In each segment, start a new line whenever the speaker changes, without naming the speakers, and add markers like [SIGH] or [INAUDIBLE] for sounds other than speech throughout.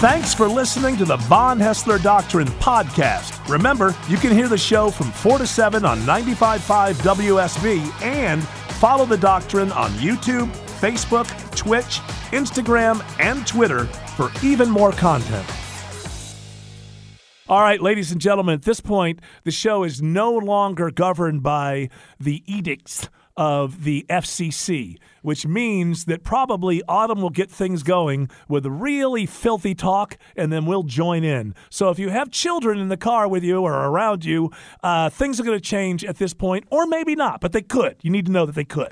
Thanks for listening to the Von Hessler Doctrine podcast. Remember, you can hear the show from 4 to 7 on 95.5 WSB and follow the doctrine on YouTube, Facebook, Twitch, Instagram, and Twitter for even more content. All right, ladies and gentlemen, at this point, the show is no longer governed by the edicts of the FCC, which means that probably Autumn will get things going with really filthy talk, and then we'll join in. So if you have children in the car with you or around you, uh, things are going to change at this point, or maybe not, but they could. You need to know that they could.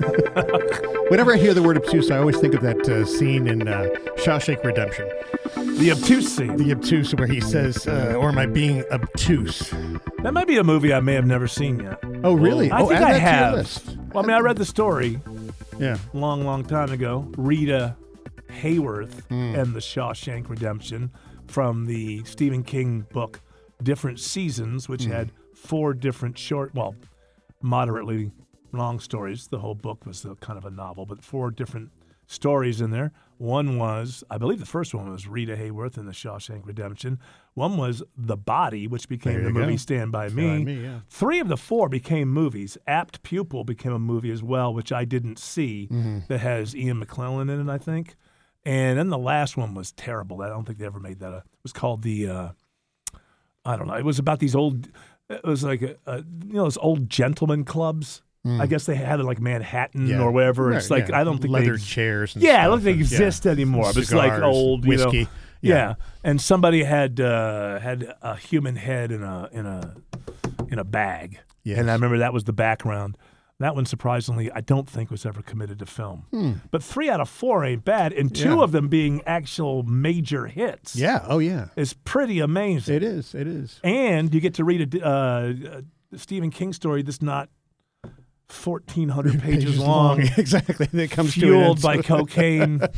Whenever I hear the word obtuse, I always think of that uh, scene in uh, Shawshank Redemption,
the obtuse scene.
the obtuse, where he says, uh, "Or am I being obtuse?"
That might be a movie I may have never seen yet.
Oh, really?
I
oh,
think
add
I
that
have.
To your list.
Well, I mean, I read the story.
Yeah.
long, long time ago, Rita Hayworth
Hmm.
and the Shawshank Redemption from the Stephen King book Different Seasons, which
Hmm.
had four different short, well, moderately long stories. The whole book was a, kind of a novel, but four different stories in there. One was, I believe the first one was Rita Hayworth and the Shawshank Redemption. One was The Body, which became
There
the
you go.
movie Stand By Me.
By Me, yeah.
Three of the four became movies. Apt Pupil became a movie as well, which I didn't see, that has Ian McClellan in it, I think. And then the last one was terrible. I don't think they ever made that. A, it was called the, uh, I don't know. It was about these old, it was like, a, a, you know, those old gentleman clubs. I guess they had it like Manhattan
Yeah.
or wherever.
Right,
it's like,
yeah.
I don't think they
leather
ex-
chairs. And
yeah, I
stuff
don't think they
and- yeah.
exist anymore. But it's like
Cigars,
old you know-
whiskey.
yeah.
Yeah.
and somebody had uh, had a human head in a in a in a bag,
Yes.
and I remember that was the background. That one, surprisingly, I don't think was ever committed to film.
Hmm,
But three out of four ain't bad, and two
Mm. Yeah.
of them being actual major hits
Yeah. Oh, yeah.
is pretty amazing.
It is. It is.
and you get to read a uh, a Stephen King story that's not fourteen hundred
[LAUGHS]
pages, long
exactly. That comes
fueled
to an
by
end.
cocaine.
[LAUGHS]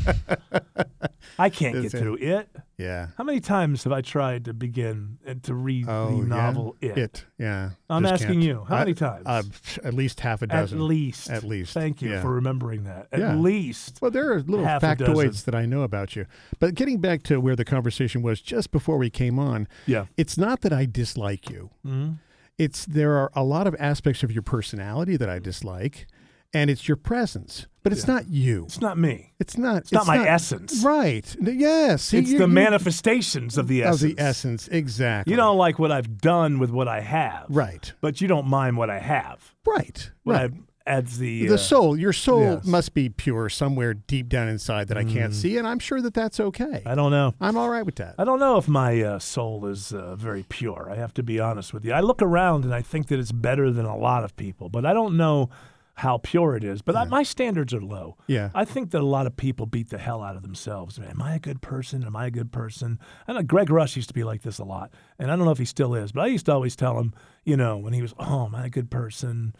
I can't get
That's it.
through it.
Yeah.
How many times have I tried to begin and to read
Oh,
the
yeah.
novel It?
Yeah.
I'm
Just
asking
can't.
you, how
I-
many times?
Uh, pff, at least half a
At
dozen.
least.
At least.
Thank you
Yeah.
for remembering that. At
Yeah.
least.
Well, there are little
Half a
factoids that I know about you. But getting back to where the conversation was just before we came on,
Yeah.
it's not that I dislike you.
Mm-hmm.
It's there are a lot of aspects of your personality
Mm.
that I dislike, and it's your presence. But it's not you.
It's not me.
It's not. It's,
not my essence.
Right. N- Yes. See,
It's
you-
the
you-
manifestations of the
of
essence.
the essence. Exactly.
You don't like what I've done with what I have.
Right.
But you don't mind what I have.
Right.
What
Right.
I, adds the. uh,
The soul, your soul
Yes. Mm.
must be pure somewhere deep down inside that I can't see, and I'm sure that that's okay.
I don't know.
I'm all right with that.
I don't know if my uh, soul is uh, very pure. I have to be honest with you. I look around and I think that it's better than a lot of people, but I don't know how pure it is. But I, my standards are low.
Yeah.
I think that a lot of people beat the hell out of themselves. Man, am I a good person? Am I a good person? I know Greg Rush used to be like this a lot, and I don't know if he still is, but I used to always tell him, you know, when he was, oh, am I a good person?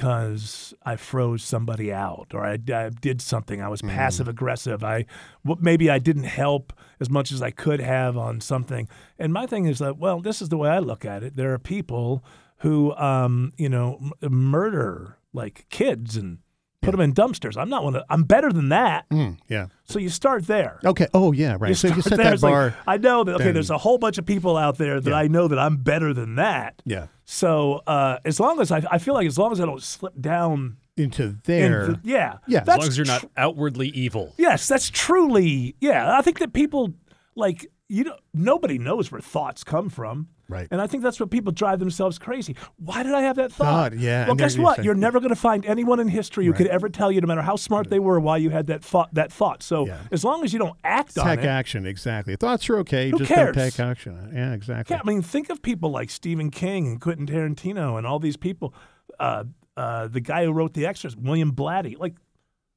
Because I froze somebody out, or I, I did something. I was passive aggressive. I w- maybe I didn't help as much as I could have on something. And my thing is that, well, this is the way I look at it. There are people who, um, you know, m- murder like kids and put them in dumpsters. I'm not one. Of, I'm better than that.
Mm, yeah.
So you start there.
Okay. Oh, yeah. Right.
You
so if you
[LAUGHS] start
set
there.
that
It's like,
bar.
I know that. Okay,
then-
there's a whole bunch of people out there that I know that I'm better than that.
yeah.
So uh, as long as I, I feel like as long as I don't slip down,
Into
in
there.
the- yeah,
Yeah, as
As
That's
long as you're
tr-
not outwardly evil.
yes, that's truly. Yeah, I think that people like you know nobody knows where thoughts come from.
Right.
And I think that's what people drive themselves crazy. Why did I have that thought?
Thought, yeah,
Well,
and there
guess
you
what?
say-
You're never going to find anyone in history who could ever tell you, no matter how smart they were, why you had that thought. That thought. So
Yeah.
as long as you don't act on
Take
it,
action. Exactly. Thoughts are okay.
Who
just
cares?
don't take action. on it. Yeah. Exactly.
Yeah, I mean, think of people like Stephen King and Quentin Tarantino and all these people. Uh, uh, the guy who wrote The Exorcist, William Blatty, like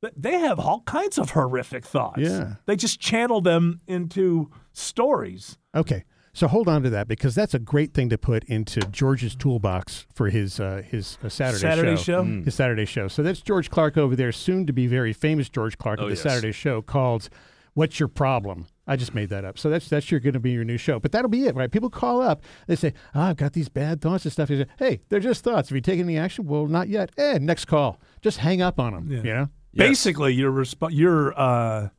th- they have all kinds of horrific thoughts.
Yeah.
they just channel them into stories.
Okay. So hold on to that because that's a great thing to put into George's toolbox for his uh, his uh, Saturday,
Saturday show? Mm.
His Saturday show. So that's George Clark over there, soon to be very famous George Clark at
Oh,
the
yes.
Saturday show called "What's Your Problem." I just made that up. So that's that's your going to be your new show. But that'll be it, right? People call up. They say, oh, "I've got these bad thoughts and stuff." You say, "Hey, they're just thoughts. Have you taken any action?" Well, not yet. Eh, next call. Just hang up on them. You know.
Yes.
Basically, you're resp- you're uh,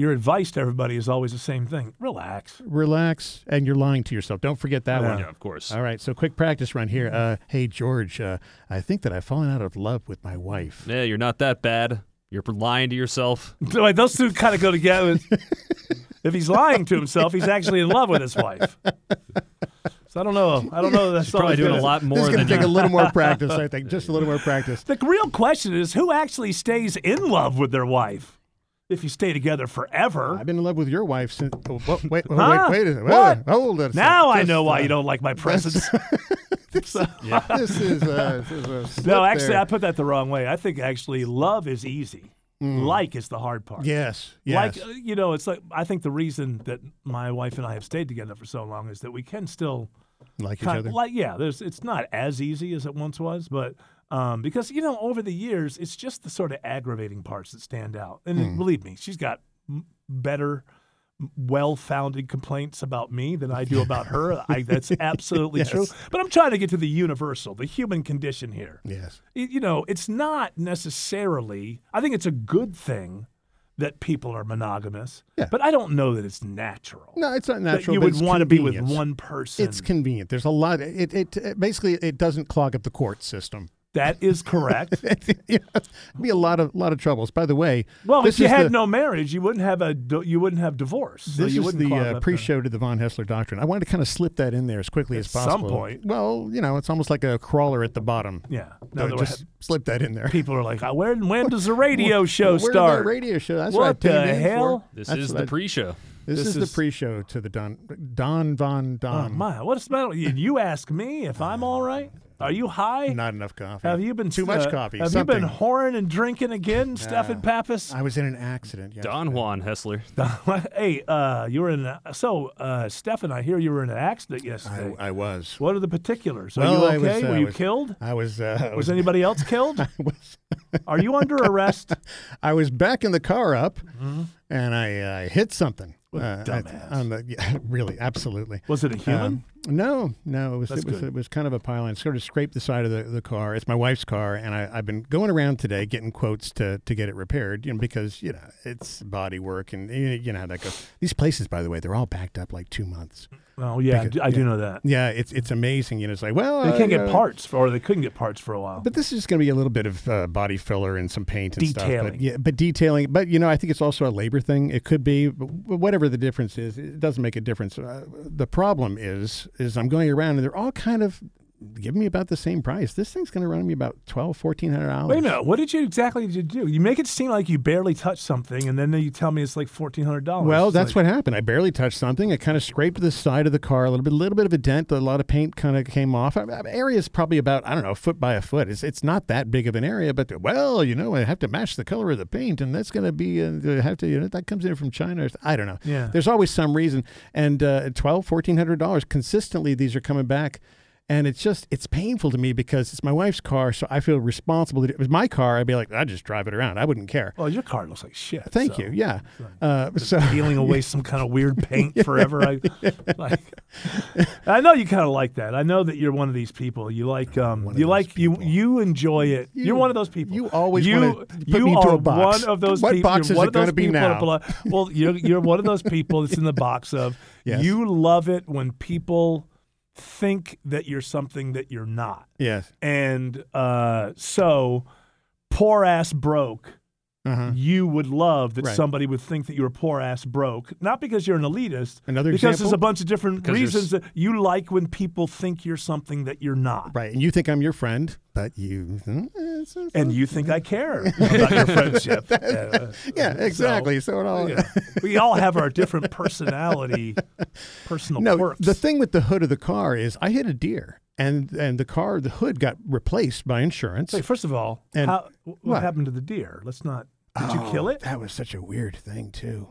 your advice to everybody is always the same thing [LAUGHS] relax.
Relax, and you're lying to yourself. Don't forget that
Yeah. Mm-hmm.
one.
Yeah, of course.
All right, so quick practice run here. Uh, hey, George, uh, I think that I've fallen out of love with my wife.
Yeah, you're not that bad. You're lying to yourself.
So, like, those two kind of go together. if he's lying to himself, he's actually in love with his wife. So I don't know. I don't know. That's all
Probably
he's
doing a
gonna- [LAUGHS]
lot
this
more
is going
than
to take
you.
a little more practice,
[LAUGHS]
I think. Just a little more practice.
The real question is who actually stays in love with their wife? If you stay together forever,
I've been in love with your wife since. Oh, whoa, wait, wait,
Huh?
wait, wait a second.
What?
Whoa, hold on a
now
second.
I
Just,
know why
uh,
you don't like my presence. So-
This is uh, this is a slip
no, actually,
there.
I put that the wrong way. I think actually love is easy. Like is the hard part.
Mm. yes, yes.
Like uh, you know, it's like I think the reason that my wife and I have stayed together for so long is that we can still
like each
kind of-
other.
like yeah, there's it's not as easy as it once was, but um, because you know over the years it's just the sort of aggravating parts that stand out. And
Mm.
believe me, she's got m- better, m- well-founded complaints about me than I do about her. I,
[LAUGHS]
that's absolutely true. But I'm trying to get to the universal, the human condition here
[LAUGHS] yes.
y- you know, it's not necessarily, I think it's a good thing that people are monogamous,
Yeah.
but I don't know that it's natural.
No, it's not
that
natural.
you
but
would
it's
want to be with
convenience.
one person.
It's convenient. There's a lot. It, it, it basically it doesn't clog up the court system.
that is
[LAUGHS]
correct.
It'd be a lot of lot of troubles. By the way,
well,
this
if you
is
had
the,
no marriage, you wouldn't have a do- you wouldn't have divorce. So
this
you
is
wouldn't
the
clog
uh,
up
pre-show to the von Hessler doctrine. I wanted to kind of slip that in there as quickly as
some
possible.
point.
Well, you know, it's almost like a crawler at the bottom.
Yeah.
No,
No, there were-
just slip that in there.
people are like, "Oh, when when does the radio show
Where did that
start?
radio show. That's
What
what, I tuned
the
in for.
hell?
This
That's
is
what
the
I-
pre-show.
This,
This
is,
is-
the pre-show to the Don Don Von
Oh,
Don.
my, what's the matter? You- You ask me if I'm all right. Are you high?
Not enough coffee.
Have you been
too much
uh,
coffee?
Have
Something.
you been whoring and drinking again, Stefan Pappas?
I was in an accident. Yes.
Don Juan Hessler.
hey, uh, you were in. A, so, uh, Stefan, I hear you were in an accident yesterday.
I, I was.
what are the particulars? Are
Well, I
you okay?
was, uh,
were you
was-
killed?
I was. Uh, I
Was
was.
anybody
[LAUGHS]
else killed?
I was,
Are you under arrest? Mm-hmm.
I was backing the car up, and I uh, hit something. Uh, I-
dumbass.
on the, yeah, [LAUGHS] really, absolutely.
Was it a human?
Um, no, no, it was
That's
it was
good.
it was kind of a pylon. Sort of scraped the side of the, the car. It's my wife's car, and I, I've been going around today getting quotes to to get it repaired. You know, because you know it's body work, and you you know how that goes. These places, by the way, they're all backed up like two months.
oh yeah, I do, I do know that.
Yeah, it's it's amazing. You know, it's like well,
They
uh,
can't
you
get
know,
parts, for, or they couldn't get parts for a while.
But this is going to be a little bit of uh, body filler and some paint and stuff.
Detailing.
But yeah, but detailing. But you know, I think it's also a labor thing. It could be, but wh- whatever the difference is, it doesn't make a difference. Uh, the problem is, is I'm going around and they're all kind of giving me about the same price. This thing's going to run me about twelve, fourteen hundred dollars.
Wait a minute. What did you exactly did you do? You make it seem like you barely touched something, and then you tell me it's like fourteen hundred dollars.
Well, that's what happened. I barely touched something. I kind of scraped the side of the car a little bit, a little bit of a dent. A lot of paint kind of came off. I, I, area's probably about I don't know, a foot by a foot. It's it's not that big of an area, but well, you know, I have to match the color of the paint, and that's going to be uh, have to you know that comes in from China. or- I don't know.
Yeah.
there's always some reason. And uh, twelve, fourteen hundred dollars consistently. These are coming back. And it's just it's painful to me because it's my wife's car, so I feel responsible. That it was my car, I'd be like, I just drive it around. I wouldn't care.
Well, your car looks like shit.
Thank
so
you. Yeah. Uh, so
peeling
[LAUGHS]
away some kind of weird paint forever. I like. I know you kind of like that. I know that you're one of these people. You like um, you
those
like
people.
you you enjoy it. You,
You-
are one of those people.
you always
you
wanna put
you
me
are
into a box.
one of those.
What
peop-
box
you're
is
one
it
of those
gonna be
people that
now?
belo- well, you're you're one of those people that's in the box of
Yes.
you love it when people think that you're something that you're not,
yes.
and uh, so poor ass broke
Uh-huh.
you would love that
Right.
somebody would think that you're poor ass broke, not because you're an elitist,
Another
because there's
example?
a bunch of different
'Cause you're s-
reasons that you like when people think you're something that you're not.
Right, [LAUGHS] and you think I'm your friend, but you. mm, it's- it's-
And you think I
[LAUGHS]
care about your friendship. Uh,
yeah, exactly. So, it all. [LAUGHS]
yeah. We all have our different personality, personal
No,
quirks.
the thing with the hood of the car is I hit a deer, and and the car, the hood got replaced by insurance.
Wait, first of all,
And-
how, what,
what?
happened to the deer? Let's not. Did you kill
Oh,
it?
That was such a weird thing too,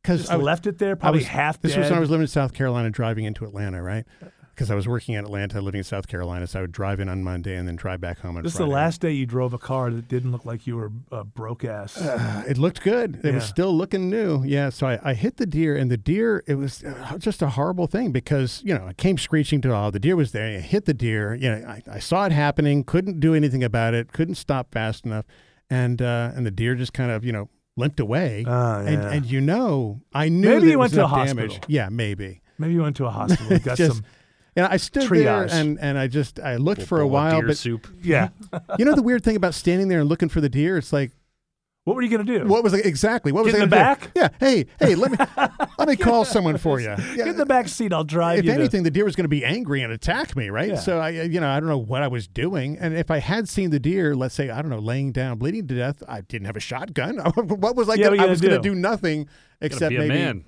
because
Just left it there, probably half
This
dead. Uh,
was when I was living in South Carolina, driving into Atlanta, right? Because I was working in Atlanta, living in South Carolina, so I would drive in on Monday and then drive back home on
this is the
Friday.
last day you drove a car that didn't look like you were a broke ass.
Uh, it looked good. It was
Yeah.
still looking new. Yeah. So I, I hit the deer, and the deer, it was uh, just a horrible thing because, you know, I came screeching to all. the deer was there. I hit the deer. You know, I, I saw it happening, couldn't do anything about it, couldn't stop fast enough. And, uh, and the deer just kind of, you know, limped away.
Ah,
And,
yeah.
and you know, I knew
Maybe
that
he
it
went
was
to a
enough damage.
hospital.
Yeah, maybe.
Maybe you went to a hospital.
[LAUGHS]
and Got
Just-
some.
And I stood
Triage.
there and, and I just I looked
We'll
for a
boil
while,
deer
but
soup.
Yeah.
[LAUGHS] you know the weird thing about standing there and looking for the deer. It's like
What were you gonna do?
what was it exactly? What was
Get
I
in the
gonna
back?
do? Yeah. Hey,
[LAUGHS]
hey, let me let me call someone for you.
Get in the back seat. I'll drive
if
you. to-
anything, the deer was going to be angry and attack me, right?
Yeah.
So I, you know, I don't know what I was doing. And if I had seen the deer, let's say, I don't know, laying down, bleeding to death, I didn't have a shotgun. [LAUGHS] what was I?
Yeah, what
gonna,
you
I
gonna
was going to
do?
do nothing
Gotta
except
be a
maybe
man.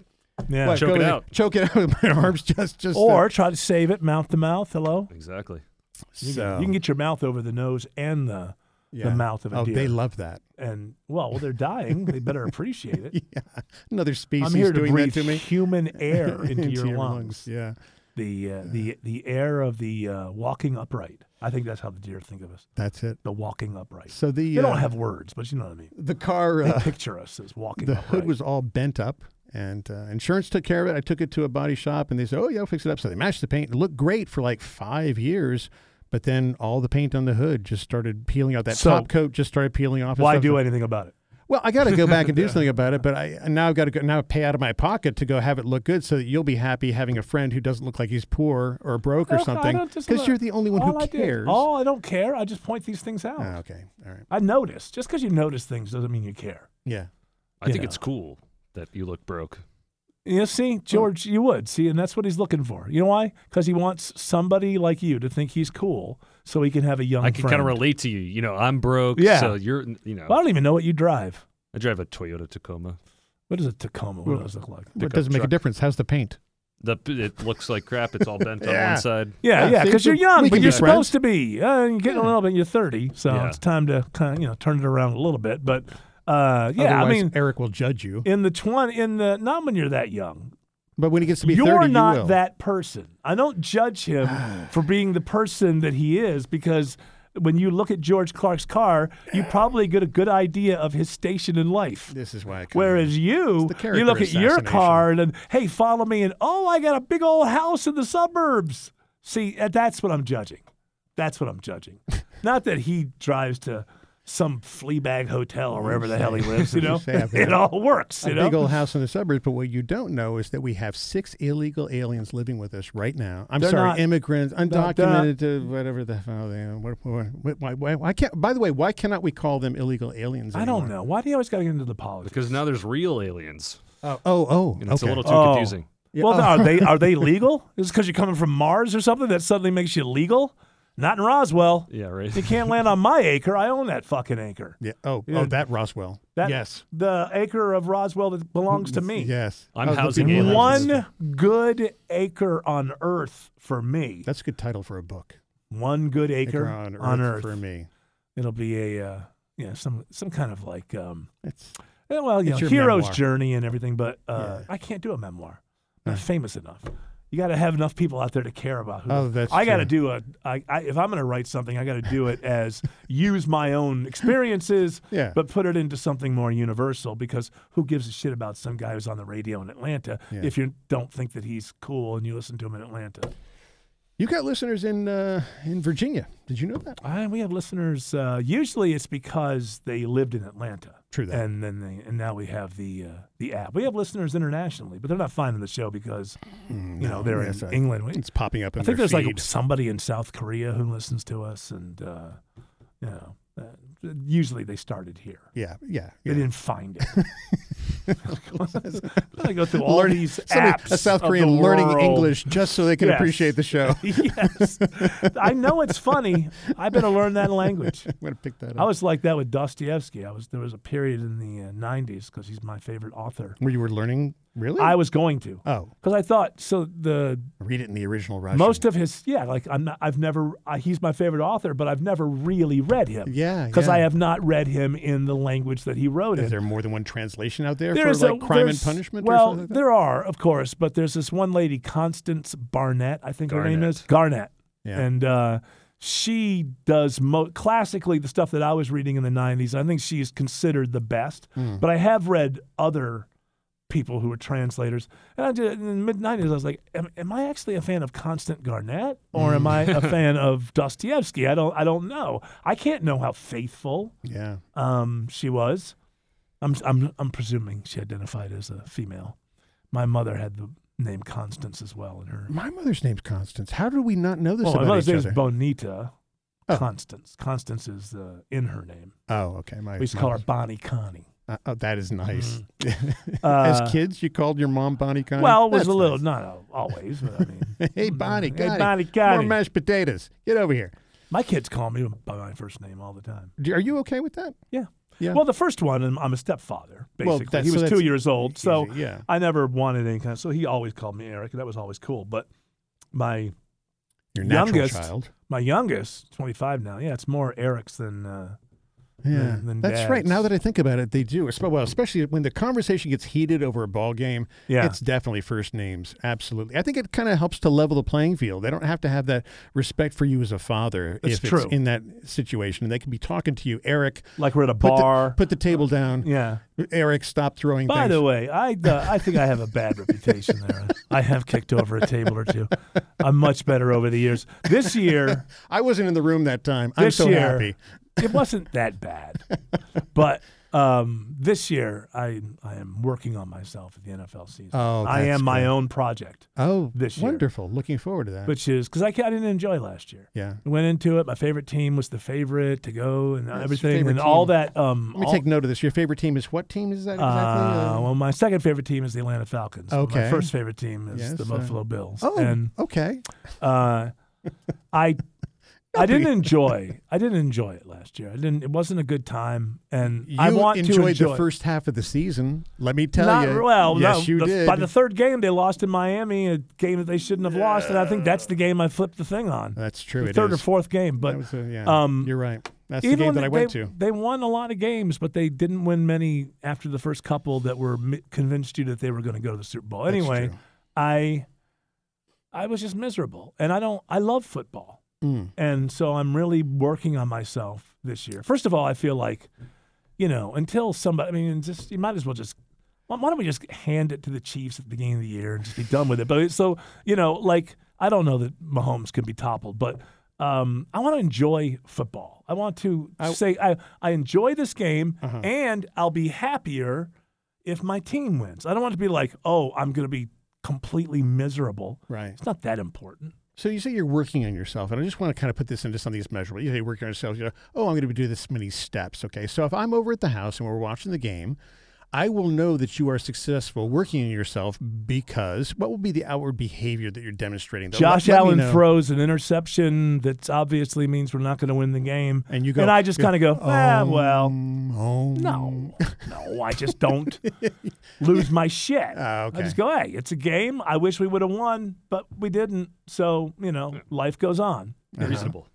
yeah.
what,
Choke
go
it
to-
out.
choke it out with my [LAUGHS] arms, just just uh,
or try to save it mouth to mouth. Hello.
Exactly.
the,
You,
so,
can, you can get your mouth over the nose and the
yeah.
the mouth of a
Oh,
deer.
they love that.
and well, well, they're dying. they better appreciate it.
[LAUGHS] Yeah, another species
I'm here to
doing
breathe
that to me. [LAUGHS]
human air into, your, lungs.
Yeah,
The uh, the the air of the uh, walking upright. I think that's how the deer think of us.
that's it.
The walking upright.
So the
They don't
uh,
have words, but you know what I mean.
the car.
They
Uh,
picture us as walking
the
upright.
hood was all bent up and uh, insurance took care of it i took it to a body shop and they said oh yeah I'll fix it up so they matched the paint it looked great for like five years but then all the paint on the hood just started peeling out that
So-
top coat just started peeling off and
Why
stuff.
do anything about it?
well i got to go back and
[LAUGHS]
do something about it but i and now i've got to go now pay out of my pocket to go have it look good so that you'll be happy having a friend who doesn't look like he's poor or broke or
Okay, I
something
don't disagree.
because you're the only one
All
who
I did-
cares
all I don't care. I just point these things out.
Ah, okay all right
I notice. Just because you notice things doesn't mean you care.
yeah
I
You
think
know.
it's cool that you look broke.
You see, George, you would see, and that's what he's looking for. You know why? Because he wants somebody like you to think he's cool, so he can have a young.
I can
friend.
kind of relate to you. You know, I'm broke.
Yeah.
So you're, you know,
Well, I don't even know what you drive.
I drive a Toyota Tacoma.
What is a Tacoma? What
Well-
does it look like?
but it
Pickup
doesn't make a
truck.
difference how's the paint
The, it looks like crap. It's
[LAUGHS]
all bent on
Yeah.
one side.
Yeah,
Yeah,
yeah,
see,
because
so
you're young,
we
but
can
you're
be
supposed to be. Uh, you're getting a little bit. You're 30, so
Yeah.
it's time to kind of you know turn it around a little bit. But uh, yeah,
Otherwise,
I mean,
eric will judge you
in the 20, in the not when you're that young,
but when he gets to be
You're
30 you
not
will.
that person. I don't judge
[SIGHS]
him for being the person that he is because when you look at George Clark's car, you probably get a good idea of his station in life.
This is why. I come
Whereas you,
It's the
you look at
character
your
assassination.
car and then, hey, follow me, and oh, I got a big old house in the suburbs. See, uh, that's what I'm judging. That's what I'm
[LAUGHS]
judging. Not that he drives to some flea bag hotel or wherever the hell he lives. You
[LAUGHS]
know,
Say
[LAUGHS]
I've
it
got
all works.
here.
You
a big
know,
old house in the suburbs. But what you don't know is that we have six illegal aliens living with us right now. I'm
They're
sorry,
not-
immigrants,
not-
undocumented, uh, whatever the hell they are. What, what, what- why, why, why can't? By the way, why cannot we call them illegal aliens?
I don't
anymore?
know. Why do you always got to get into the politics?
Because now there's real aliens.
Oh, oh,
And it's
okay.
a little too
Oh.
confusing.
Yeah,
Well,
oh.
are they are
[LAUGHS]
they legal? Is because you're coming from Mars or something that suddenly makes you legal? Not in Roswell.
Yeah, right.
[LAUGHS] You can't land on my acre. I own that fucking acre.
Yeah. Oh,
Yeah.
oh, that Roswell.
That-
yes.
The acre of Roswell that belongs to me.
Yes.
I'm
I was
housing
looking for
aliens.
that.
One good acre on Earth for me.
That's a good title for a book.
One good acre,
on, earth for me.
It'll be a uh, yeah some some kind of like um
It's
eh, well you
It's
know
your
hero's
memoir.
journey and everything. But uh,
Yeah.
I can't do a memoir. I'm not
Uh.
famous enough. You got to have enough people out there to care about who the
oh, that's.
I got to
true.
do a. I, I, if I'm going to write something, I got to do
[LAUGHS]
it as use my own experiences,
Yeah.
but put it into something more universal. Because who gives a shit about some guy who's on the radio in Atlanta
Yeah.
if you don't think that he's cool and you listen to him in Atlanta?
You got listeners in uh, in Virginia. Did you know that?
I, we have listeners. Uh, usually, it's because they lived in Atlanta.
True that.
And then they, and now we have the uh, the app. We have listeners internationally, but they're not finding the show because
Mm,
you know they're in
that's right.
England. We-
It's popping up in
I think
their
there's like
feed.
somebody in South Korea who listens to us, and uh, you know, uh, usually they started here.
Yeah, yeah.
They
yeah.
didn't find it. [LAUGHS]
[LAUGHS]
I go through all
Learning-
these
Somebody-
apps.
a South
of the
Korean learning
world.
English just so they
[LAUGHS]
can
Yes.
appreciate the show.
yes, I know it's funny. I better learn that language.
[LAUGHS] I'm gonna pick that
I
up.
was like that with Dostoevsky. I was there was a period in the uh, '90s because he's my favorite author.
Where you were learning really?
I was going to
oh,
because I thought so. The
read it in the original Russian.
most of his yeah, like I'm not, I've never uh, he's my favorite author, but I've never really read him.
yeah,
because
yeah.
I have not read him in the language that he wrote
Is
in.
there more than one translation out there,
There is
for like
a-
crime and
there's-
punishment? or
Well,
something like that?
there are, of course, but there's this one lady, Constance Barnett, I think her name
Garnett.
is Garnett,
Yeah.
and uh, she does mo- classically the stuff that I was reading in the '90s. I think she is considered the best,
Hmm.
but I have read other people who were translators, and I did, in the mid '90s. I was like, am, am I actually a fan of Constant Garnett,
Hmm.
or am
[LAUGHS]
I a fan of Dostoevsky? I don't, I don't know. I can't know how faithful
yeah.
um, she was. I'm I'm I'm presuming she identified as a female. My mother had the name Constance as well in her.
My mother's name's Constance. How do we not know this
Well, my
about
mother's
each
name
other?
is Bonita
Oh.
Constance. Constance is uh, in her name.
oh, okay. My,
We used to call her Bonnie Connie. Mm-hmm.
Uh, oh, that is nice. [LAUGHS]
Uh,
As kids, you called your mom Bonnie Connie.
Well, it was
That's
a little,
nice.
not al- always, but I mean.
Hey, Bonnie,
Hey,
Connie,
Bonnie
More
Connie.
mashed potatoes. [LAUGHS] Get over here.
My kids call me by my first name all the time.
Do- Are you okay with that?
Yeah.
Yeah.
Well, the first one, I'm I'm a stepfather,
Well,
basically.
that's-
he
so
was
that's
two years old, so
Easy, yeah.
I never wanted any kind of. So he always called me Eric, and that was always cool. But my
Your natural
youngest-
child.
my youngest, 25 now, yeah, it's more Eric's than. Uh,
Yeah,
than
that's right.
dads.
Now that I think about it, they do. Espe- Well, especially when the conversation gets heated over a ball game,
Yeah.
it's definitely first names. Absolutely, I think it kind of helps to level the playing field. They don't have to have that respect for you as a father
That's
if
true.
it's in that situation, and they can be talking to you, Eric.
like we're at a
Put the-
bar.
put the table down,
yeah.
Eric. Stop throwing.
By
things.
the way, I uh, I think I have a bad reputation there. I have kicked over a table or two. I'm much better over the years. This year,
[LAUGHS] I wasn't in the room that time. I'm
This
so
year-
happy.
it wasn't that bad, but um, this year I I am working on myself at the NFL season.
Oh,
I
that's
am my
great.
own project,
Oh,
this year.
wonderful. Looking forward to that.
which is because I, ca- I didn't enjoy last year.
yeah.
I went into it. My favorite team was the favorite to go and
your
everything
favorite
and all
team?
that. Um,
Let me
all-
take note of this. Your favorite team is what team is that exactly?
Uh, well, my second favorite team is the Atlanta Falcons. but
Okay.
My first favorite team is
Yes,
the
uh,
Buffalo Bills.
oh,
And
okay.
uh,
[LAUGHS]
I I didn't enjoy I didn't enjoy it last year. I didn't. It wasn't a good time, and
You
I want
enjoyed
to enjoy.
the first half of the season. Let me tell
Not-
you.
well,
yes,
no,
you
the-
did.
By the third game, they lost in Miami, a game that they shouldn't have lost, and I think that's the game I flipped the thing on.
That's true.
The
it
third or
is.
fourth game, but
That was a- yeah,
um,
you're right. That's the
even
game
when
that I went
they,
to.
They won a lot of games, but they didn't win many after the first couple that were mi- convinced you that they were going to go to the Super Bowl.
That's
Anyway,
true.
I I was just miserable, and I don't. I love football,
Mm.
and so I'm really working on myself this year. First of all, I feel like you know until somebody. I mean, just you might as well just. Why why don't we just hand it to the Chiefs at the beginning of the year and just be done with it? But it's so you know, like I don't know that Mahomes can be toppled, but um, I want to enjoy football. I want to
I-
say I I enjoy this game,
Uh-huh.
and I'll be happier if my team wins. I don't want to be like, oh, I'm going to be completely miserable.
Right.
It's not that important.
So you say you're working on yourself, and I just want to kind of put this into something that's measurable. You say you're working on yourself. You know, oh, I'm going to do this many steps. Okay, so if I'm over at the house and we're watching the game, I will know that you are successful working on yourself because what will be the outward behavior that you're demonstrating? They'll
Josh
let- let me
Allen
know.
throws an interception that obviously means we're not going to win the game.
And you go-
And I just
you go,
kind of go, ah,
"Um,
well,
Oh
no, no, Oh, I just
[LAUGHS]
don't lose my shit.
Ah, okay.
I just go, hey, it's a game. I wish we would have won, but we didn't. So, you know, life goes on.
Uh-huh.
Reasonable.
Uh-huh.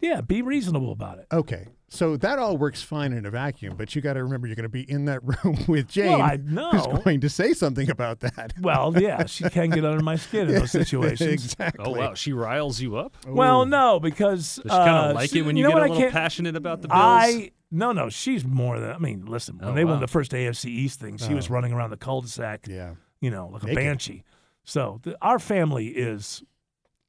Yeah, be reasonable about it.
Okay, so that all works fine in a vacuum, but you got to remember you're going to be in that [LAUGHS] room with Jane,
Well, I
who's
know.
going to say something about that.
Well, yeah, she can get under my skin in
[LAUGHS]
those situations.
exactly.
Oh wow, she riles you up. Does
Well, no, because
she kind
uh,
of like
she-
it when you,
know
get
what
a
I
little
can't-
passionate about the Bills?
I no no she's more than I mean listen when
Oh,
they
wow.
won the first AFC East thing she was running around the cul-de-sac
Oh. Yeah.
you know like
Naked.
a banshee so the, our family is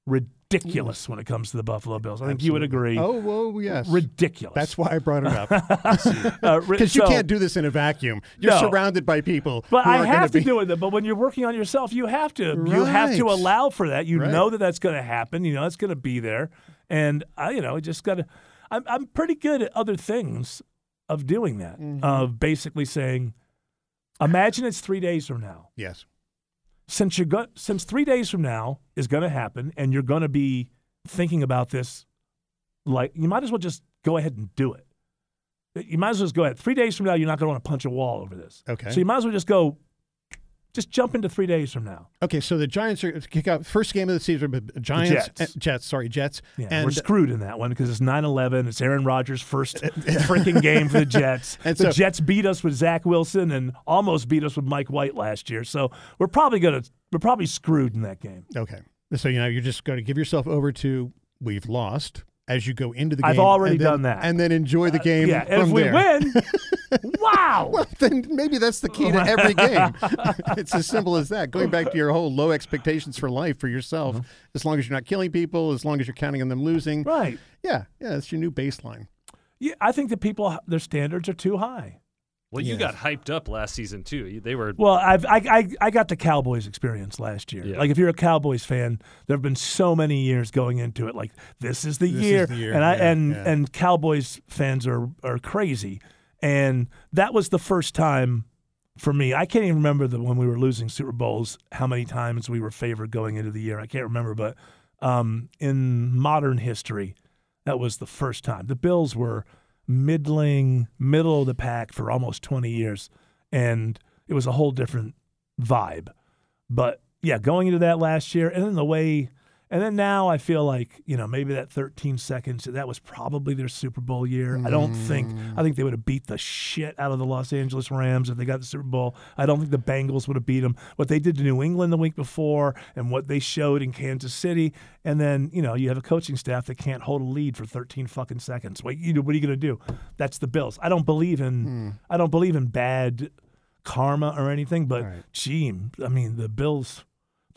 ridiculous when it comes to the Buffalo Bills [LAUGHS] I think you would agree
Oh, whoa, yes.
ridiculous
That's why I brought
[LAUGHS]
it up
Uh, ri-
because you
so-
can't do this in a vacuum. You're
No.
surrounded by people.
But
who
I
are gonna
have to
be-
do it. But when you're working on yourself, you have to. You have to
Right.
allow for that. You
Right.
know that that's going to happen. You know that's going to be there. And I, you know, I just got to. I'm I'm pretty good at other things of doing that.
Mm-hmm.
Of basically saying, imagine it's three days from now.
Yes.
Since you're go- since three days from now is going to happen, and you're going to be thinking about this, like you might as well just go ahead and do it. You might as well just go ahead. Three days from now, you're not going to want to punch a wall over this.
Okay.
So you might as well just go, just jump into three days from now.
okay. So the Giants are kick out first game of the season. But Giants,
Jets.
uh, Jets. Sorry, Jets.
Yeah,
and
we're screwed in that one because it's 9 11. It's Aaron Rodgers'
[LAUGHS]
first freaking game for the Jets.
And
the
so-
Jets beat us with Zach Wilson and almost beat us with Mike White last year. So we're probably going to, we're probably screwed in that game.
okay. So you know you're just going to give yourself over to we've lost as you go into the game.
I've already
and then-
done that. Uh,
and then enjoy the game.
yeah. And if
from
we
there.
win,
[LAUGHS]
wow.
then maybe that's the
[LAUGHS]
key to every game. [LAUGHS] it's as simple as that. Going back to your whole low expectations for life for yourself,
Uh-huh.
as long as you're not killing people, as long as you're counting on them losing.
right.
Yeah, yeah, that's your new baseline.
Yeah, I think that people, their standards are too high.
Well, you got hyped up last season too. You- They were
Well, I've, I, I I got the Cowboys experience last year.
Yeah.
Like, if you're a Cowboys fan, there have been so many years going into it. Like, this is the,
This is
year.
the year,
and I
yeah,
and
yeah.
and Cowboys fans are are crazy. And that was the first time for me. I can't even remember the when we were losing Super Bowls. How many times we were favored going into the year? I can't remember. But um, in modern history, that was the first time the Bills were middling, middle of the pack for almost 20 years, and it was a whole different vibe. But yeah, going into that last year, and then the way, and then now I feel like you know maybe that 13 seconds that was probably their Super Bowl year. I don't think I think they would have beat the shit out of the Los Angeles Rams if they got the Super Bowl. I don't think the Bengals would have beat them. What they did to New England the week before, and what they showed in Kansas City, and then you know you have a coaching staff that can't hold a lead for 13 fucking seconds. What you what are you gonna do? That's the Bills. I don't believe in
Hmm.
I don't believe in bad karma or anything, but
Right.
gee, I mean the Bills,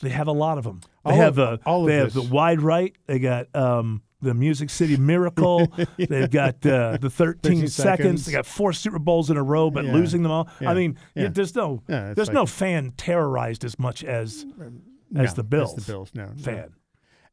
they have a lot of them. They
All
have
of-
a
all of
they have
this.
the wide right. They got um, the Music City
[LAUGHS]
Miracle. They've got uh, the 13,
13
seconds.
seconds.
They got four Super Bowls in a row, but
Yeah.
losing them all.
Yeah.
I mean,
Yeah.
it, there's no
Yeah, it's
there's
like-
no fan terrorized as much as
No,
as the Bills
Mm, As the Bills, no. no.
fan.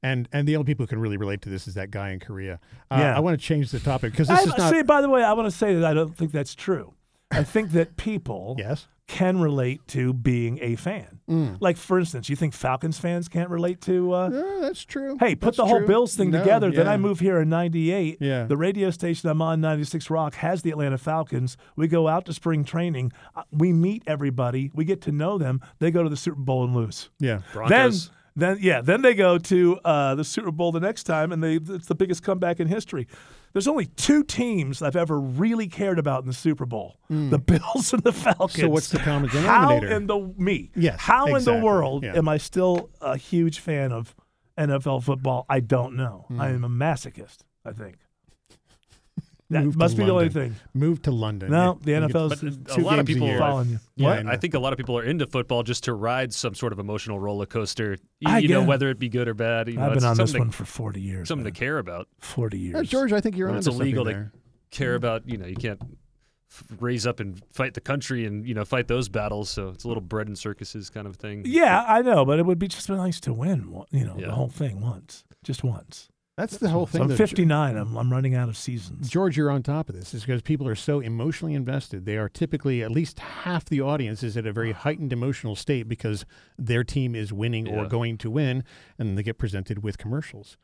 And and the only people who can really relate to this is that guy in Korea. Uh,
Yeah.
I want to change the topic because this
I
is not.
say, by the way, I want to say that I don't think that's true. I think that people
[LAUGHS] yes. Mm.
can relate to being a fan. Like, for instance, you think Falcons fans can't relate to? Uh,
No, that's true.
Hey, put
That's
the whole
true.
Bills thing
No,
together. Then
yeah.
I move here in '98.
Yeah.
The radio station I'm on, 96 Rock, has the Atlanta Falcons. We go out to spring training. Uh, We meet everybody. We get to know them. They go to the Super Bowl and lose.
Yeah.
Broncos.
Then, then yeah, then they go to uh, the Super Bowl the next time, and they it's the biggest comeback in history. There's only two teams I've ever really cared about in the Super Bowl: the Bills and the Falcons.
Hmm. what's the common
How
denominator?
in the me?
Yes,
How in
exactly,
the world
yeah.
am I still a huge fan of NFL football? I don't know.
Hmm.
I am a masochist. I think that
Hmm. Move to
must be the only
London.
thing.
Move to London.
No, the
You- you get-
NFL's
But a
two
lot of
games
people
year.
are-
following you.
Yeah,
What?
I know.
I think a lot of people are into football just to ride some sort of emotional roller coaster. You,
I
you know,
get it.
whether it be good or bad. You know,
I've
it's
been on this
something
one
to,
for 40 years.
something
man.
to care about.
40 years.
Uh, George, I think you're
When
on
it's illegal to- Care about. You know, you can't f- raise up and fight the country and you know fight those battles. So it's a little bread and circuses kind of thing.
Yeah, I know, but it would be just nice to win, one- you know,
Hmm. Yeah.
the whole thing once, just once.
That's the whole
So
thing.
I'm
though,
59. I'm, I'm running out of seasons.
George, you're on top of this. Is because people are so emotionally invested. They are typically at least half the audience is at a very heightened emotional state because their team is winning or
Yeah.
going to win, and they get presented with commercials.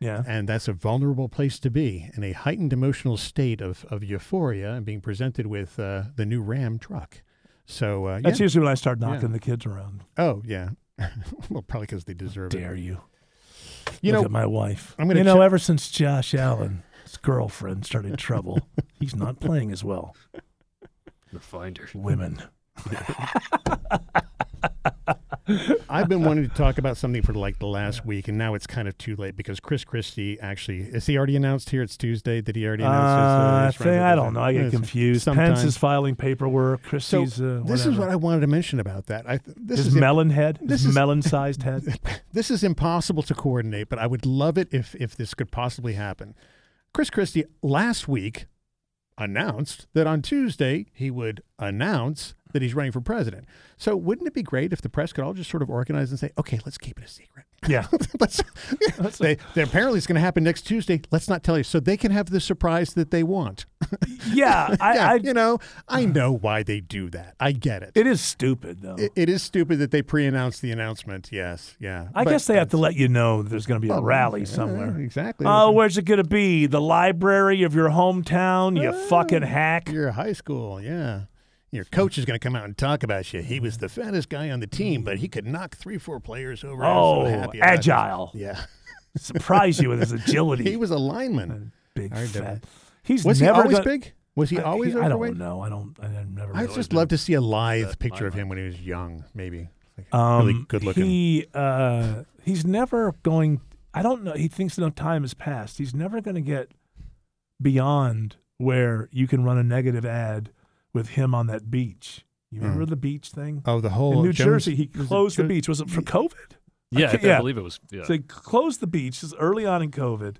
Yeah.
And that's a vulnerable place to be in a heightened emotional state of, of euphoria and being presented with uh, the new Ram truck. So, uh, yeah.
That's usually when I start knocking
Yeah.
the kids around.
oh, yeah. [LAUGHS] well, probably because they deserve
Dare you?
it. You
Look
know,
at my wife.
I'm gonna
you know,
check-
ever since Josh Allen, his girlfriend started trouble, [LAUGHS] he's not playing as well.
the finder.
Women.
[LAUGHS] I've been wanting to talk about something for like the last week, and now it's kind of too late because Chris Christie actually is he already announced here? It's Tuesday. Did he already
Uh,
announce? his,
I, think, I don't know. I get
Yes.
confused. Pence
Sometime.
is filing paperwork.
So
Christie's. uh,
this is
whatever.
what I wanted to mention about that. I th- this
His
is
melon head.
this
his
is-
melon sized head.
[LAUGHS] this is impossible to coordinate, but I would love it if if this could possibly happen. Chris Christie last week announced that on Tuesday he would announce that he's running for president. So wouldn't it be great if the press could all just sort of organize and say, "Okay, let's keep it a secret."
Yeah.
[LAUGHS] Let's- they, they- apparently it's going to happen next Tuesday. Let's not tell you, so they can have the surprise that they want. [LAUGHS]
Yeah. I,
yeah,
I,
you know, I know why they do that. I get it.
it is stupid, though.
It- it is stupid that they pre-announced the announcement. Yes, yeah.
I
But
guess they have to
that's-
let you know there's going to be a
Well,
rally
yeah,
somewhere.
exactly.
Oh, where's it going to be? The library of your hometown, you fucking hack.
Ah, Your high school, yeah. Your coach is going to come out and talk about you. He was the fattest guy on the team, but he could knock three, four players over. I
Oh,
was so happy about this.
agile.
Yeah,
Surprise you with
[LAUGHS]
his agility.
he was a lineman.
big
I
fat.
don't-
He's
Was he
never
always
gonna-
big? Was he
I-
always
I
overweight?
don't know. I don't. I never.
I'd
really
just
been-
love to see a lithe
Uh,
picture of
lineman.
him when he was young, maybe. Like,
Um,
really good looking.
He uh, he's never going. I don't know. He thinks no time has passed. He's never going to get beyond where you can run a negative ad with him on that beach. You remember the beach thing?
oh, the whole
in New
Jones-
Jersey, he
was it
closed the
Jo-
beach. Was it for COVID? I
Yeah, I,
can't-
I believe it was. Yeah.
So they closed the beach this is early on in COVID.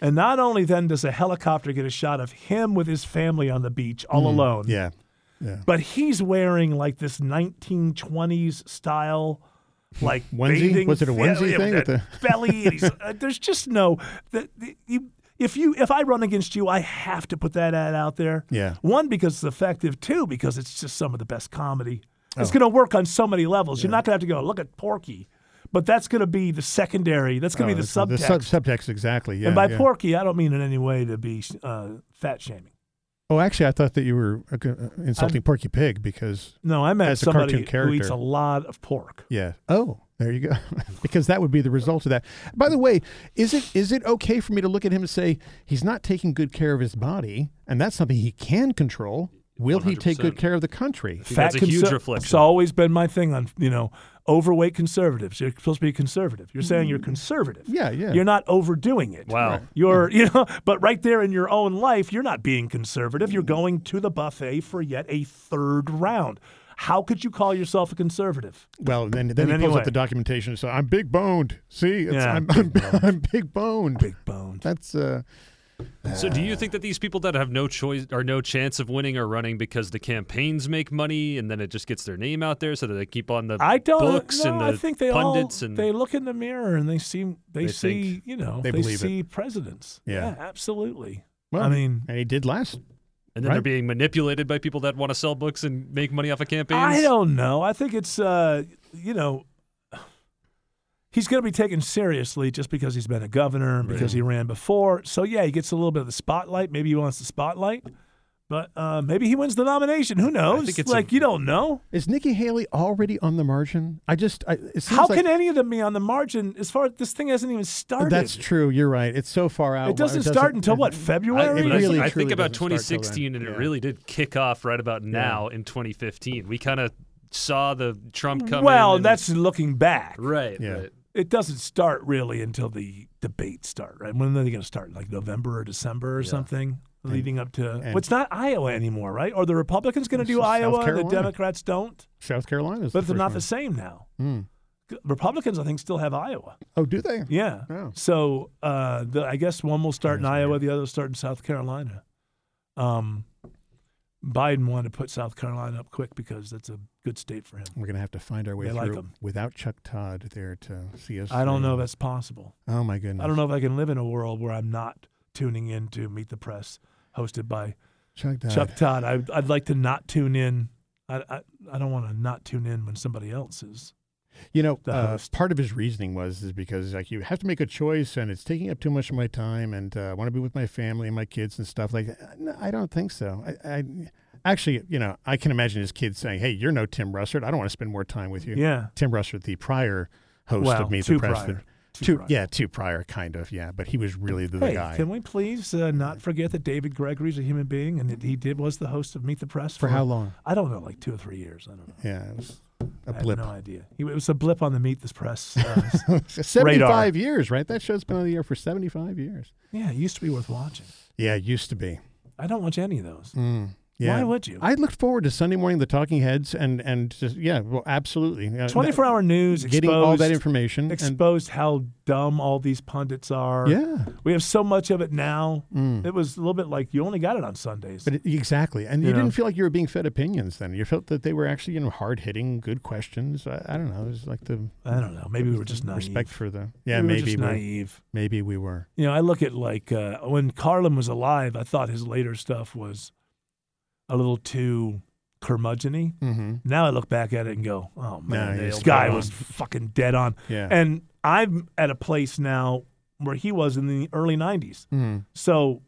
And not only then does a helicopter get a shot of him with his family on the beach all alone,
Mm. Yeah, Yeah.
But he's wearing like this 1920s style, like
Onesie?
bathing-
Was it a
yeah,
onesie
yeah,
thing
With
with
that belly, and
[LAUGHS]
he's, uh, there's just no. The, the, you, if you if I run against you, I have to put that ad out there.
Yeah.
One because it's effective. Two because it's just some of the best comedy. It's
Oh.
going to work on so many levels. You're not going to have to go look at Porky, but that's going to be the secondary. That's going to be the
Oh,
subtext.
sub- subtext, exactly. Yeah.
and by
yeah.
Porky, I don't mean in any way to be uh, fat shaming.
Oh, actually, I thought that you were uh, g- uh, insulting Porky Pig because
No, I meant
As a
somebody
cartoon
who eats
character.
a lot of pork.
yeah. Oh, there you go. [LAUGHS] because that would be the result of that. By the way, is it is it okay for me to look at him and say he's not taking good care of his body, and that's something he can control? Will he take good
100%.
care of the country?
think that's a huge
conser-
reflection.
It's always been my thing on you know overweight conservatives. You're supposed to be conservative. You're saying you're conservative.
Yeah, Mm. yeah.
You're not overdoing it.
Wow. Right.
You're [LAUGHS] you know, but right there in your own life, you're not being conservative. You're going to the buffet for yet a third round. How could you call yourself a conservative?
Well, then then
In
he
any
pulls
way.
up the documentation and says, "I'm big boned. See, it's,
Yeah,
I'm, I'm, [LAUGHS] I'm big boned.
Big boned.
That's uh,
So, do you think that these people that have no choice or no chance of winning are running because the campaigns make money and then it just gets their name out there so that they keep on the
I don't
books
know.
and the
I think they
pundits
all
and
they look in the mirror and they see they,
They
see
think
you know
they believe it.
see presidents.
Yeah.
absolutely.
well,
I mean,
and he did last.
and then they're
right?
being manipulated by people that want to sell books and make money off of campaigns.
I don't know. I think it's uh, you know, he's going to be taken seriously just because he's been a governor and because he ran before. So yeah, he gets a little bit of the spotlight. Maybe he wants the spotlight, but uh, maybe he wins the nomination. Who knows?
think it's
like
a-
you don't know.
Is Nikki Haley already on the margin? I just I, it seems
How
like
can any of them be on the margin? As far as this thing hasn't even started.
That's true. You're right. It's so far out.
It doesn't start until what February.
it
But I think-
really,
I
truly
think about
doesn't start till then.
2016, and
Yeah.
it really did kick off right about now in 2015. We kind of saw the Trump come.
well,
in and-
that's looking back.
right.
Yeah.
right.
It doesn't start really until the debates start, right? When are they going to start? Like November or December or something, leading up to.
and-
well, it's not Iowa anymore, right? Are the Republicans going to do
South
Iowa? and The
Carolina.
Democrats don't,
South Carolina's.
but they're
the first
not
one.
the same now.
Hmm.
G- Republicans, I think, still have Iowa.
Oh, do they?
Yeah.
Oh.
So uh, the, I guess one will start in
That's
Iowa, the other will start in South Carolina. Um, Biden wanted to put South Carolina up quick because that's a good state for him.
We're gonna have to find our way
They
through
like 'em.
without Chuck Todd there to see us.
I don't
through.
know if that's possible.
Oh my goodness.
I don't know if I can live in a world where I'm not tuning in to Meet the Press, hosted by
Chuck Todd.
Chuck Todd. I, I'd like to not tune in. I, I, I don't want to not tune in when somebody else is.
You know,
the
uh,
host.
part of his reasoning was is because like you have to make a choice, and it's taking up too much of my time, and uh, I want to be with my family and my kids and stuff like. That. Uh, No, I don't think so. I, I actually, you know, I can imagine his kids saying, "Hey, you're no Tim Russert. I don't want to spend more time with you."
Yeah.
Tim Russert, the prior host
Well,
of Meet
two
the Press,
prior.
Two,
prior.
yeah, two prior, kind of, yeah. But he was really the, the
Hey,
guy.
can we please uh, not forget that David Gregory's a human being and that he did was the host of Meet the Press
For how long?
I don't know, like two or three years. I don't know.
yeah, it was a
I
blip.
have no idea. He, it was a blip on the Meet the
[LAUGHS]
Press. Uh, Radar.
seventy-five years, right? That show's been on the air for seventy-five years.
yeah, it used to be worth watching.
Yeah, it used to be.
I don't watch any of those.
Yeah.
Why would you?
I looked forward to Sunday morning, the Talking Heads, and and just yeah, well, absolutely. Yeah, that-
24 hour news,
getting all that
exposed.
information. and,
exposed how dumb all these pundits are.
yeah, Hmm.
We have so much of it now. It was a little bit like you only got it on Sundays.
but it- exactly, and you,
You know.
didn't feel like you were being fed opinions then. You felt that they were actually you know hard hitting, good questions. I, I don't know. It was like the
I don't know. Maybe we were just naive.
respect for the yeah.
we were
maybe
just
we,
naive.
maybe we were.
You know, I look at like uh, when Carlin was alive, I thought his later stuff was a little too curmudgeon
Mm-hmm.
Now I look back at it and go, oh man,
No,
this
he's
guy
dead on.
was fucking dead on.
Yeah.
And I'm at a place now where he was in the early 90s.
Mm.
So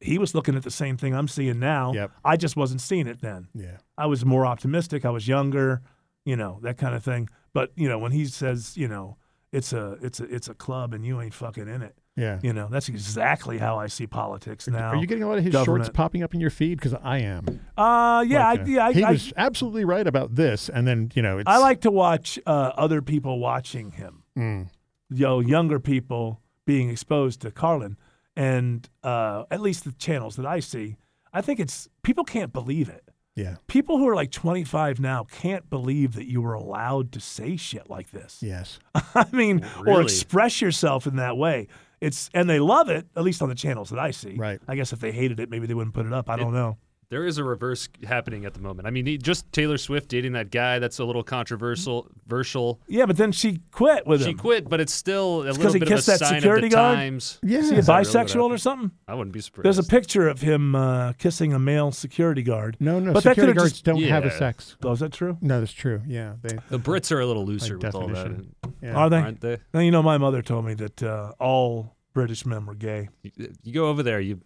he was looking at the same thing I'm seeing now.
Yep.
I just wasn't seeing it then.
Yeah.
I was more optimistic. I was younger, you know, that kind of thing. But you know, when he says, you know, it's a it's a it's a club and you ain't fucking in it,
Yeah.
you know, that's exactly how I see politics now.
Are you getting a lot of his
government-
shorts popping up in your feed? Because I am.
uh yeah,
Like,
I,
uh,
yeah, I,
he
I,
was absolutely right about this, and then you know, it's,
I like to watch uh, other people watching him.
Mm.
yo younger people being exposed to Carlin, and uh, at least the channels that I see, I think it's people can't believe it.
Yeah.
People who are like 25 now can't believe that you were allowed to say shit like this.
Yes.
[LAUGHS] I mean, or
Really?
express yourself in that way. It's and they love it, at least on the channels that I see.
Right.
I guess if they hated it, maybe they wouldn't put it up. I don't know.
There is a reverse happening at the moment. I mean, he- just Taylor Swift dating that guy that's a little controversial. Versal.
Yeah, but then she quit with
She
him.
quit, but it's still a
'cause
little
he
bit of a
kissed that
sign
security
of the
guard?
times.
Yeah.
Is he a
Is that really what
bisexual or
happened?
something?
I wouldn't be surprised.
There's a picture of him uh, kissing a male security guard.
no, no.
But that
security
could've
guards
just-
don't have a
Yeah.
sex.
Oh, is that true?
No, that's true. Yeah, they.
the Brits are a little looser with all that,
definition. Yeah.
Are they?
aren't they?
Now, you know, my mother told me that uh, all British men were gay.
You, you go over there, you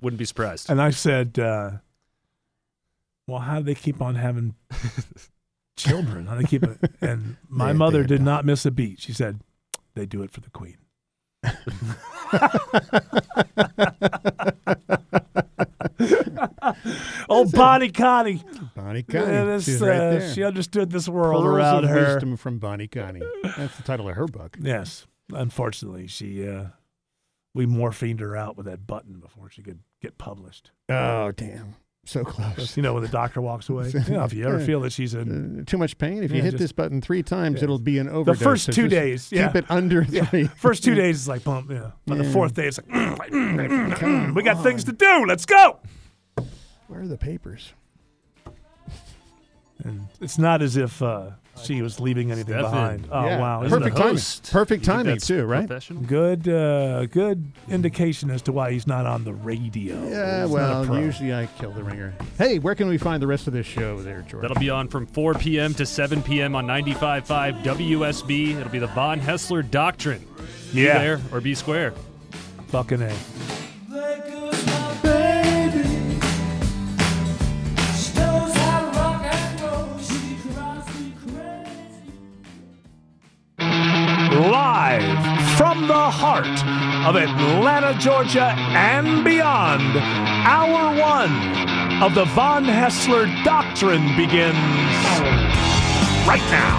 wouldn't be surprised.
And I said, uh, well, how do they keep on
[LAUGHS]
having children? How do they keep it? And my
They-
mother
they
did
don't.
not miss a beat. She said, they do it for the
[LAUGHS]
queen. oh, Bonnie Connie.
Bonnie Connie.
Yeah, this,
She's
uh,
right there.
she understood this world
Pearls
around
of
her.
Wisdom from Bonnie Connie. That's the title of her book.
Yes. Unfortunately, she uh, we morphined her out with that button before she could get published.
Oh, damn. So close.
Um, You know, when the doctor walks
[LAUGHS]
away. You know, if you ever feel that she's in
Uh, too much pain. If you
Yeah,
hit
just-
this button three times,
yeah.
it'll be an
the
overdose.
first
So
two
just
days, yeah.
Keep it under three.
[LAUGHS] First two days is like bump, yeah. By the
Yeah.
fourth day, it's like mm, like, mm, like, mm, we got things to do. Let's go.
Where are the papers?
And it's not as if uh, she was leaving anything
Stefan.
behind. Oh
Yeah.
wow, isn't it?
Perfect timing.
host.
Perfect
You think
timing,
that's
too, right?
professional?
Good, uh, good indication as to why he's not on the radio.
Yeah,
He's not a
well,
pro.
usually I kill the ringer. Hey, where can we find the rest of this show there, George?
That'll be on from 4 p.m. to 7 p.m. on 95.5 WSB. It'll be the Von Hessler Doctrine.
yeah,
Be there or be square.
fucking a.
There goes my baby. She knows how to rock and roll. She drives me crazy.
Live from the heart of Atlanta, Georgia, and beyond, hour one of the Von Hessler Doctrine begins right now.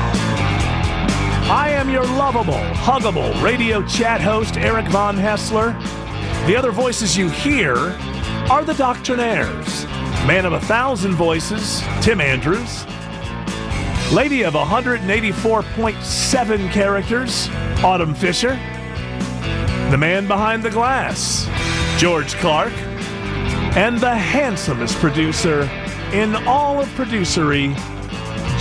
I am your lovable, huggable radio chat host, Eric Von Hessler. The other voices you hear are the Doctrinaires, Man of a Thousand Voices, Tim Andrews, Lady of 184.7 characters, Autumn Fisher. The man behind the glass, George Clark. And the handsomest producer in all of producery,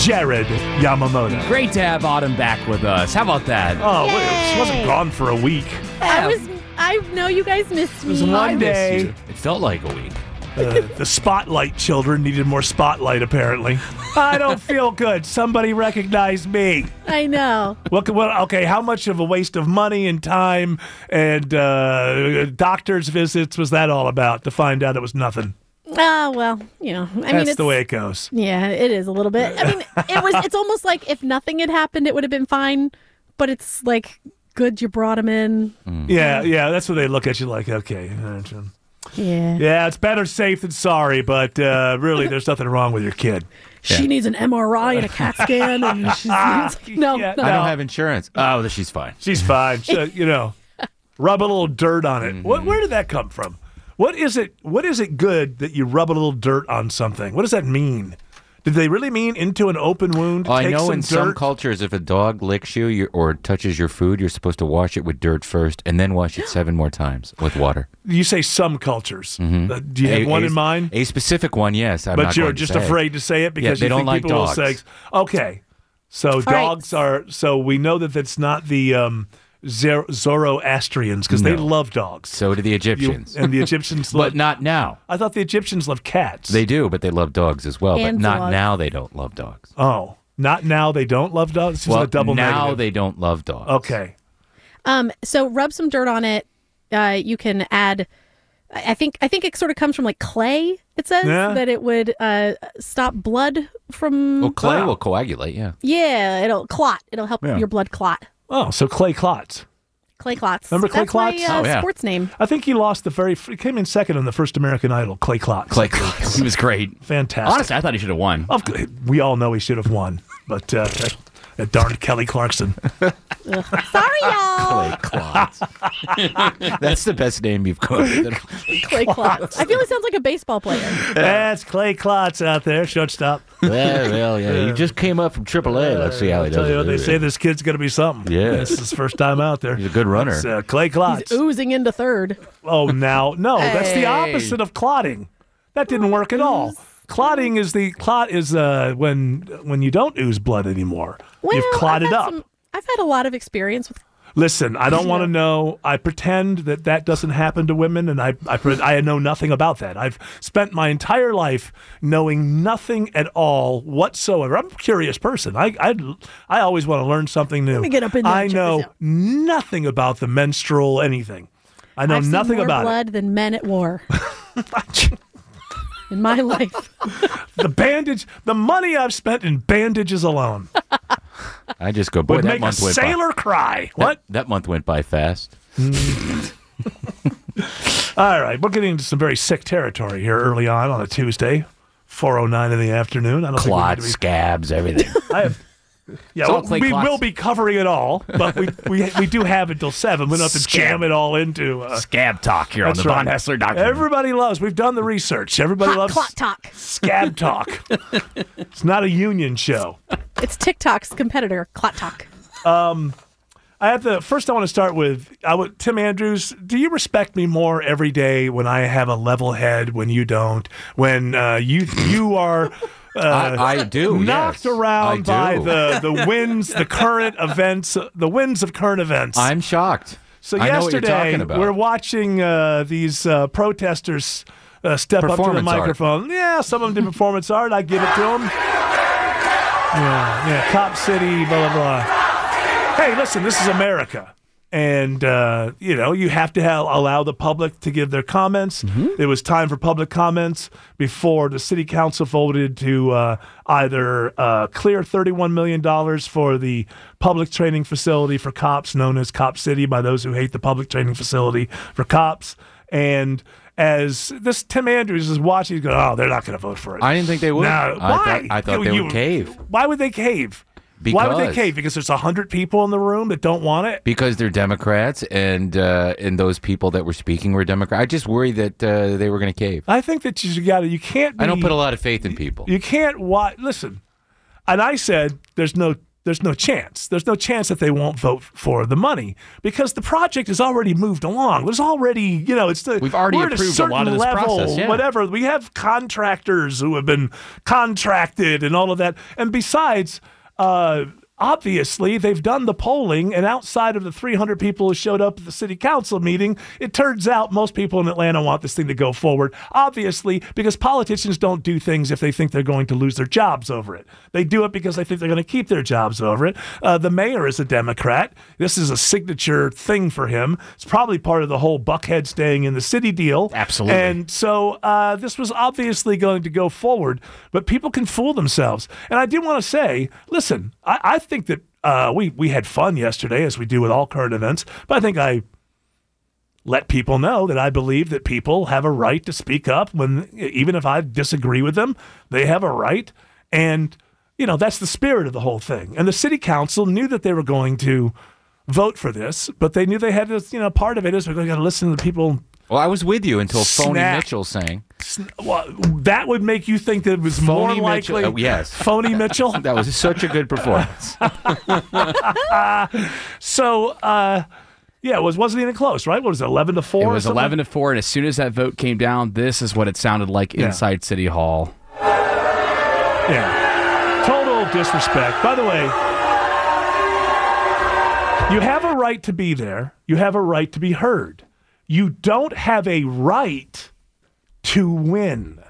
Jared Yamamoto.
Great to have Autumn back with us. How about that?
Oh, wait, she wasn't
Yay.
gone for a week.
I was. I know you guys missed me.
was one-
I miss
day.
you. It felt like a week.
Uh, the spotlight children needed more spotlight, apparently. [LAUGHS] I don't feel good. Somebody recognize me.
I know.
What, what, okay, how much of a waste of money and time and uh, doctor's visits was that all about to find out it was nothing?
Ah, well, you know. I mean,
That's
it's
the way it goes.
yeah, it is a little bit. I mean, it was. It's almost like if nothing had happened, it would have been fine. But it's like good you brought him in.
Yeah, yeah, that's what they look at you like, okay. uh,
Yeah.
Yeah, it's better safe than sorry, but uh, really, there's nothing wrong with your kid.
She
Yeah.
needs an MRI and a CAT
[LAUGHS]
scan, and she's [LAUGHS] it's like, no,
Yeah.
no.
I
No.
don't have insurance. Oh, well, she's fine.
She's
[LAUGHS]
fine. She- you know, rub a little dirt on it. What,
Mm-hmm.
where did that come from? What is it? What is it good that you rub a little dirt on something? What does that mean? Did they really mean into an open wound?
Oh, I
take
know
some
in
dirt?
some cultures, if a dog licks you you- or touches your food, you're supposed to wash it with dirt first and then wash it seven more times with water. Mm-hmm.
You say some cultures. Uh, do you have
A-
one
a-
in mind?
A specific one, yes. I'm
but
not
you're
going to
just
say it.
afraid to say it because
they
you
don't
think
like
people
dogs.
will say, "Okay, so
right.
dogs are." So we know that that's not the um, Zer- Zoroastrians because they
No.
love dogs.
So do the
You-
Egyptians.
and the Egyptians love.
but not now.
I thought the Egyptians loved
[LAUGHS]
cats.
They do, but they love dogs as well.
And
but not
dogs.
now they don't love dogs.
oh, not now. They don't love dogs. This is
well,
a double
now
negative.
they don't love dogs.
Okay.
Um, so rub some dirt on it. Uh, you can add. I I think I think it sort of comes from like clay. It says
Yeah.
that it would uh, stop blood from.
Well, clay
Ah.
will coagulate, yeah.
Yeah, it'll clot. It'll help your blood clot.
Oh, so clay clots.
Clay clots.
Remember clay
That's my,
clots?
uh,
Oh, yeah.
Sports name.
I think he lost the very. He came in second on the first American Idol. Clay clots.
Clay,
Oh,
he was great.
Fantastic.
Honestly, I thought he should have won.
Of cou- we all know he should have won, but uh, [LAUGHS] that, that darn Kelly Clarkson.
Sorry,
Clay
y'all.
Clots. [LAUGHS] That's [LAUGHS] the [LAUGHS] best name you've coined.
clay clots. I feel it sounds like a baseball player.
That's Clay Klotz out there, shortstop.
yeah, well, yeah.
[LAUGHS]
He just came up from AAA. Let's see how he
Tell
does.
you what,
it.
they say this kid's going to be something.
Yeah.
This is his first time out there.
He's a good runner.
It's, uh, Clay Klotz.
Oozing into third.
Oh, now. No, that's the
Hey.
opposite of clotting. That didn't work at all. Clotting is the clot is uh, when when you don't ooze blood anymore.
Well,
You've clotted
I've had
up.
some- I've had a lot of experience with.
Listen, I don't want to know. I pretend that that doesn't happen to women, and I, I pre- I know nothing about that. I've spent my entire life knowing nothing at all whatsoever. I'm a curious person. I I, I always want to learn something new.
me get up in there
I
and check this
know
out.
nothing about the menstrual anything. I know
I've seen
nothing
more
about
blood than men
[LAUGHS]
at war
it.
in my life.
the bandage, the money I've spent in bandages alone
I just go, boy,
would
that
make a
month went by.
sailor cry. What?
That month went by fast.
All right, we're getting into some very sick territory here early on on a Tuesday, 4.09 in the afternoon. I don't
Clots,
think
scabs, everything.
we need to be, [LAUGHS] I have, yeah,
It's all
well,
clay
we
clots.
will be covering it all, but we, we, we do have until 7. We don't have to jam it all into... Uh,
Scab talk here
that's right. Everybody loves. We've done the research. Everybody
Hot
loves
clot talk.
scab talk.
[LAUGHS]
it's not a union show.
It's TikTok's competitor, Clot Talk.
Um, I have to first. I want to start with I would, Tim Andrews. Do you respect me more every day when I have a level head, when you don't, when uh, you you are uh,
[LAUGHS] I, I do.
knocked
yes. I
around
do.
by the the winds, the current events, the winds of current events.
I'm shocked.
so
I know what you're
yesterday
talking about.
we're watching uh, these uh, protesters uh, step up to the
Performance art.
microphone. Yeah, some of them did performance art. I give it to them. Yeah, yeah, Cop City, blah blah blah hey, listen, this is America. And, uh, you know, you have to have, allow the public to give their comments.
Mm-hmm.
It was time for public comments before the city council voted to uh, either uh, clear $31 million for the public training facility for cops, known as Cop City by those who hate the public training facility for cops. And as this Tim Andrews is watching, he's going, oh, they're not going to vote for it.
I didn't think they would.
No,
I
why?
thought, I thought
You-
they
you-
would cave
Why would they cave? why would they
Because-
cave? Because there's hundred people in the room that don't want it.
because they're Democrats and uh, and those people that were speaking were Democrats. I just worry that uh, they were going to cave.
I think that you got to. You can't. Be,
I don't put a lot of faith in people.
You can't watch. Listen, and I said there's no there's no chance. There's no chance that they won't vote for the money because the project has already moved along. There's already you know it's the
We've already
we're at
approved a
certain
lot of this
level,
process, yeah.
Whatever we have contractors who have been contracted and all of that. And besides. Uh, Obviously, they've done the polling, and outside of the 300 people who showed up at the city council meeting, it turns out most people in Atlanta want this thing to go forward. Obviously, because politicians don't do things if they think they're going to lose their jobs over it. They do it because they think they're going to keep their jobs over it. Uh, the mayor is a Democrat. This is a signature thing for him. It's probably part of the whole Buckhead staying in the city deal.
Absolutely.
And and so uh, this was obviously going to go forward, but people can fool themselves. And I do want to say, listen, I, I think that uh, we we had fun yesterday, as we do with all current events. But I think I let people know that I believe that people have a right to speak up when, even if I disagree with them, they have a right. And you know that's the spirit of the whole thing. And the city council knew that they were going to vote for this, but they knew they had to. You know, part of it is we're going to listen to the people
Well, I was with you until Phony
Snack.
Mitchell sang.
Well, that would make you think that it was more
Phony Mitchell-
likely.
oh, yes. [LAUGHS]
phony Mitchell.
That was such a good
[LAUGHS]
performance.
so, uh, yeah, it was wasn't even close, right? What was it, eleven to four?
It
or
was
something?
11 to 4, and as soon as that vote came down, this is what it sounded like inside City Hall.
Yeah. Total disrespect. By the way, you have a right to be there. You have a right to be heard. You don't have a right to win.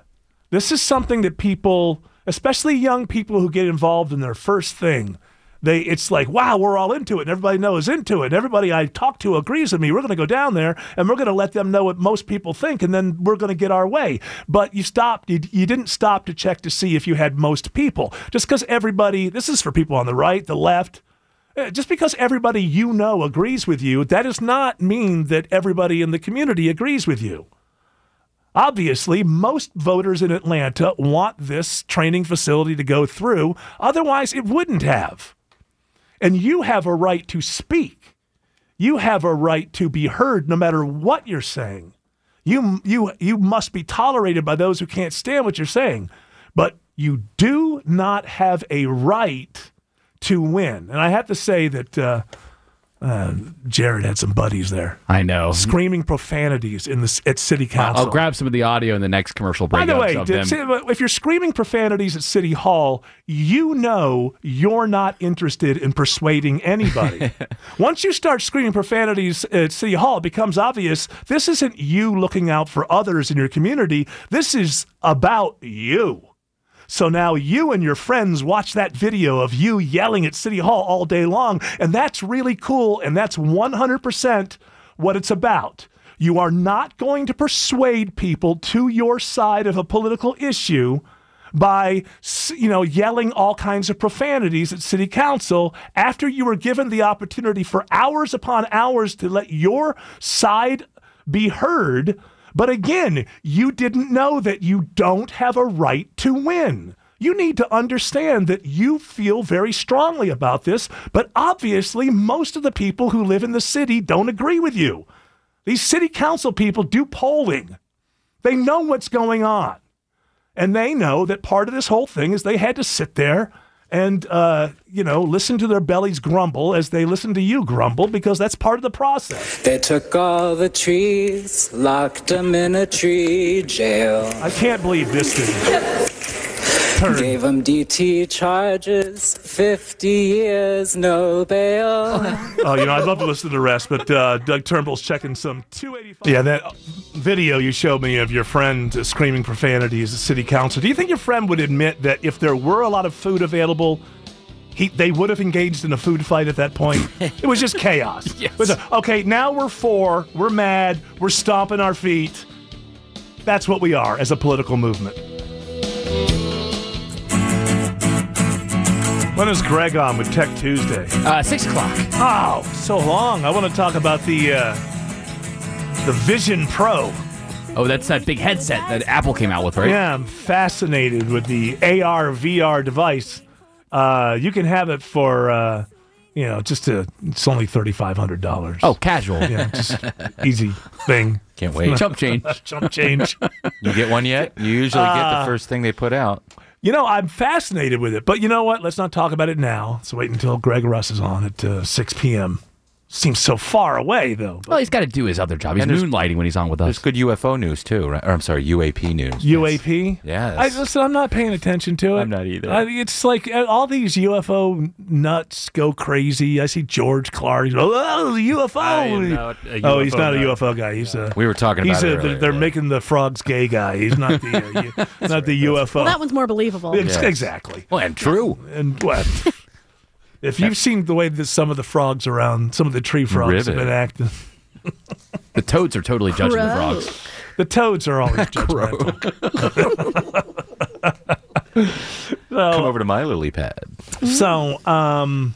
This is something that people, especially young people who get involved in their first thing, they it's like, wow, we're all into it, and everybody knows into it, and everybody I talk to agrees with me. We're going to go down there, and we're going to let them know what most people think, and then we're going to get our way. But you stopped. You, you didn't stop to check to see if you had most people, just because everybody. This is for people on the right, the left. Uh, Just because everybody you know agrees with you, that does not mean that everybody in the community agrees with you. Obviously, most voters in Atlanta want this training facility to go through. Otherwise, it wouldn't have. And you have a right to speak. You have a right to be heard no matter what you're saying. You, you, you must be tolerated by those who can't stand what you're saying. But you do not have a right to win. And I have to say that uh, uh, Jared had some buddies there
I know.
screaming profanities in the c- at city council.
I'll grab some of the audio in the next commercial
By
break.
the way,
of
did-
them.
see, if you're screaming profanities at City Hall, you know you're not interested in
[LAUGHS]
persuading anybody. Once you start screaming profanities at City Hall, it becomes obvious this isn't you looking out for others in your community. This is about you. So now you and your friends watch that video of you yelling at City Hall all day long, and that's really cool, and that's 100% what it's about. You are not going to persuade people to your side of a political issue by s- you know yelling all kinds of profanities at city council after you were given the opportunity for hours upon hours to let your side be heard but again you didn't know that you don't have a right to win you need to understand that you feel very strongly about this but obviously most of the people who live in the city don't agree with you these city council people do polling they know what's going on and they know that part of this whole thing is they had to sit there and uh, you know listen to their bellies grumble as they listen to you grumble because that's part of the process.
They took all the trees, locked them in a tree jail.
I can't believe this thing. Turn.
Gave them DT charges, 50 years, no bail.
Oh, you know I'd love to listen to the rest, but uh, Doug Turnbull's checking some 285. Yeah, that video you showed me of your friend screaming profanities at city council. Do you think your friend would admit that if there were a lot of food available? He, they would have engaged in a food fight at that point. It was just chaos. It was a, okay, now we're four. We're mad. We're stomping our feet. That's what we are as a political movement. When is Greg on with Tech Tuesday?
uh, six o'clock.
Oh, so long. I want to talk about the uh, the Vision Pro.
Oh, that's that big headset that Apple came out with, right?
Yeah, I'm fascinated with the AR VR device. Uh, you can have it for uh, you know just a, it's only thirty five hundred dollars.
Oh, casual.
yeah, just easy thing.
Can't
[LAUGHS]
wait.
Chump change.
Jump change.
You get one yet? You usually get the first thing they put out.
Uh, You know, I'm fascinated with it, but you know what? Let's not talk about it now. Let's wait until Greg Russ is on at uh, 6 p.m. Seems so far away, though. but-
Well, he's got to do his other job. He's
And there's-
moonlighting when he's on with
There's
us.
good UFO news too, right? Or I'm sorry, UAP news.
UAP?
Yes.
I, listen, I'm not paying attention to it.
I'm not either.
I, it's like uh, all these UFO nuts go crazy. I see George Clark. He's like, oh, UFO.
I am not a
oh, he's
UFO
not a
guy.
UFO guy. He's a.
We were talking about
He's
it
a,
earlier,
they're
yeah.
making the frogs gay guy. He's
[LAUGHS]
not the uh, [LAUGHS] u- not the UFO.
Well, that one's more believable.
Ex-
Yes.
Exactly.
Well, and true.
And what? [LAUGHS] if you've seen the way that some of the frogs around, some of the tree frogs have
Ribbit.
been acting,
The toads are totally judging the
Crow.
frogs.
the toads are
[LAUGHS]
always judgmental.
Come over to my lily pad.
[LAUGHS] so, um,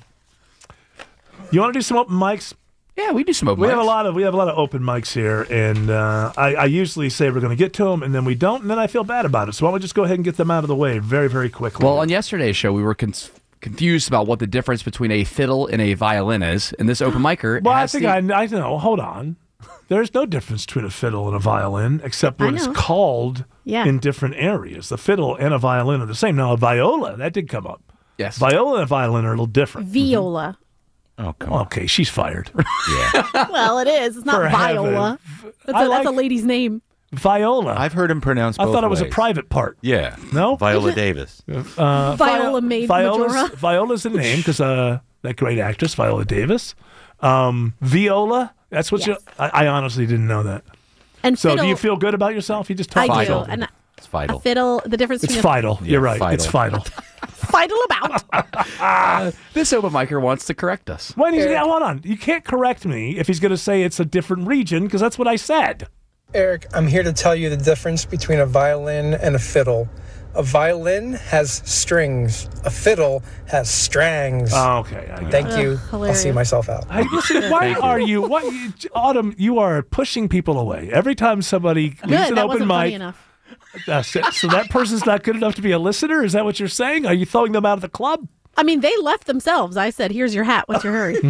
you want to do some open mics?
Yeah, we do smoke.
We have a
mics.
lot of we have a lot of open mics here, and uh, I, I usually say we're going to get to them, and then we don't, and then I feel bad about it. So why don't we just go ahead and get them out of the way very, very quickly?
Well, on yesterday's show, we were con- confused about what the difference between a fiddle and a violin is, and this open micer.
well I
has
think
the-
I, I know. Hold on, there's no difference between a fiddle and a violin, except
I
when it's
know.
called
Yeah.
in different areas. The fiddle and a violin are the same. Now a viola that did come up.
yes.
Viola and a violin are a little different. [LAUGHS]
Viola.
Oh come on.
Okay, she's fired. [LAUGHS]
well, it is. It's
For
not
heaven.
Viola. That's
I
a, that's a
like-
lady's name.
Viola.
I've heard him pronounce.
I
both
thought it was a
ways.
private part. Uh,
Yeah.
No?
Viola
[LAUGHS]
Davis.
Viola made
Viola's,
Majora.
Viola's a name because uh, that great actress Viola Davis. Um, Viola. That's what you.
Yes.
I, I honestly didn't know that.
And
So
fiddle,
do you feel good about yourself? You just
[LAUGHS] I
talked
do.
yourself.
And
It's
a
vital.
fiddle, the difference
It's
between
Fidel. You're right.
Fidel.
It's Fidel.
a fiddle
[LAUGHS]
about.
ah, this open micer wants to correct us.
when he's, yeah, hold on. You can't correct me if he's going to say it's a different region because that's what I said.
Eric, I'm here to tell you the difference between a violin and a fiddle. A violin has strings, a fiddle has strangs.
Oh, okay. I got it.
Thank you. I'll
hilarious.
see myself out.
Hey,
[LAUGHS]
listen, why are you, why, you- Autumn, you are pushing people away. Every time somebody leaves
Good.
an
That
open
wasn't funny
mic,
enough.
uh, so so that person's not good enough to be a listener? Is that what you're saying? Are you throwing them out of the club?
I mean, they left themselves. I said, "Here's your hat. What's
[LAUGHS]
your hurry?"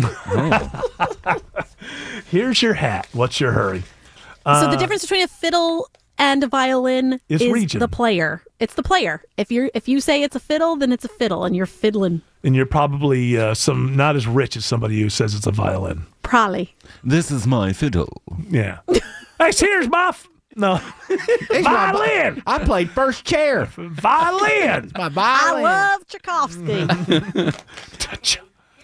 Here's your hat. What's your hurry? Uh,
so the difference between a fiddle and a violin
It's
is
region.
the player. It's the player. If you are if you say it's a fiddle, then it's a fiddle, and you're fiddling.
and you're probably uh, some not as rich as somebody who says it's a violin.
Probably.
This is my fiddle.
Yeah. [LAUGHS] hey, here's my f- no [LAUGHS] violin,
I played first chair.
violin.
My
I
violin.
love
[LAUGHS]
Tchaikovsky.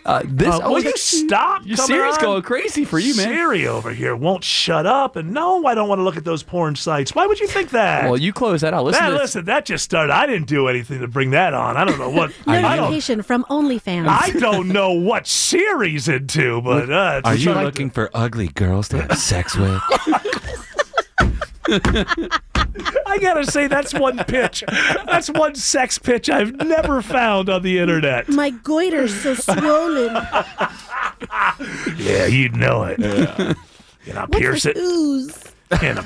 uh, this.
Uh,
oh,
will
look
you
at
stop?
Your
Come
Siri's
on.
going crazy for you, man.
Siri over here won't shut up, and no, I don't want to look at those porn sites. Why would you think that?
Well, you close that out. Listen.
that,
to this.
listen, that just started. I didn't do anything to bring that on. I don't know what. I don't.
Notification from OnlyFans.
I don't know what Siri's into, but uh, it's
Are you
like-
looking for ugly girls to have
[LAUGHS]
sex with?
I gotta say, that's one pitch. That's one sex pitch I've never found on the internet.
My goiter's so swollen.
[LAUGHS] Yeah, you'd know it. And I
What's
pierce
this
it.
ooze?
And I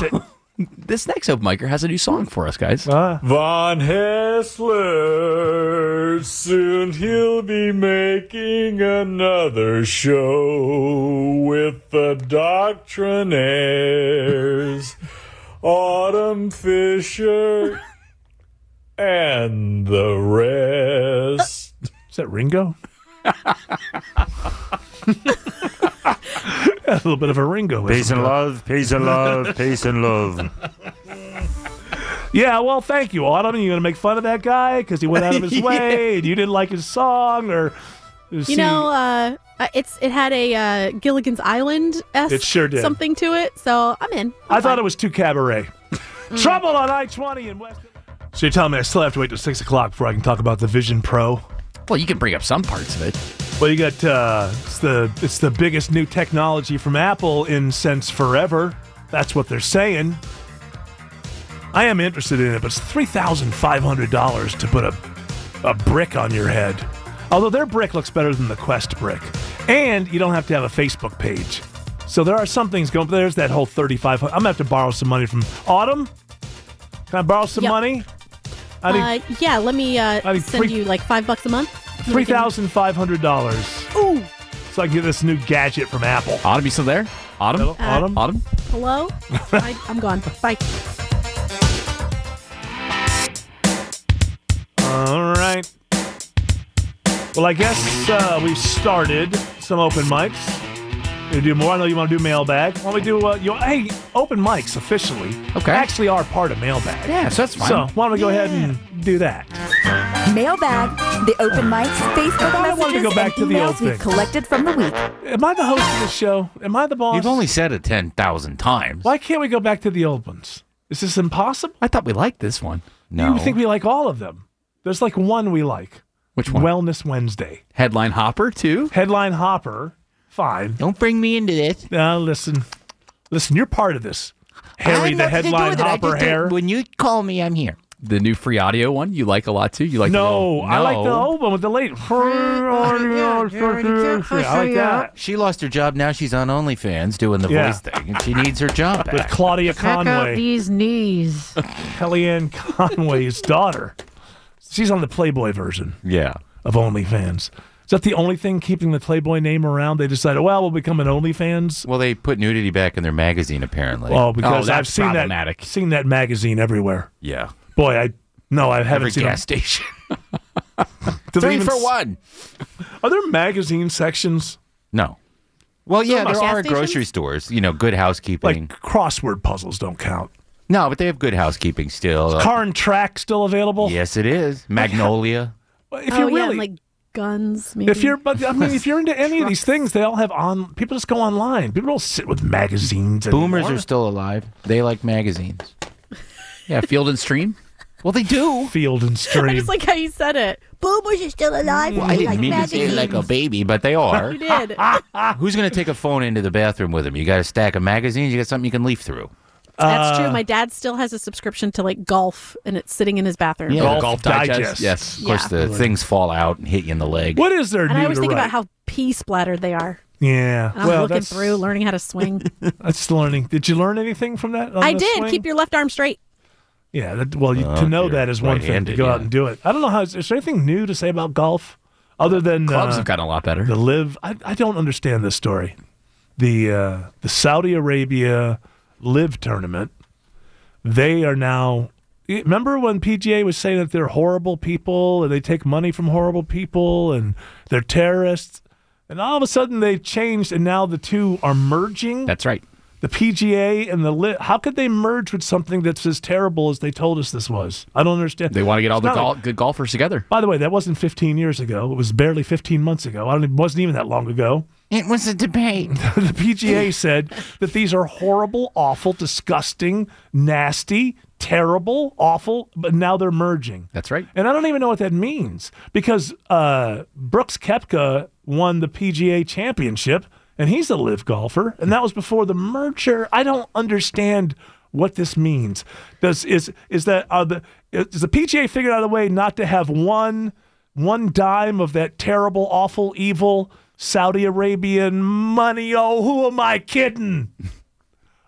pierce it.
Oh. [LAUGHS] This next open micer has a new song for us, guys.
Uh.
Von Hessler, soon he'll be making another show with the Doctrinaires, Autumn Fisher, and the rest.
Is that Ringo? [LAUGHS] a little bit of a Ringo. isn't
Peace and
it?
love, peace and love, peace and love.
[LAUGHS] Yeah, well, thank you, Autumn. You gonna make fun of that guy because he went out
[LAUGHS]
of his way and you didn't like his song, or
You know, uh, uh, it's it had a uh, Gilligan's Island s
It sure did. Uh,
something to it. So I'm in. Mm. I'm
I thought
fine.
it was too cabaret. Trouble on I twenty in West. So you're telling me I still have to wait till six o'clock before I can talk about the Vision Pro?
Well, you can bring up some parts of it.
Well, you got uh, it's the it's the biggest new technology from Apple in since forever. That's what they're saying. I am interested in it, but it's three thousand five hundred dollars to put a a brick on your head. Although their brick looks better than the Quest brick, and you don't have to have a Facebook page. So there are some things going. But there's that whole thirty-five hundred. I'm gonna have to borrow some money from Autumn. Can I borrow some
Yep.
money? I need
uh, yeah, let me uh,
I need
send
three-
you like five bucks a month. You
three
wanna give me-
thousand five hundred dollars
Ooh,
so I can get this new gadget from Apple.
Autumn, you still there? Autumn?
Uh,
Hello, Autumn?
Autumn?
hello. I, I'm gone. Bye.
All right. Well, I guess uh, we've started some open mics. We do more. I know you want to do mailbag. Why don't we do? Uh, you, hey, open mics officially.
Okay.
Actually, are part of mailbag.
Yeah, so that's fine.
So why don't we go ahead and do that?
Mailbag, the open mics, Facebook
I wanted
messages,
to go back
and
to the old
emails we've
things.
collected from the week.
Am I the host of this show? Am I the boss?
You've only said it 10,000 times.
Why can't we go back to the old ones? Is this impossible?
I thought we liked this one.
No.
You think we like all of them? There's like one we like.
Which one?
Wellness Wednesday.
Headline Hopper, too.
Headline Hopper. Fine.
Don't bring me into this.
Now listen, listen. You're part of this,
I
Harry,
had nothing to
the
do
headline
with it. I
hopper
just don't-
hair.
When you call me, I'm here.
The new free audio one you like a lot, too. You like
No,
the little-
I like the
No.
old one with
[LAUGHS]
the late. I like that
She lost her job. Now she's on OnlyFans doing the
Yeah.
voice thing, and she needs her job
with
back.
Claudia Conway,
these knees.
[LAUGHS] Kellyanne Conway's daughter. She's on the Playboy version
yeah.
of OnlyFans. Is that the only thing keeping the Playboy name around? They decided, well, we'll become an OnlyFans.
Well, they put nudity back in their magazine, apparently.
Oh, because I've
that's
seen that
problematic.
seen that magazine everywhere.
yeah.
Boy, I no, I haven't
Every
seen.
gas
[LAUGHS]
station.
Do they
Three
even
for
s-
one.
Are there magazine sections?
No. Well, yeah, there
gas
are
stations?
grocery stores. You know, good housekeeping.
Like crossword puzzles don't count.
no, but they have good housekeeping still. Uh,
Car and track still available?
yes, it is.
[LAUGHS]
Magnolia.
If
Oh
you're
yeah,
really,
and, like guns. Maybe.
if you're, but I mean, if you're into any of
[LAUGHS]
these things, they all have on. People just go online. People don't sit with magazines.
Boomers
anymore.
are still alive. They like magazines.
Yeah, Field and Stream.
Well, they do.
field and
I
stream.
just like how you said it. Boomers are still alive.
Well, I
They
didn't
like
Mm. mean to say it
magazines.
like a baby, but they are.
[LAUGHS]
[LAUGHS]
You did.
[LAUGHS] Who's going to take a phone into the bathroom with them? You got a stack of magazines. You got something you can leaf through.
That's
Uh,
true. My dad still has a subscription to like golf, and it's sitting in his bathroom.
Yeah.
Golf Digest.
Yes.
Of course, the things fall out and hit you in the leg.
what is there
And
new
I always
to
think
write?
about how pee splattered they are.
yeah.
And I'm
well,
looking
that's,
through, learning how to swing.
that's learning. Did you learn anything from that? [LAUGHS] on
I
the
did.
swing?
Keep your left arm straight.
Yeah. That, well, you, to
Oh,
know
dear.
that is one thing. To
Right-handed,
go out
yeah.
and do it. I don't know how. Is there anything new to say about golf, other than
Clubs
uh,
have gotten a lot better.
the live I, I don't understand this story the uh, the Saudi Arabia live tournament they are now. Remember when PGA was saying that they're horrible people and they take money from horrible people and they're terrorists? And all of a sudden they've changed and now the two are merging.
That's right.
The PGA and the lit. How could they merge with something that's as terrible as they told us this was? I don't understand.
They want to get all
It's
the
not
gol-
like-
good golfers together.
by the way, that wasn't 15 years ago. It was barely 15 months ago. I don't. It wasn't even that long ago.
It was a
[LAUGHS]
debate.
the
[LAUGHS]
PGA said that these are horrible, awful, disgusting, nasty, terrible, awful. But now they're merging.
That's right.
And I don't even know what that means because uh, Brooks Kepka won the PGA championship and he's a live golfer. And that was before the merger. I don't understand what this means. Does is is that are the is the PGA figured out a way not to have one one dime of that terrible, awful, evil Saudi Arabian money? Oh, who am
[LAUGHS]
I kidding?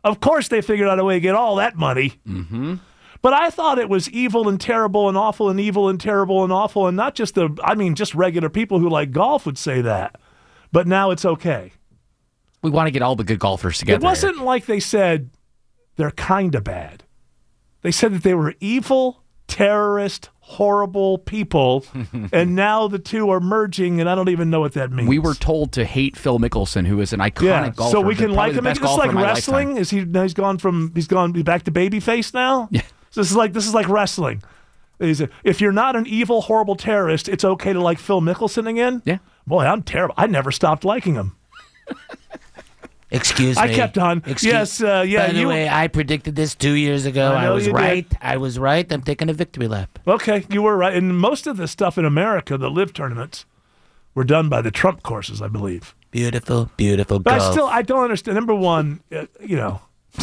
Of course they figured out a way to get all that money.
Mm-hmm.
But I thought it was evil and terrible and awful and evil and terrible and awful and not just the I mean just regular people who like golf would say that. But now it's okay.
We want to get all the good golfers together.
It wasn't like they said they're kind of bad. They said that they were evil, terrorist,
[LAUGHS]
horrible people and now the two are merging and I don't even know what that means.
We were told to hate Phil Mickelson, who is an iconic golfer.
so we
but
can
probably
like
the
him. It's
best
just
golfer
like
in my
wrestling.
lifetime.
Is he? Now he's gone from he's gone he's back to babyface now. Yeah. So this is like this is like wrestling. Is it, if you're not an evil, horrible terrorist, it's okay to like Phil Mickelson again.
Yeah.
Boy, I'm terrible. I never stopped liking him.
Excuse
I
me.
kept on.
Excuse-
yes. Uh, yeah.
By the
you.
way, I predicted this two years ago.
I
I,
know
was
you did.
right. I was right. I'm taking a victory lap.
okay. You were right. And most of the stuff in America, the live tournaments, were done by the Trump courses, I believe.
Beautiful, beautiful
But I
golf.
still I don't understand. Number one, uh, you know, [LAUGHS]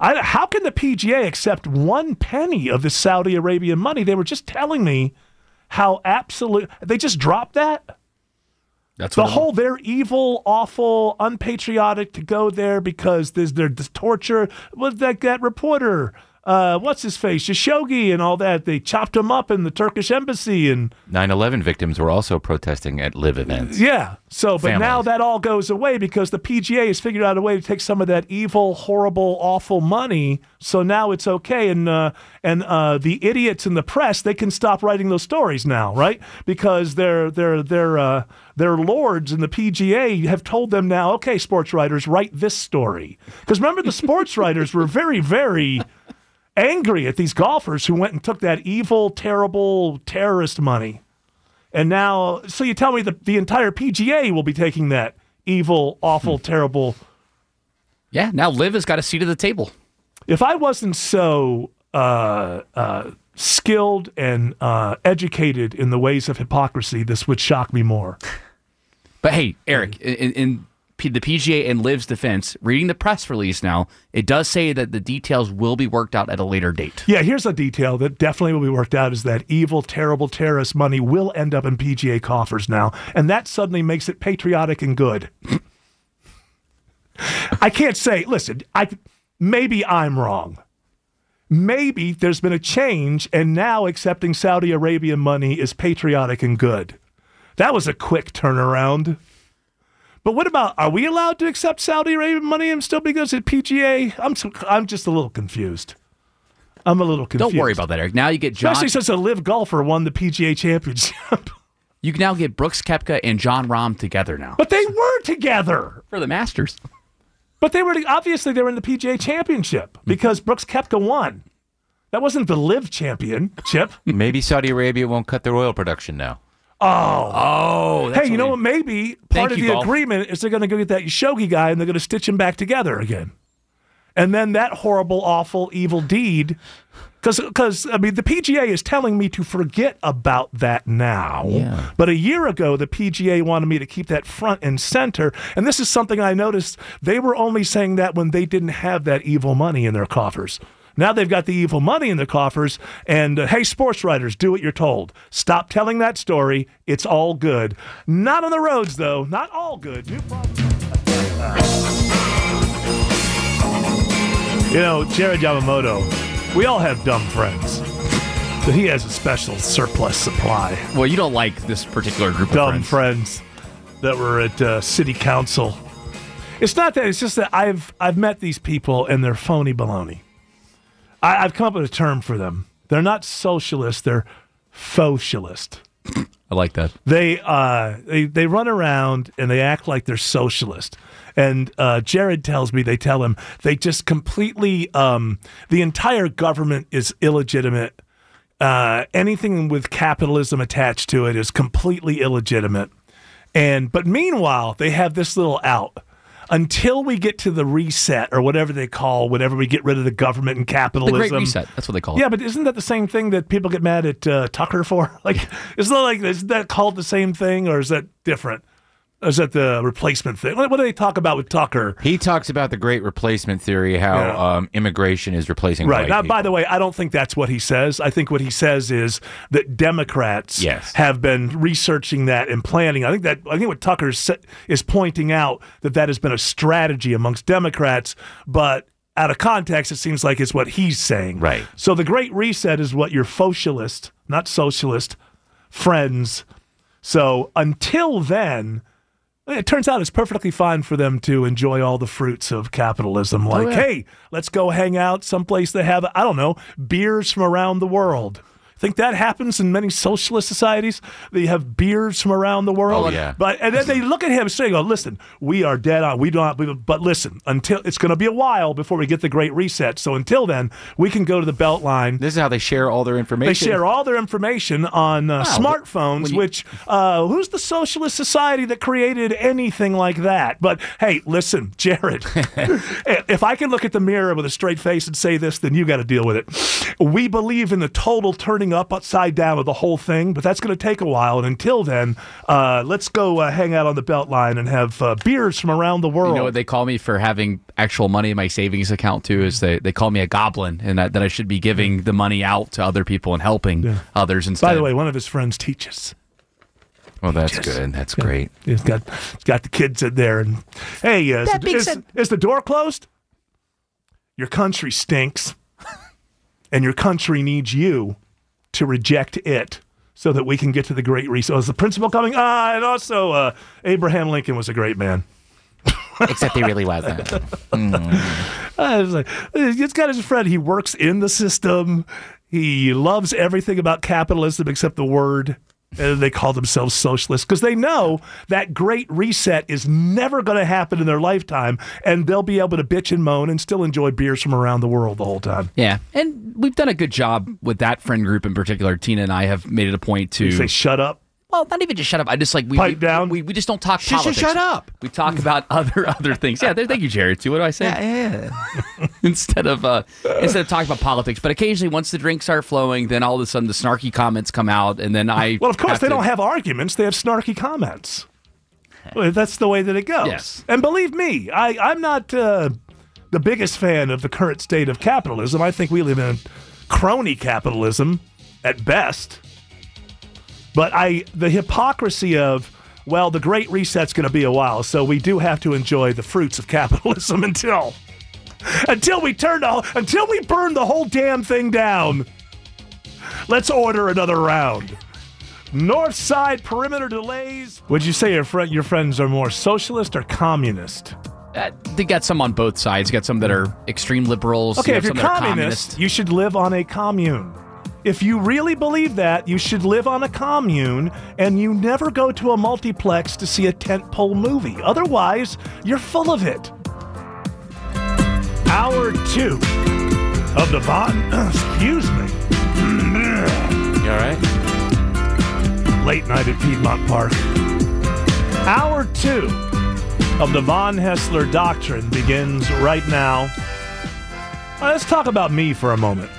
I, how can the PGA accept one penny of the Saudi Arabian money? They were just telling me how absolute they just dropped that.
That's
the
what it
whole they're evil, awful, unpatriotic to go there because there's their this torture. Was that that reporter? Uh, what's his face, Khashoggi, and all that? They chopped him up in the Turkish embassy, and
9/11 victims were also protesting at live events.
yeah. So, but
Families.
now that all goes away because the PGA has figured out a way to take some of that evil, horrible, awful money. So now it's okay, and uh, and uh, the idiots in the press they can stop writing those stories now, right? Because their their their uh, their lords in the PGA have told them now, okay, sports writers, write this story. Because remember, the sports writers were very very. Angry at these golfers who went and took that evil, terrible terrorist money. And now, so you tell me the, the entire PGA will be taking that evil, awful, terrible.
Yeah, now Liv has got a seat at the table.
If I wasn't so uh, uh, skilled and uh, educated in the ways of hypocrisy, this would shock me more.
But hey, Eric, in, in P- the PGA and Liv's defense, reading the press release now, it does say that the details will be worked out at a later date.
Yeah, here's a detail that definitely will be worked out is that evil, terrible terrorist money will end up in PGA coffers now. And that suddenly makes it patriotic and good. I can't say, listen, I maybe I'm wrong. Maybe there's been a change and now accepting Saudi Arabian money is patriotic and good. That was a quick turnaround. But what about are we allowed to accept Saudi Arabian money and still be good at PGA? I'm so, I'm just a little confused. I'm a little confused.
Don't worry about that, Eric. Now you get John.
Especially since a live golfer won the PGA championship.
you can now get Brooks Kepka and John Rahm together now
but they were together.
for the Masters.
But they were obviously they were in the PGA championship because Brooks Kepka won. That wasn't the live championship.
Maybe Saudi Arabia won't cut their oil production now.
Oh.
Oh, that's
hey, you know what? Maybe
Thank
part of
you,
the
golf.
agreement is they're going to go get that Shogi guy and they're going to stitch him back together again. And then that horrible, awful, evil deed. Because, I mean, the PGA is telling me to forget about that now.
Yeah.
But a year ago, the PGA wanted me to keep that front and center. And this is something I noticed. They were only saying that when they didn't have that evil money in their coffers. Now they've got the evil money in their coffers. And uh, hey, sports writers, do what you're told. Stop telling that story. It's all good. Not on the roads, though. Not all good. New problem. You know, Jared Yamamoto, we all have dumb friends. But he has a special surplus supply
Well, you don't like this particular group
dumb
of friends.
friends. that were at uh, city council. It's not that. It's just that I've I've met these people and they're phony baloney. I, I've come up with a term for them. They're not socialist. They're socialist.
I like that.
They uh they, they run around and they act like they're socialist. And uh, Jared tells me they tell him they just completely um, the entire government is illegitimate. Uh, anything with capitalism attached to it is completely illegitimate. And but meanwhile they have this little out until we get to the reset or whatever they call whenever we get rid of the government and
The
capitalism.
Great Reset. That's what they call it.
Yeah, but isn't that the same thing that people get mad at uh, Tucker for? [LAUGHS] Like, isn't that like is that called the same thing, or is that different? Or Is that the replacement thing? What, what do they talk about with Tucker?
He talks about the great replacement theory, how
Yeah.
um, immigration is replacing
Right.
white
Now,
people.
by the way, I don't think that's what he says. I think what he says is that Democrats
Yes.
have been researching that and planning. I think that I think what Tucker sa- is pointing out that that has been a strategy amongst Democrats, but out of context, it seems like it's what he's saying. Right. So the Great Reset is what your socialist, not socialist, friends. So until then. It turns out it's perfectly fine for them to enjoy all the fruits of capitalism. Like,
yeah.
hey, let's go hang out someplace that have, I don't know, beers from around the world. Think that happens in many socialist societies? They have beers from around the world.
Oh, yeah.
But and then they look at him saying, "Oh, listen, we are dead on. We don't. We, but listen, until it's going to be a while before we get the Great Reset. So until then, we can go to the Beltline.
This is how they share all their information.
They share all their information on uh, smartphones, which uh, who's the socialist society that created anything like that? But hey, listen, Jared, if I can look at the mirror with a straight face and say this, then you got to deal with it. We believe in the total turning up upside down of the whole thing, but that's going to take a while. And until then, uh, let's go uh, hang out on the Beltline and have uh, beers from around the world.
You know what they call me for having actual money in my savings account too is they, they call me a goblin and that, that I should be giving the money out to other people and helping others instead.
By the way, one of his friends teaches.
Well, that's good. That's great.
He's got he's got the kids in there, and hey, uh, is,
That being
is-
said-
is the door closed? Your country stinks, [LAUGHS] and your country needs you to reject it so that we can get to the great reset. Is the principal coming? Ah, and also uh, Abraham Lincoln was a great man.
Except he really wasn't.
[LAUGHS] I was like, it's got his friend. He works in the system. He loves everything about capitalism except the word. And they call themselves socialists because they know that great reset is never going to happen in their lifetime, and they'll be able to bitch and moan and still enjoy beers from around the world the whole time.
Yeah, and we've done a good job with that friend group in particular. Tina and I have made it a point to
You say, shut up.
Well, not even just shut up. I just like we
Pipe
we,
down.
We, we just don't talk
Sh- sh-
politics.
shut up.
We talk about [LAUGHS] other other things. Yeah, there- thank you, Jared. See what do I say? Yeah, yeah. [LAUGHS] instead of uh, instead of talking about politics, but occasionally once the drinks start flowing, then all of a sudden the snarky comments come out, and then I
Well, of course, they
to-
don't have [LAUGHS] arguments; they have snarky comments. Well, that's the way that it goes.
Yes.
And believe me, I, I'm not uh, the biggest fan of the current state of capitalism. I think we live in crony capitalism at best. But I, the hypocrisy of, well, the Great Reset's going to be a while, so we do have to enjoy the fruits of [LAUGHS] capitalism until, until we turn the, whole- until we burn the whole damn thing down. Let's order another round. North side perimeter delays. Would you say your friend your friends are more socialist or communist?
Uh, they got some on both sides. You got some that are extreme liberals.
Okay,
you
if
have
you're
some that are
communist, you should live on a commune. If you really believe that, you should live on a commune and you never go to a multiplex to see a tentpole movie. Otherwise, you're full of it. Hour two of the Von. [CLEARS THROAT] Excuse me.
You all right?
Late night at Piedmont Park. Hour two of the Von Hessler Doctrine begins right now. Uh, let's talk about me for a moment.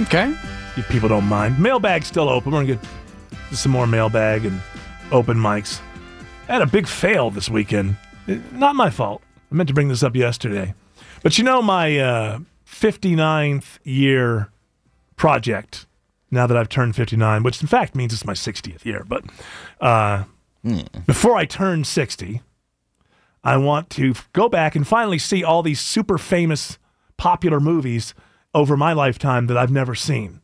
Okay.
If people don't mind. Mailbag's still open. We're going to get some more mailbag and open mics. I had a big fail this weekend. Eh, Not my fault. I meant to bring this up yesterday. But you know, my uh, 59th year project, now that I've turned 59, which in fact means it's my 60th year, but uh, before I turn 60, I want to f- go back and finally see all these super famous, popular movies over my lifetime that I've never seen.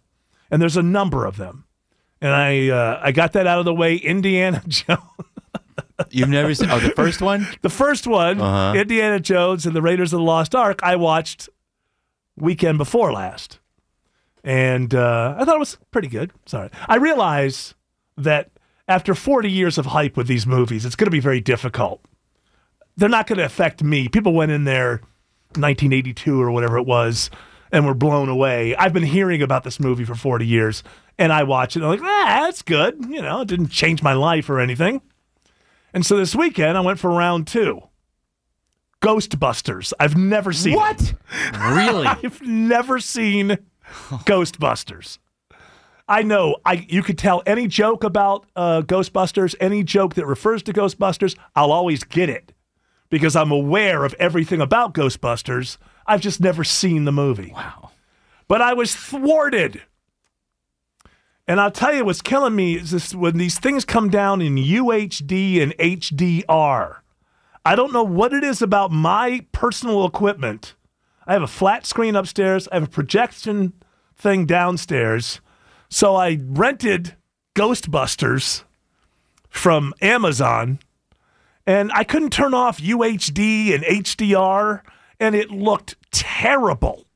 And there's a number of them. And I, uh, I got that out of the way. Indiana [LAUGHS] Jones.
You've never seen. Oh, the first one?
The first [LAUGHS] one,
Uh-huh.
Indiana Jones and the Raiders of the Lost Ark, I watched weekend before last. and uh, I thought it was pretty good. Sorry, I realize that after 40 years of hype with these movies, it's going to be very difficult. They're not going to affect me. People went in there 1982 or whatever it was and were blown away. I've been hearing about this movie for 40 years and I watch it and I'm like, ah, that's good. You know, it didn't change my life or anything. And so this weekend I went for round two. Ghostbusters. I've never seen What?
Really?
[LAUGHS] I've never seen Ghostbusters. I know. I you could tell any joke about uh, Ghostbusters, any joke that refers to Ghostbusters, I'll always get it because I'm aware of everything about Ghostbusters. I've just never seen the movie. Wow. But I was thwarted. And I'll tell you what's killing me is this when these things come down in UHD and HDR. I don't know what it is about my personal equipment. I have a flat screen upstairs, I have a projection thing downstairs. So I rented Ghostbusters from Amazon and I couldn't turn off UHD and HDR and it looked terrible.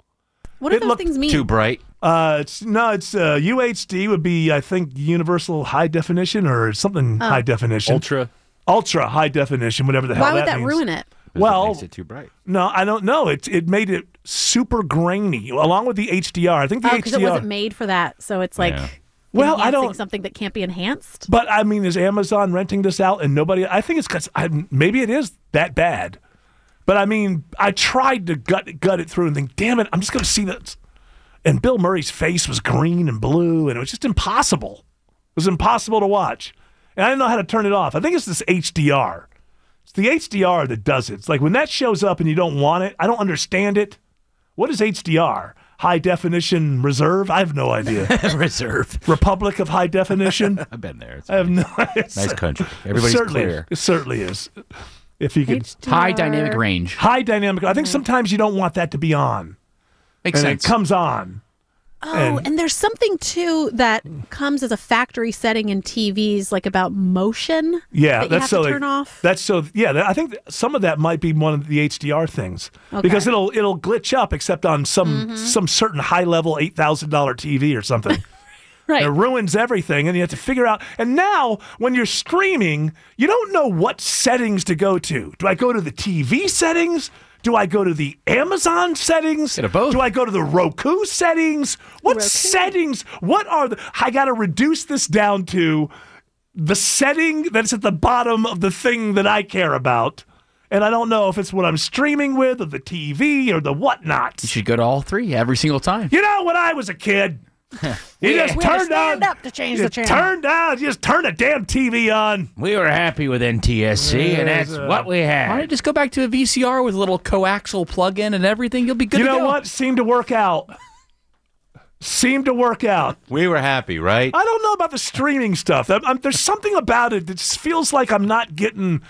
What do
It
those
looked
things mean?
bright.
Uh, it's no, it's uh, UHD would be I think universal high definition or something
Oh.
high definition,
ultra,
ultra high definition, whatever the
Why
hell
would
that
that
means.
ruin it?
Well,
too bright.
no, I don't know. It it made it super grainy along with the HDR. I think the
Oh, because
HDR.
it wasn't made for that, so it's like
Yeah. Well, I
enhancing
don't-
something that can't be enhanced.
But I mean, is Amazon renting this out and nobody? I think it's because maybe it is that bad. But I mean, I tried to gut gut it through and think, damn it, I'm just going to see that. And Bill Murray's face was green and blue, and it was just impossible. It was impossible to watch, and I didn't know how to turn it off. I think it's this HDR. It's the HDR that does it. It's like when that shows up and you don't want it. I don't understand it. What is HDR? High definition reserve? I have no idea.
[LAUGHS] Reserve.
Republic of High Definition.
[LAUGHS] I've been there. It's
I have no.
Nice country. Everybody's
certainly,
clear.
It certainly is. If you could
High dynamic range.
high dynamic. I think sometimes you don't want that to be on.
Makes
and
sense.
It comes on.
Oh,
And-
and, there's something too that comes as a factory setting in TVs, like about motion.
Yeah,
that you
that's
have
so.
to turn off.
That's so. Yeah, that, I think that some of that might be one of the HDR things
Okay. Mm-hmm.
because it'll it'll glitch up except on some some certain high level eight thousand dollar TV or
[LAUGHS]
something.
Right.
It ruins everything, and you have to figure out. And now, when you're streaming, you don't know what settings to go to. Do I go to the TV settings? Do I go to the Amazon settings? Do I go to the Roku settings? What settings? What are the? I got to reduce this down to the setting that's at the bottom of the thing that I care about. And I don't know if it's what I'm streaming with, or the TV, or the whatnot.
You should go to all three every single time.
You know, when I was
[LAUGHS]
a kid, you just
We had to
turned
stand
on
up to change
you
the channel.
Turned on. You just turn the damn TV on.
We were happy with NTSC, and that's what we
All
had.
right, just go back to a VCR with a little coaxial plug-in and everything. You'll be good
you
to
know
go.
what? Seemed to work out. Seemed to work out.
We were happy, right?
I don't know about the streaming stuff. I'm, I'm- there's something about it that just feels like I'm not getting.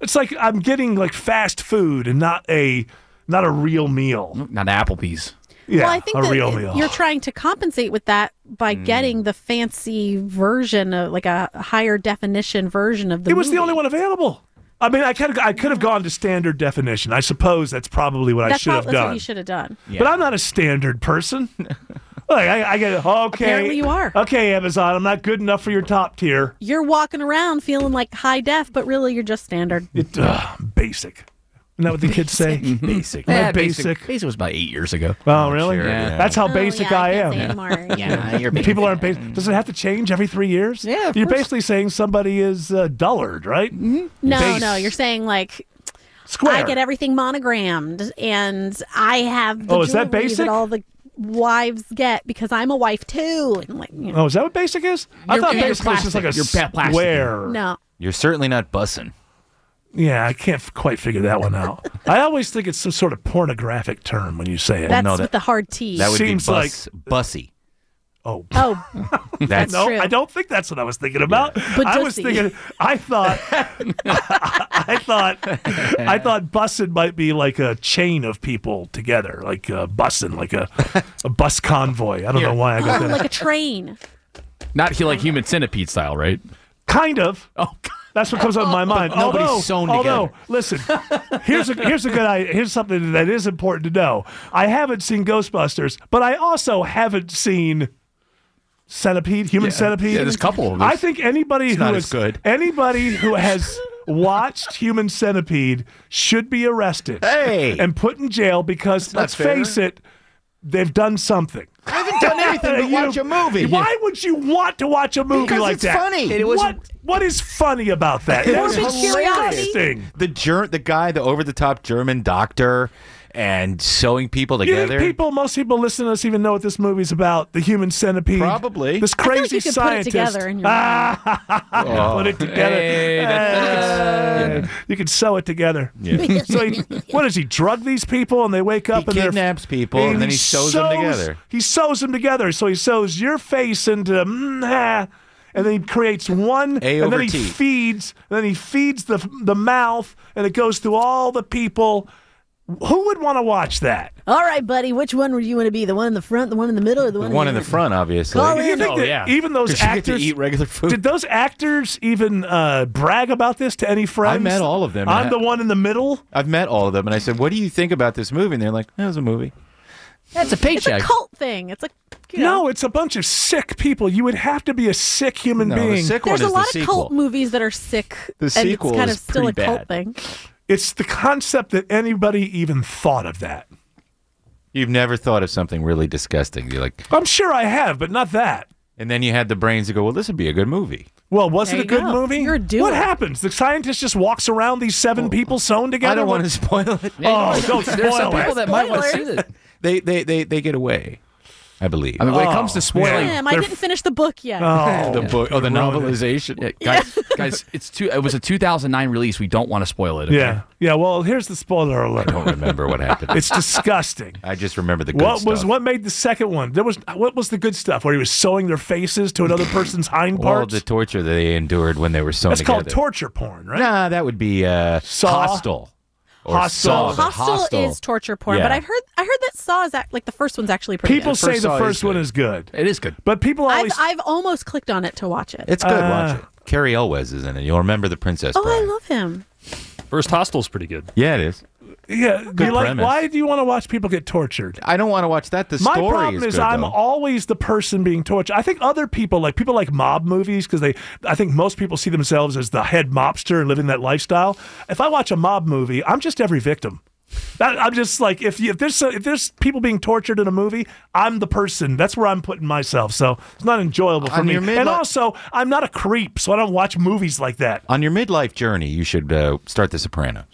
It's like I'm getting like fast food and not a not a real meal.
Not Applebee's.
Yeah,
well, I think
a
that
real
it-
meal.
you're trying to compensate with that by
Hmm.
getting the fancy version of like a higher definition version of the.
it was the
movie.
only one available. I mean, I could I could have gone to standard definition. I suppose that's probably what I
That's
should have
prob- that's
done.
what you should have done.
But I'm not a
[LAUGHS]
standard person. like I, I get okay.
Apparently you are.
Okay, Amazon, I'm not good enough for your top tier.
You're walking around feeling like high def, but really you're just standard.
[LAUGHS]
It uh, basic. Isn't that what the kids say?
Basic.
Am I
Yeah,
basic?
Basic was about eight years ago.
Oh, really?
Sure, yeah.
That's how basic
yeah,
I,
can't
am.
say anymore.
[LAUGHS]
Yeah, you're basic.
People aren't basic. Does it have to change every three years?
Yeah, of
You're
course.
basically saying somebody is uh, dullard, right?
Mm-hmm. No,
Base.
no, you're saying like
Square.
I get everything monogrammed, and I have the
Oh, is that
jewelry
basic?
all the wives get because I'm a wife too. And like, you know,
oh, is that what basic is? I
You're-
thought
you're
basic was just like a
plastic. You're pa- plastic.
square.
no,
You're certainly not bussing.
Yeah, I can't f- quite figure that one out. I always think it's some sort of pornographic term when you say it.
that's
no,
with
that-
the hard T.
That would
Seems
be bus, bussy.
oh,
oh,
That's
no,
true.
I don't think that's what I was thinking about.
But
I was
Jussie.
thinking. I thought.
[LAUGHS]
I thought. I thought bussin might be like a chain of people together, like uh, bussin, like a, a bus convoy. I don't know why I
[LAUGHS]
got
oh,
that.
like a train.
Not he- like human centipede style, right?
kind of.
Oh,
That's what comes up in
[LAUGHS]
my mind.
But nobody's
although,
sewn
although,
together. [LAUGHS]
listen, here's a here's a good idea. Here's something that is important to know. I haven't seen Ghostbusters, but I also haven't seen Centipede, Human
Yeah.
Centipede.
Yeah, there's a couple of them.
I think anybody
It's
who
not
has-
as good.
anybody who
[LAUGHS]
has watched Human Centipede should be arrested.
Hey!
and put in jail because
not
let's
fair.
face it, they've done something. I haven't [LAUGHS]
done anything but watch a movie.
Why would you want to watch a movie
Because
like
it's
that?
funny. It was-
what what is funny about that? That's disgusting.
The ger- the guy, the over the top German doctor, and sewing people
You think
together.
people, most people listening to us even know what this movie's about? The human centipede. Probably. This
I feel like
crazy
you could
scientist.
Put it together in your
ah,
Oh.
put it together.
Hey,
[LAUGHS]
that's-
Hey. You can sew it together.
Yeah.
[LAUGHS] so he, what does he drug these people and they wake up and
kidnaps
they're,
people and then he sews them together.
He sews them together. So he sews your face into mm, ah, and then he creates one
A
and
over
then he
T.
feeds and then he feeds the the mouth and it goes through all the people. Who would want to watch that?
All right, buddy. Which one would you want to be? The one in the front, the one in the middle, or the
The
one,
one in the
end?
front, obviously.
Call in.
You think that even those
[LAUGHS] 'Cause you get to
actors
eat regular food.
Did those actors even uh, brag about this to any friends?
I met all of them.
I'm
and
the
I-
one in the middle.
I've met all of them, and I said, "What do you think about this movie?" And they're like, "That was a movie."
That's a
It's a cult thing. It's a you know.
No, it's a bunch of sick people. You would have to be a sick human
No, the
being.
sick
There's a lot of cult movies that are sick.
The
and
sequel
it's kind
is
of still a
pretty
cult
bad.
thing.
It's the concept that anybody even thought of that.
You've never thought of something really disgusting. You're like,
I'm sure I have, but not that.
and then you had the brains to go, "Well, this would be a good movie."
Well, was
There
it a
you
good
go.
movie?
You're a doer.
What happens? The scientist just walks around these seven people sewn together.
Oh, don't
What-
wanna spoil it.
Oh, don't spoil
There's some
it.
people that might want to see that.
They they they they get away, I believe.
I mean,
Oh.
when it comes to spoiling,
Damn, I didn't finish the book yet.
the book, oh, the novelization.
guys, [LAUGHS] guys, it's two. It was a 2009 release. We don't want to spoil it. okay?
Yeah, yeah. Well, here's the spoiler alert. I
don't remember what happened.
It's disgusting.
I just remember [LAUGHS] the good
what was
stuff.
what made the second one? There was what was the good stuff where he was sewing their faces
[LAUGHS]
to another person's hind
all
parts.
the torture that they endured when they were sewn
That's
together.
called torture porn, right?
Nah, that would be uh,
Saw.
hostile.
Hostile.
Saw, but
Hostel is torture porn, but
Yeah.
I've heard I heard that Saw is act, like the first one's actually pretty.
People
good.
say the first one is good.
It is good,
but people
I've,
always
I've almost clicked on it to watch it.
It's good.
Uh,
Watch it. Carrie Elwes is in it. You'll remember the princess.
Oh,
Bride.
I love him.
First Hostel's pretty good.
Yeah, it is.
yeah.
Good
you like,
premise.
why do you want to watch people get tortured?
I don't want to watch that. The
My
story
problem
is
is,
good,
I'm
though.
always the person being tortured. I think other people like people like mob movies because they. I think most people see themselves as the head mobster and living that lifestyle. If I watch a mob movie, I'm just every victim. That, I'm just like if you, if there's if there's people being tortured in a movie, I'm the person. That's where I'm putting myself. So it's not enjoyable for
On
me.
your midli-
and also, I'm not a creep, so I don't watch movies like that.
On your midlife journey, you should uh, start The Sopranos.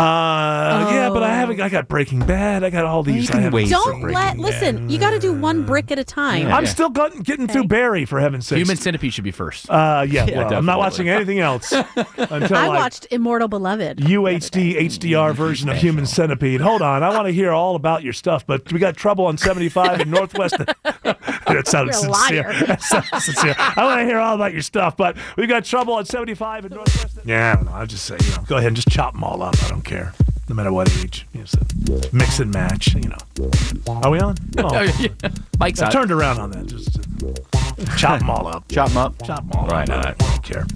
Uh, yeah,
Oh.
but I haven't. I got Breaking Bad. I got all these. I haven't seen.
Don't let listen. You got to do one brick at a time.
I'm still gotten, getting through Barry for heaven's sake.
Human Centipede should be first.
Uh,
[LAUGHS]
yeah,
Yeah,
well, I'm not
definitely.
watching anything else until
[LAUGHS] I
I
watched Immortal Beloved.
UHD HDR version of Human Centipede. Hold on, I want to hear all about your stuff, but we got trouble on 75 in
[LAUGHS]
Northwest. [LAUGHS] that sounded
You're a
sincere. [LAUGHS]
liar.
That sounded sincere. I want to hear all about your stuff, but we got trouble on 75 in Northwest. Yeah, I don't know. I'll just say, you know, go ahead and just chop them all up. I don't care. No matter what age, you know, so mix and match. You know,
[LAUGHS]
are we on?
Oh, yeah. Mike's
I
on.
turned around on that. Just chop them all up.
Chop them up.
Chop them all up.
Right,
I
right.
don't care.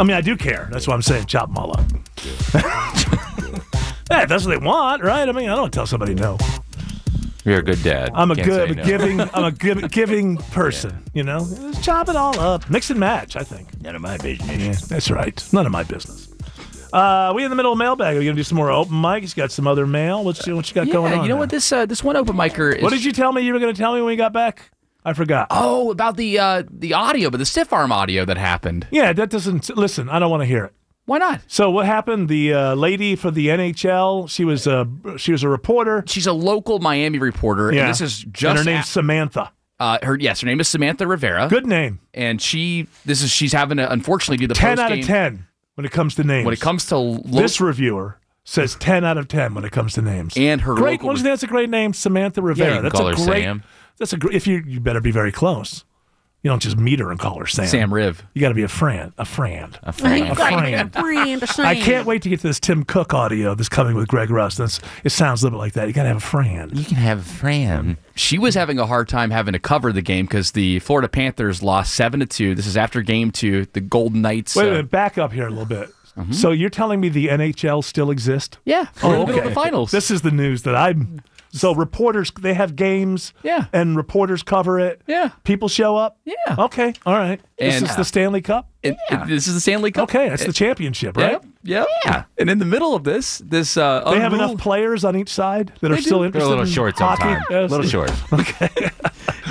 I mean, I do care. That's why I'm saying chop them all up. [LAUGHS] yeah, if that's what they want, right? I mean, I don't tell somebody no.
You're a good dad.
I'm a
Can't say
good
no. [LAUGHS]
giving. I'm
[LAUGHS]
a good giving person. You know, just chop it all up, mix and match. I think.
None of my business.
that's right. None of my business. Uh, we in the middle of mailbag. Are we gonna do some more open mics? Got some other mail. What's what you got
Yeah,
going on?
you know
there?
what? This uh, this one open micer. Is,
What did you tell me you were gonna tell me when we got back? I forgot.
Oh, about the uh, the audio, but the stiff arm audio that happened.
Yeah, that doesn't. Listen, I don't want to hear it.
Why not?
So what happened? The uh, lady for the NHL. She was a she was a reporter.
She's a local Miami reporter.
Yeah.
And this is
And
just
her name's Samantha.
Uh, her yes, her name is Samantha Rivera.
Good name.
And she this is she's having to unfortunately do the
ten out of
postgame-
ten when it comes to names.
When it comes to lo-
this reviewer says ten out of ten when it comes to names.
And her
great.
local
Once that's a great name, Samantha Rivera.
you can
that's
call
a
her
great.
Sam.
That's a great. If you you better be very close. You don't just meet her and call her Sam.
Sam Riv.
You got to be a friend. A friend.
[LAUGHS]
A
friend.
A
Gotta be a
friend.
friend, a
I
Sam.
can't wait to get to this Tim Cook audio that's coming with Greg Russ. That's, it sounds a little bit like that. You got to have a friend.
You can have a friend.
She was having a hard time having to cover the game because the Florida Panthers lost seven to two. This is after game two. The Golden Knights.
Wait a
uh,
minute. Back up here a little bit. So you're telling me the NHL still exists?
Mm-hmm. Yeah,
Oh,
we're in the middle of
okay.
the finals.
This is the news that I'm. So reporters, they have games.
Yeah.
And reporters cover it.
Yeah.
People show up. Yeah. Okay. All right.
And-
this is the Stanley Cup.
It- it- this is the Stanley Cup.
Okay, that's the championship, right?
Yep, yep. Yeah. And in the middle of this, this uh,
They have
unruly-
enough players on each side that are
They do.
still
They're a
interested.
little
in
short
hockey.
sometimes.
Yes.
Little
[LAUGHS]
short.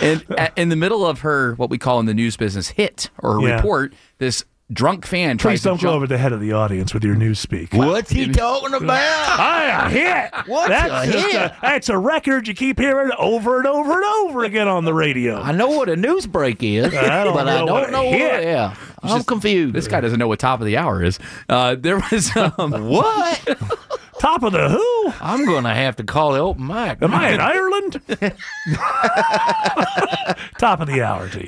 and a- in the middle of her what we call in the news business hit or
Yeah.
report, this drunk fan tries
Please
to
don't go
jump.
over the head of the audience with your news speak.
What's he
talking about?
I hit.
What's
that's
a
just
hit?
A, that's a record you keep hearing over and over and over again on the radio. I
know what a news break is,
I don't
but I
know
don't
what a
know what.
hit.
Yeah, I'm confused.
This guy doesn't know what top of the hour is. Uh, there
[LAUGHS]
was um,
what
top of the who?
I'm gonna have to call the open mic.
Am I in Ireland? Top of the hour to you.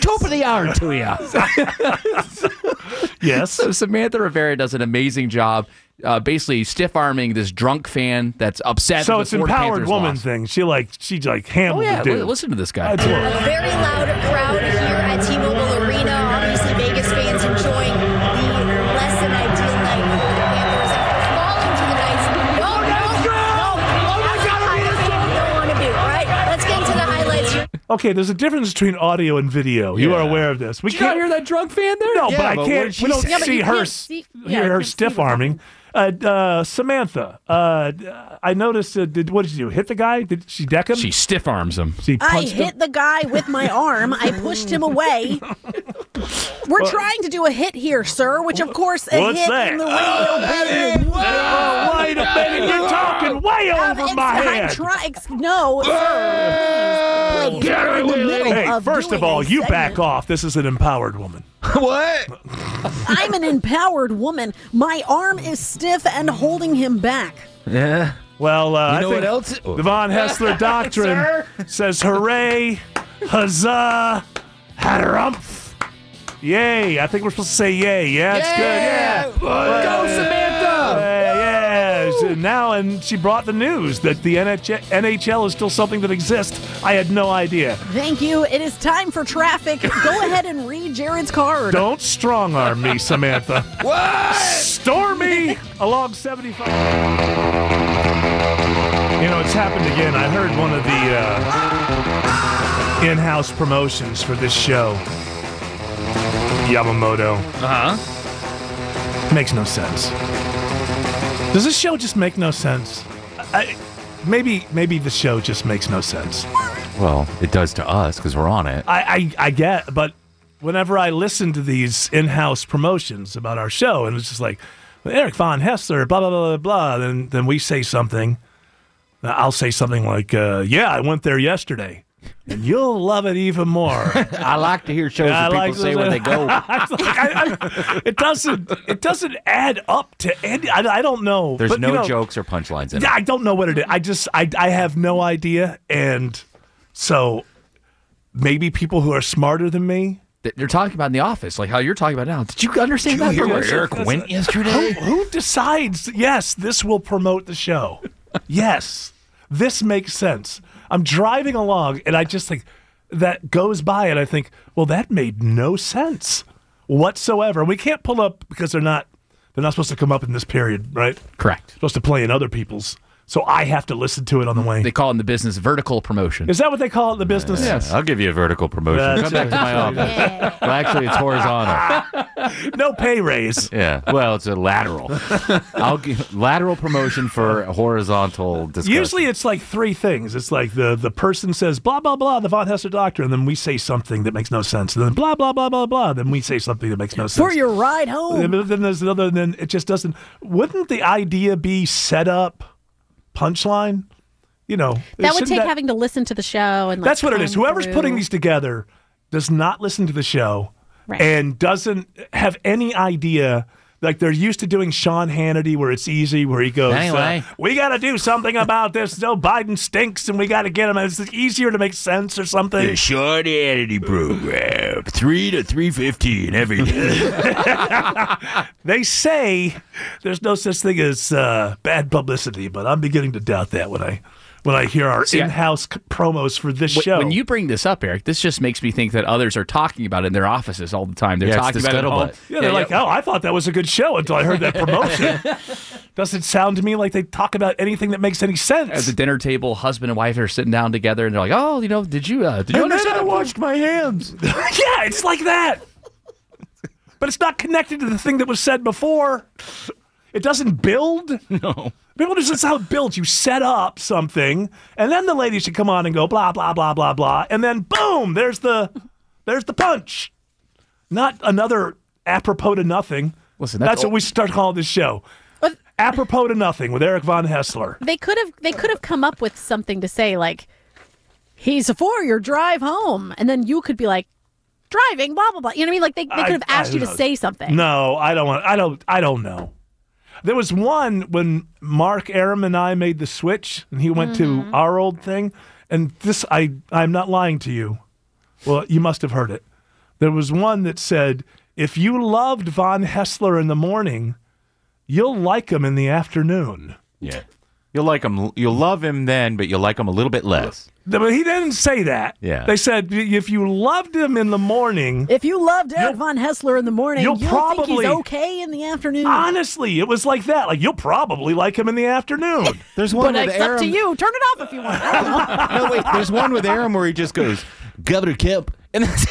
Top of the hour to you.
Yes.
[LAUGHS] So Samantha Rivera does an amazing job, uh, basically stiff arming this drunk fan that's upset.
so
that
it's
the Florida
empowered
Panthers
woman
lost.
thing. She like she like handled
Oh yeah,
the dude.
li- listen to this guy.
That's what-
very loud crowd here at T-Mobile Arena. Obviously, Vegas fans enjoying the less than ideal night for the Panthers after falling to the Knights. Oh, No, no, no. Oh, That's what hockey fans don't want to do. All right, let's get into the highlights here.
Okay, there's a difference between audio and video. You are aware of this. We
Did you not
can't
hear that drunk fan there?
No, but I
what did
can't.
she
We don't
say?
see her s- hear her stiff arming. Uh, uh, Samantha, uh, d- I noticed. Uh, did, what did she do? Hit the guy? Did she deck him?
She stiff arms him.
She
I
punched him.
hit the guy with my arm. I pushed him
[LAUGHS]
away. We're trying to do a hit here, sir, which of course a
What's
hit
that?
in the radio business.
Oh, wait a minute! You're talking way over my
I'm
head.
trying. No, sir. Please, please, we're in the middle
Hey,
of
first
doing
of all,
a
you
segment.
[LAUGHS] back off. This is an empowered woman.
what?
I'm an empowered woman. My arm is stiff and holding him back.
Yeah.
Well, uh,
You
I
know
think
what else-
the
[LAUGHS]
Von Hessler doctrine
Sir?
says hooray, huzzah, harumph. Yay. I think we're supposed to say yay. Yeah, it's good. Yeah.
Go,
Samantha. yeah. So now, and she brought the news that the NH- NHL is still something that exists. I had no idea.
Thank you. It is time for traffic. Go ahead and read Jared's card.
Don't strong arm me, Samantha. what? Stormy [LAUGHS] along 75. You know, it's happened again. I heard one of the uh, in house promotions for this show Yamamoto.
Uh-huh.
Uh huh. Makes no sense. Does this show just make no sense? I, maybe, maybe the show just makes no sense.
Well, it does to us because we're on it.
I, I, I get, but whenever I listen to these in-house promotions about our show, and it's just like Eric Von Hessler, blah blah blah blah blah, then then we say something. I'll say something like, uh, "Yeah, I went there yesterday." And you'll love it
[LAUGHS]
even more. I
like to hear shows that people say where they go.
[LAUGHS] I was like, I- I- it doesn't. It doesn't add up to any. I, I don't know.
There's
Uh, But,
no
you know,
jokes or punchlines in
yeah, I don't know what it is. I just I I have no idea, and so maybe people who are smarter than me.
That They're talking about in the office, like how you're talking about now. Did you understand that? for what-
yesterday? Who, who decides? Yes, this will promote
[LAUGHS]
the show. yes, this makes sense. I'm driving along, and I just think that goes by, and I think, well, that made no sense whatsoever. And we can't pull up because they're not they're not supposed to come up in this period, right?
Correct.
Supposed to play in other people's. So I have to listen to it on the way.
They call it in the business vertical promotion.
Is that what they call it in the business?
I'll give you a vertical promotion.
That's
Come back
it.
to my office. Well, actually, it's horizontal.
[LAUGHS] No pay raise.
Yeah. Well, it's a lateral. I'll give lateral promotion for horizontal discussion.
Usually it's like three things. It's like the the person says blah blah blah the von Hester doctrine, and then we say something that makes no sense. And then blah blah blah blah blah. Then we say something that makes no sense.
For your ride home.
And then there's another. And then it just doesn't. Wouldn't the idea be set up, punchline? You know
That would
shouldn't
take having to listen to the show and. Like,
that's what it
comb
is. Whoever's
through.
putting these together does not listen to the show
Right.
and doesn't have any idea Like they're used to doing Sean Hannity, where it's easy, where he goes, uh,
Anyway.
"We got to do something about this. Joe Biden stinks, and we got to get him." It's easier to make sense or something.
The Sean Hannity program, three to three fifteen every day.
[LAUGHS] They say there's no such thing as uh, bad publicity, but I'm beginning to doubt that when I when I hear our
See, I-
in-house c- promos for this
Wh-
show.
When you bring this up, Eric, this just makes me think that others are talking about it in their offices all the time. They're
Yeah, it's
talking
the
about it. at home.
scuttlebutt. Yeah, they're like, "Oh, I thought that was a good show until I heard that
[LAUGHS]
promotion." Doesn't sound to me like they talk about anything that makes any sense.
At the dinner table, husband and wife are sitting down together, and they're like, "Oh, you know, did you uh, did you
And then
understand?"
I washed
my hands.
[LAUGHS] yeah, it's like that. But it's not connected to the thing that was said before. It doesn't build. No. People just, that's how it builds. You set up something, and then the ladies should come on and go blah, blah, blah, blah, blah. And then boom, there's the there's the punch. Not another apropos to nothing. Listen,
that's
that's, what
all-
we should start calling this show. apropos to nothing with Eric Von Hessler.
They could have they could have come up with something to say like he's for your drive home and then you could be like driving blah blah blah. You know what I mean? Like they, they
I-
could have
I-
asked you
Uh, who
to
knows?
say something.
No, I don't want. I don't. I don't know. There was one when Mark Aram and I made the switch, and he went to
Mm-hmm.
our old thing. And this, I, I'm not lying to you. Well, you must have heard it. There was one that said, "If you loved Von Hessler in the morning, you'll like him in the afternoon."
Yeah. You'll like him. You'll love him then, but you'll like him a little bit less.
Th- But he didn't say that.
Yeah.
They said, "Y- "If you loved him in the morning,
If you loved Eric Von Hessler in the morning,
you'll
you'll, think
probably-
he's okay in the afternoon.
honestly, it was like that. Like you'll probably like him in the afternoon." There's
but it's up to you. Turn it off if you want. I [LAUGHS] don't know.
no, wait. There's one with Aram where he just goes, Governor Kemp. And that's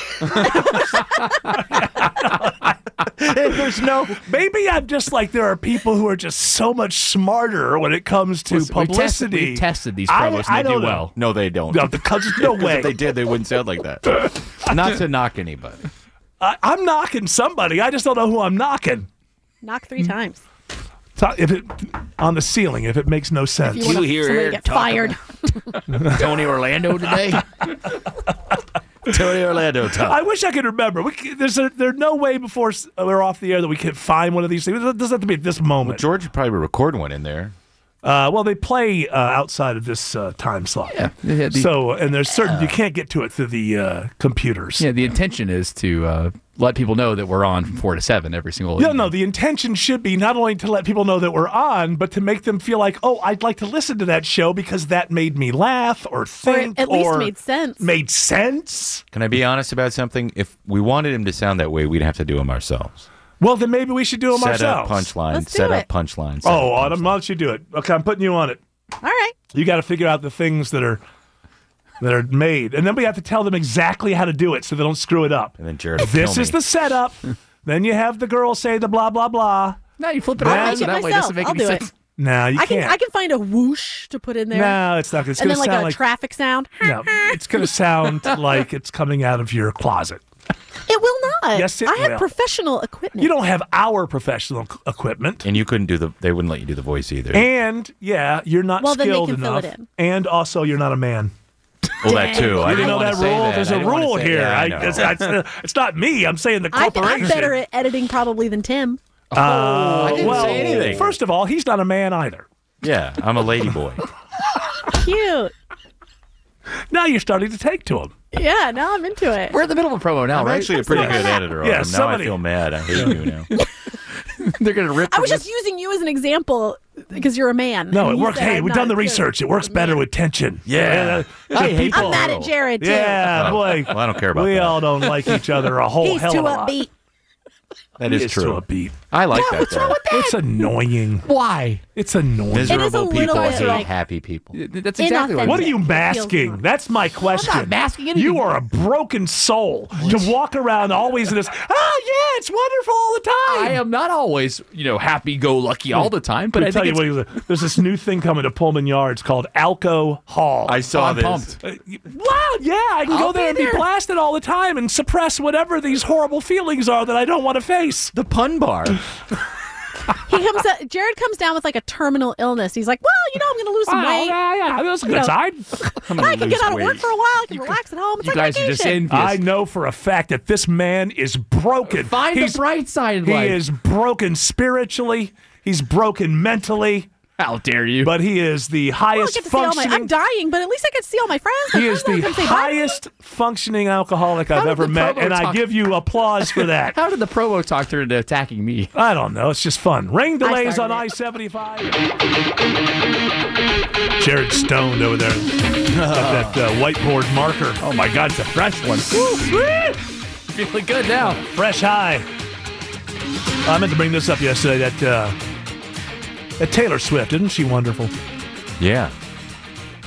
[LAUGHS] There's no. Maybe I'm just like there are people who are just so much smarter when it comes to
Listen, we've tested-
publicity.
we've tested these
I-
promos and they
I,
do
don't know.
well.
No, they don't.
No, the cuz-
[LAUGHS]
no
Because
way.
If they did, they wouldn't sound like that. Not to knock anybody.
I, I'm knocking somebody. I just don't know who I'm knocking.
Knock three times.
So if it on the ceiling, if it makes no sense.
If you, want somebody to get fired.
[LAUGHS] Tony Orlando today.
[LAUGHS] Tony Orlando talk.
I wish I could remember. We, c- there's a, there's no way before s- we're off the air that we could find one of these things. It doesn't have to be at this moment.
George would probably record one in there.
Uh, well, they play uh, outside of this uh, time slot. Yeah.
Yeah, the-
so, and there's certain you can't get to it through the uh, computers.
Yeah, the intention is to uh, let people know that we're on from four to seven every single.
No, no. The intention should be not only to let people know that we're on, but to make them feel like, oh, I'd like to listen to that show because that made me laugh or think,
at least
or
made sense.
Made sense.
Can I be honest about something? If we wanted him to sound that way, we'd have to do him ourselves.
Well, then maybe we should do them
set
ourselves.
up punchline.
Let's do
set
it.
up punchline. set
Oh,
up punch-
Autumn, why don't you do it? Okay, I'm putting you on it.
All right.
You got to figure out the things that are that are made, and then we have to tell them exactly how to do it so they don't screw it up.
And then Jared. will
This
kill
is
me. [LAUGHS]
the setup. then you have the girl say the blah blah blah.
No, you flip
it I'll around, make so it that way it doesn't myself. make I'll any do sense. it.
No, you
I can
can't.
I can find a whoosh to put in there.
No, it's not. It's
and
gonna
then like
sound
a
like-
traffic sound.
No, it's going to
[LAUGHS]
sound like it's coming out of your closet.
It will not.
Yes, it
I have
will.
professional equipment.
You don't have our professional c- equipment.
And you couldn't do the. They wouldn't let you do the voice either.
And yeah, you're not
Well, then they
skilled
can fill
enough.
it in.
And also, you're not a man.
well, that too. I
you didn't
didn't
know
wanna
that
say
rule.
I
There's a
didn't wanna
rule
say-
here.
Yeah,
I-
I know.
it's, it's- it's not me. I'm saying the
I, I'm
corporation.
better at editing probably than Tim.
Uh,
Oh, I didn't
well,
say anything.
First of all, he's not a man either.
yeah, I'm a lady
[LAUGHS]
boy.
Cute.
Now you're starting to take to him.
Yeah, now I'm into it.
We're in the middle of a promo now,
I'm
right?
actually
[LAUGHS]
a pretty good editor.
Yeah,
Yeah, now
somebody-
I feel mad. I hate you now.
They're gonna rip.
I was just using you as an example because you're a man.
No,
and
it
he
works.
said
Hey,
I'm
we've done
not
the
good.
research. It works better with tension.
Yeah.
Yeah,
I
the
hate
people-
I'm mad at Jared too.
Yeah,
Oh,
boy.
well, I don't care about
We
that.
all don't like each other a whole
He's
hell
too
of a lot.
upbeat.
That
He
is
is
true.
too upbeat.
I like that. though.
It's annoying.
Why?
It's annoying.
Miserable people
bit
hate
like-
happy people.
That's
exactly what I
What are
said.
you
It feels
masking?
wrong.
That's my question.
masking anything.
You are a broken soul to walk around always in this. Oh yeah, it's wonderful all the time.
I am not always, you know, happy-go-lucky all the time, but
Let me
I
tell
think it's
you what, he was- there's this new thing coming to Pullman Yards called Alco Hall.
I saw
Oh, I'm
this.
pumped.
Uh, y- wow, yeah, I can go
I'll
there
be
and be
there.
blasted all the time and [LAUGHS] suppress whatever these horrible feelings are that I don't want to face.
The pun bar.
he comes up, Jared comes down with like a terminal illness. He's like, well, you know, I'm going to lose some
Wow,
weight.
yeah, yeah, that was a
You
good
know,
sign.
[LAUGHS] I'm
I
gonna
can
lose
get out of work
weight.
for a while. I can relax at home. It's like vacation.
I know for a fact that this man is broken.
Find the bright side in
he
life.
is broken spiritually. He's broken mentally.
How dare you?
But he is the
I don't
highest
get to see all my.
functioning.
I'm dying, but at least I can see all my friends. My
he
friends
is
wanna
the
come say bye to me.
highest functioning alcoholic I've
did
ever
the
met,
promo
and I
talk-
give you applause for
[LAUGHS]
that.
How did the promo talk turn into attacking me?
I don't know. It's just fun. Rain delays on I seventy five. Jared stoned over there. [LAUGHS] Got that uh, whiteboard marker. Oh my God, it's a fresh one.
Feeling [LAUGHS] good now.
Fresh high. I meant to bring this up yesterday. That uh, that Taylor Swift, isn't she wonderful?
Yeah.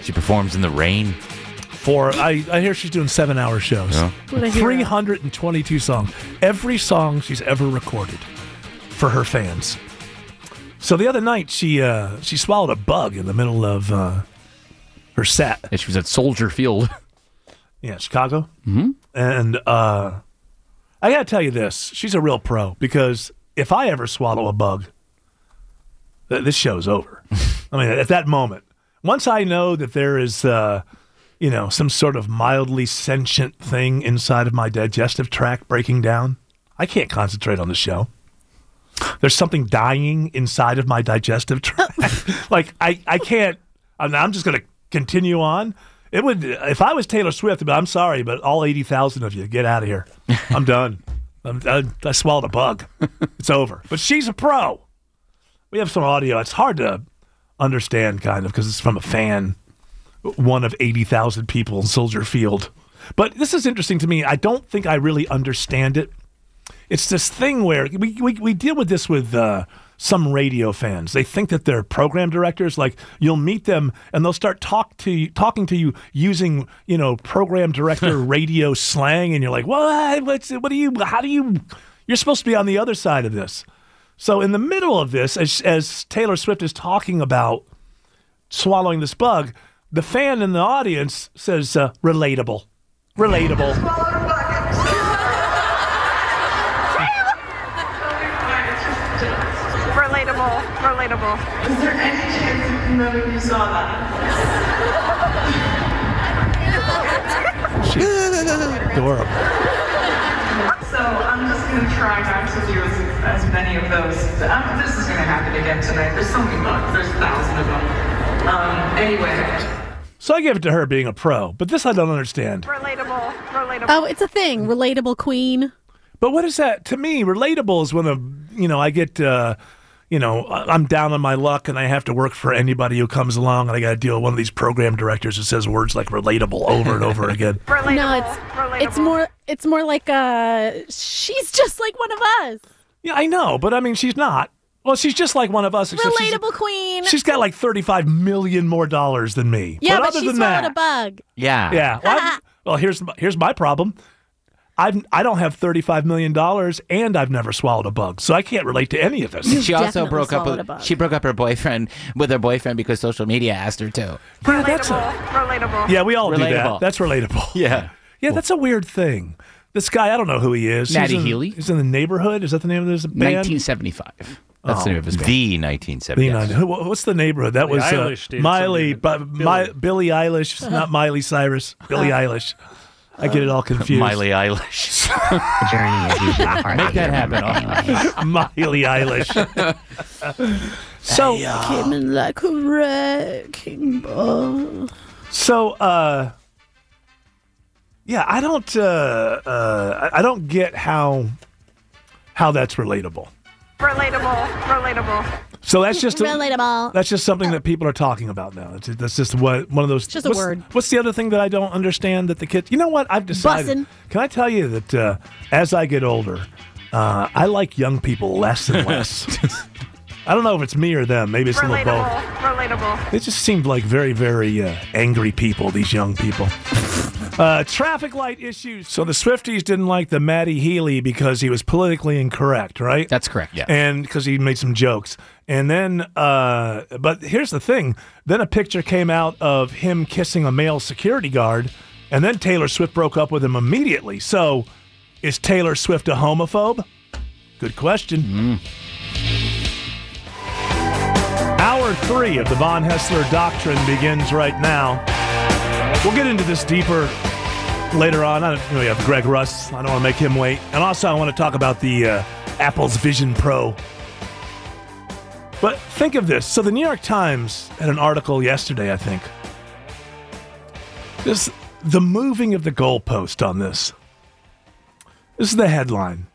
She performs in the rain.
For I, I hear she's doing seven hour shows.
Yeah.
What a hero.
322 songs. Every song she's ever recorded for her fans. So the other night she uh, she swallowed a bug in the middle of uh, her set.
And she was at Soldier Field.
Yeah, Chicago. Mm-hmm. And uh, I got to tell you this she's a real pro because if I ever swallow a bug, th- this show's over. I mean, at that moment, once I know that there is, uh, you know, some sort of mildly sentient thing inside of my digestive tract breaking down, I can't concentrate on the show. There's something dying inside of my digestive tract. [LAUGHS] like I, I can't. I'm, I'm just going to continue on. It would if I was Taylor Swift. But I'm sorry, but all eighty thousand of you get out of here. I'm done. I'm, I, I swallowed a bug. It's over. But she's a pro. We have some audio. It's hard to understand, kind of, because it's from a fan, one of 80,000 people in Soldier Field. But this is interesting to me. I don't think I really understand it. It's this thing where we, we, we deal with this with uh, some radio fans. They think that they're program directors. Like you'll meet them and they'll start talk to you, talking to you using you know program director radio slang, and you're like, what? What's, what do you? How do you? You're supposed to be on the other side of this. So in the middle of this, as, as Taylor Swift is talking about swallowing this bug, the fan in the audience says, uh, "Relatable, relatable."
Relatable, relatable. Is there any chance none of you saw that?
Adorable.
so I'm just gonna try not to do as, as many of those. Um, this is gonna happen again tonight. There's so many bugs. There's a thousand of them. Um, anyway.
So I give it to her being a pro, but this I don't understand.
Relatable, relatable.
Oh, it's a thing. Relatable queen.
But what is that to me? Relatable is when a you know I get uh, you know I- I'm down on my luck and I have to work for anybody who comes along and I got to deal with one of these program directors who says words like relatable over and
[LAUGHS]
over again.
No, it's it's more it's more like uh she's just like one of us.
Yeah, I know, but I mean she's not. Well, she's just like one of us. except she's-
Relatable queen.
she's got like 35 million more dollars than me.
yeah,
but
but,
other
she
than
swallowed
that,
a bug.
Yeah.
Yeah. Well,
[LAUGHS]
I've- well, here's my, here's my problem. I've I don't have thirty five million dollars, and I've never swallowed a bug, so I can't relate to any of this.
she also broke up with she broke up her boyfriend with her boyfriend because social media asked her to.
Relatable,
relatable.
yeah, we all do
Relatable.
that. That's relatable.
Yeah.
yeah, that's a weird thing. This guy, I don't know who he is. He's
Matty
in-
Healy?
He's in the neighborhood. Is that the name of this band?
1975. That's the name of his band.
The
Oh. The
1970.
nine- who- what's the neighborhood? That
Billie
was uh,
Eilish did
Miley,
something.
but My, Billie Eilish, It's not Miley Cyrus. Billie Eilish. I get
[LAUGHS]
it all confused.
Miley Eilish.
Journey
is usually the part Make that happen.
[LAUGHS] Miley Eilish. [LAUGHS] so
Came in Oh, like a wrecking ball.
So, uh, yeah, I don't, uh, uh, I I don't get how, how that's relatable.
Relatable, relatable.
So that's just
Relatable.
That's just something that people are talking about now. It's, that's just what one of those.
just a
what's,
word.
What's the other thing that I don't understand that the kids? You know what? I've decided.
Bussin'.
Can I tell you that uh, as I get older, uh, I like young people less and less.
[LAUGHS]
I don't know if it's me or them. Maybe it's a little both.
Relatable, relatable.
[LAUGHS] They just seemed like very, very uh, angry people, these young people. [LAUGHS] Uh, traffic light issues. So the Swifties didn't like the Matty Healy because he was politically incorrect, right?
That's correct. Yeah.
And because he made some jokes. And then, uh, but here's the thing then a picture came out of him kissing a male security guard, and then Taylor Swift broke up with him immediately. So
Hmm.
is Taylor Swift a homophobe? Good question. Hour three of the Von Hessler Doctrine begins right now. We'll get into this deeper later on. I don't really have Greg Russ. I don't want to make him wait. And also, I want to talk about the uh, Apple's Vision Pro. But think of this. So, the New York Times had an article yesterday, I think. This the moving of the goalpost on this. This is the headline.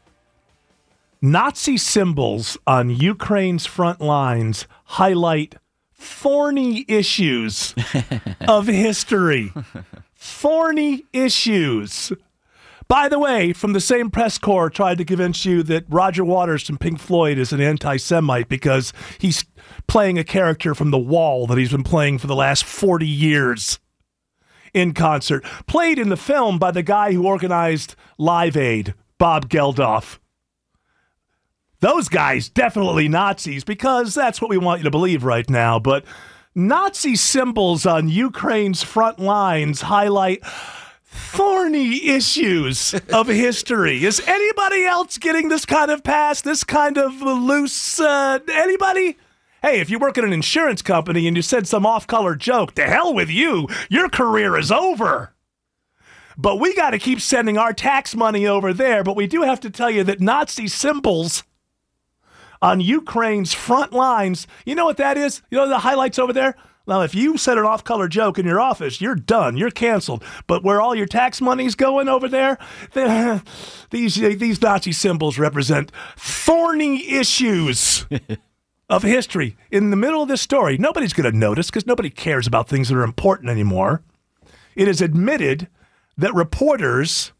Nazi symbols on Ukraine's front lines highlight thorny issues of history. Thorny issues. By the way, from the same press corps tried to convince you that Roger Waters from Pink Floyd is an anti Semite because he's playing a character from The Wall that he's been playing for the last 40 years in concert, played in the film by the guy who organized Live Aid, Bob Geldof. Those guys definitely Nazis because that's what we want you to believe right now. But Nazi symbols on Ukraine's front lines highlight thorny issues of history. Is anybody else getting this kind of pass? This kind of loose? Uh, anybody? Hey, if you work at an insurance company and you said some off color joke, to hell with you. Your career is over. But we got to keep sending our tax money over there. But we do have to tell you that Nazi symbols on Ukraine's front lines, you know what that is? You know the highlights over there? Now, if you said an off color joke in your office, you're done. You're canceled. But where all your tax money's going over there, the- [LAUGHS] these, these Nazi symbols represent thorny issues. of history in the middle of this story. Nobody's going to notice because nobody cares about things that are important anymore. It is admitted that reporters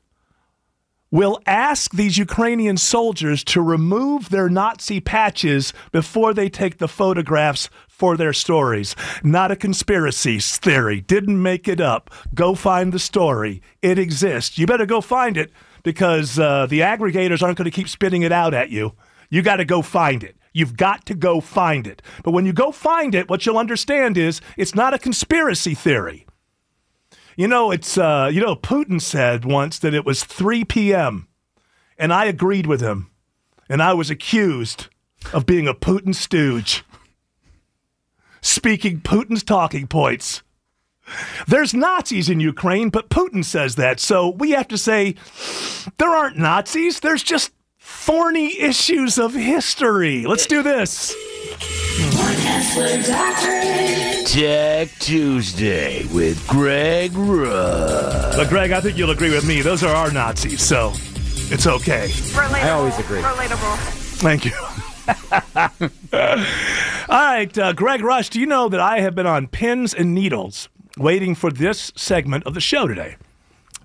will ask these Ukrainian soldiers to remove their Nazi patches before they take the photographs for their stories. Not a conspiracy theory. Didn't make it up. Go find the story. It exists. You better go find it because uh, the aggregators aren't going to keep spitting it out at you. You got to go find it. You've got to go find it. But when you go find it, what you'll understand is it's not a conspiracy theory. You know, it's uh, you know Putin said once that it was 3 p.m. and I agreed with him, and I was accused of being a Putin stooge, speaking Putin's talking points. There's Nazis in Ukraine, but Putin says that, so we have to say there aren't Nazis. There's just thorny issues of history. Let's do this.
Tech Tuesday with Greg Russ.
But Greg, I think you'll agree with me. Those are our Nazis, so it's okay.
Relatable.
always agree.
Relatable.
Thank you. [LAUGHS] All right, uh, Greg Rush, do you know that I have been on pins and needles waiting for this segment of the show today?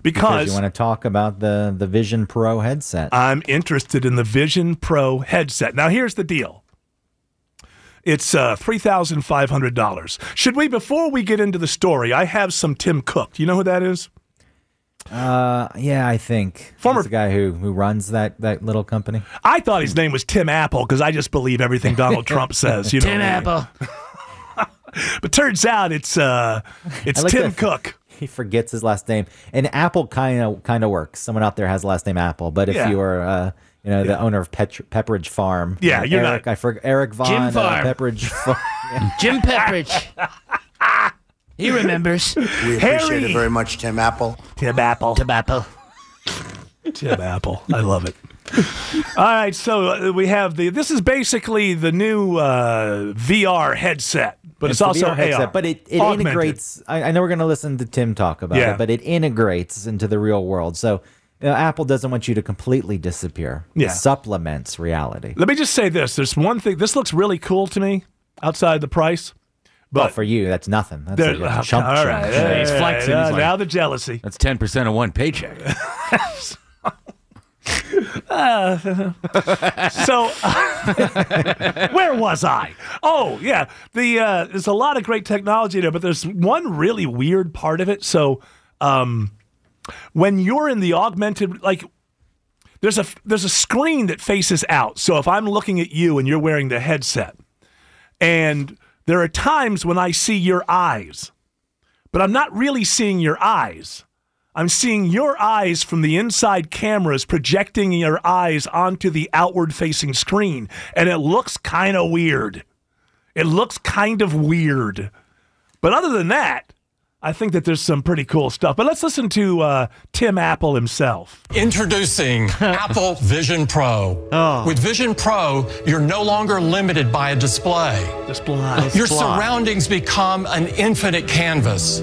Because,
you want to talk about the the Vision Pro headset.
I'm interested in the Vision Pro headset. Now, here's the deal. It's uh, three thousand five hundred dollars. Should we, before we get into the story, I have some Tim Cook. Do you know who that is?
Uh, yeah, I think former the guy who who runs that that little company.
I thought his name was Tim Apple because I just believe everything Donald Trump says. You know,
Tim
what I mean?
Apple.
But turns out it's uh, it's
I like
Tim
that-
Cook.
He forgets his last name, and Apple kind of kind of works. Someone out there has the last name Apple, but if
Yeah.
you are uh, you know, the owner of Petr- Pepperidge Farm.
Yeah,
uh,
you're
Eric, I forg Eric Vaughn.
Jim
uh,
Farm.
[LAUGHS]
Pepperidge Farm.
Jim Pepperidge. [LAUGHS] he remembers.
We appreciate it very much, Tim Apple.
Tim Apple.
Tim Apple.
Tim Apple. I love it. All right, so uh, we have the. This is basically the new uh, VR headset, but it's,
a
also
VR headset,
AR.
But it, it
Augmented.
integrates. I, I know we're going to listen to Tim talk about
Yeah.
it, but it integrates into the real world. So you know, Apple doesn't want you to completely disappear.
Yeah.
It supplements reality.
Let me just say this. There's one thing. This looks really cool to me outside the price. But
well, for you, that's nothing. That's
There-
like a
oh,
chump
all
change.
right, all right, uh, now the jealousy.
That's ten percent of one paycheck.
[LAUGHS] Uh, so, where was I? Oh, yeah. The uh, there's a lot of great technology there, but there's one really weird part of it. So, um, when you're in the augmented, like, there's a there's a screen that faces out. So if I'm looking at you and you're wearing the headset, and there are times when I see your eyes, but I'm not really seeing your eyes. I'm seeing your eyes from the inside cameras projecting your eyes onto the outward facing screen, and it looks kind of weird. It looks kind of weird. But other than that, I think that there's some pretty cool stuff. But let's listen to uh, Tim Apple himself.
Introducing Apple Vision Pro. With Vision Pro, you're no longer limited by a display.
Display.
Your surroundings become an infinite canvas.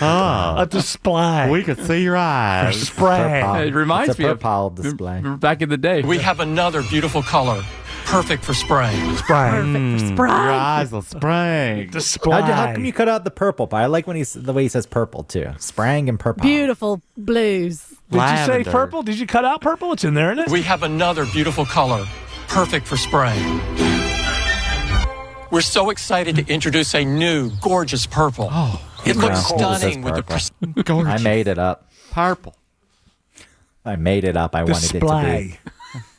Ah,
a display.
We could see your eyes.
It reminds me of [LAUGHS]
display.
back in the day.
We have another beautiful color, perfect for spraying.
Spraying.
Perfect for spraying.
Mm, Your
eyes will sprang.
How, how come you cut out the purple? But I like when he's the way he says purple too. Sprang and purple.
Beautiful blues.
Did you
Lavender.
say purple? Did you cut out purple? It's in there, isn't it?
We have another beautiful color, perfect for spraying. We're so excited to introduce a new, gorgeous purple. Oh, it looks stunning with the pres-
I made it up.
Purple.
I made it up. I wanted it to
Display.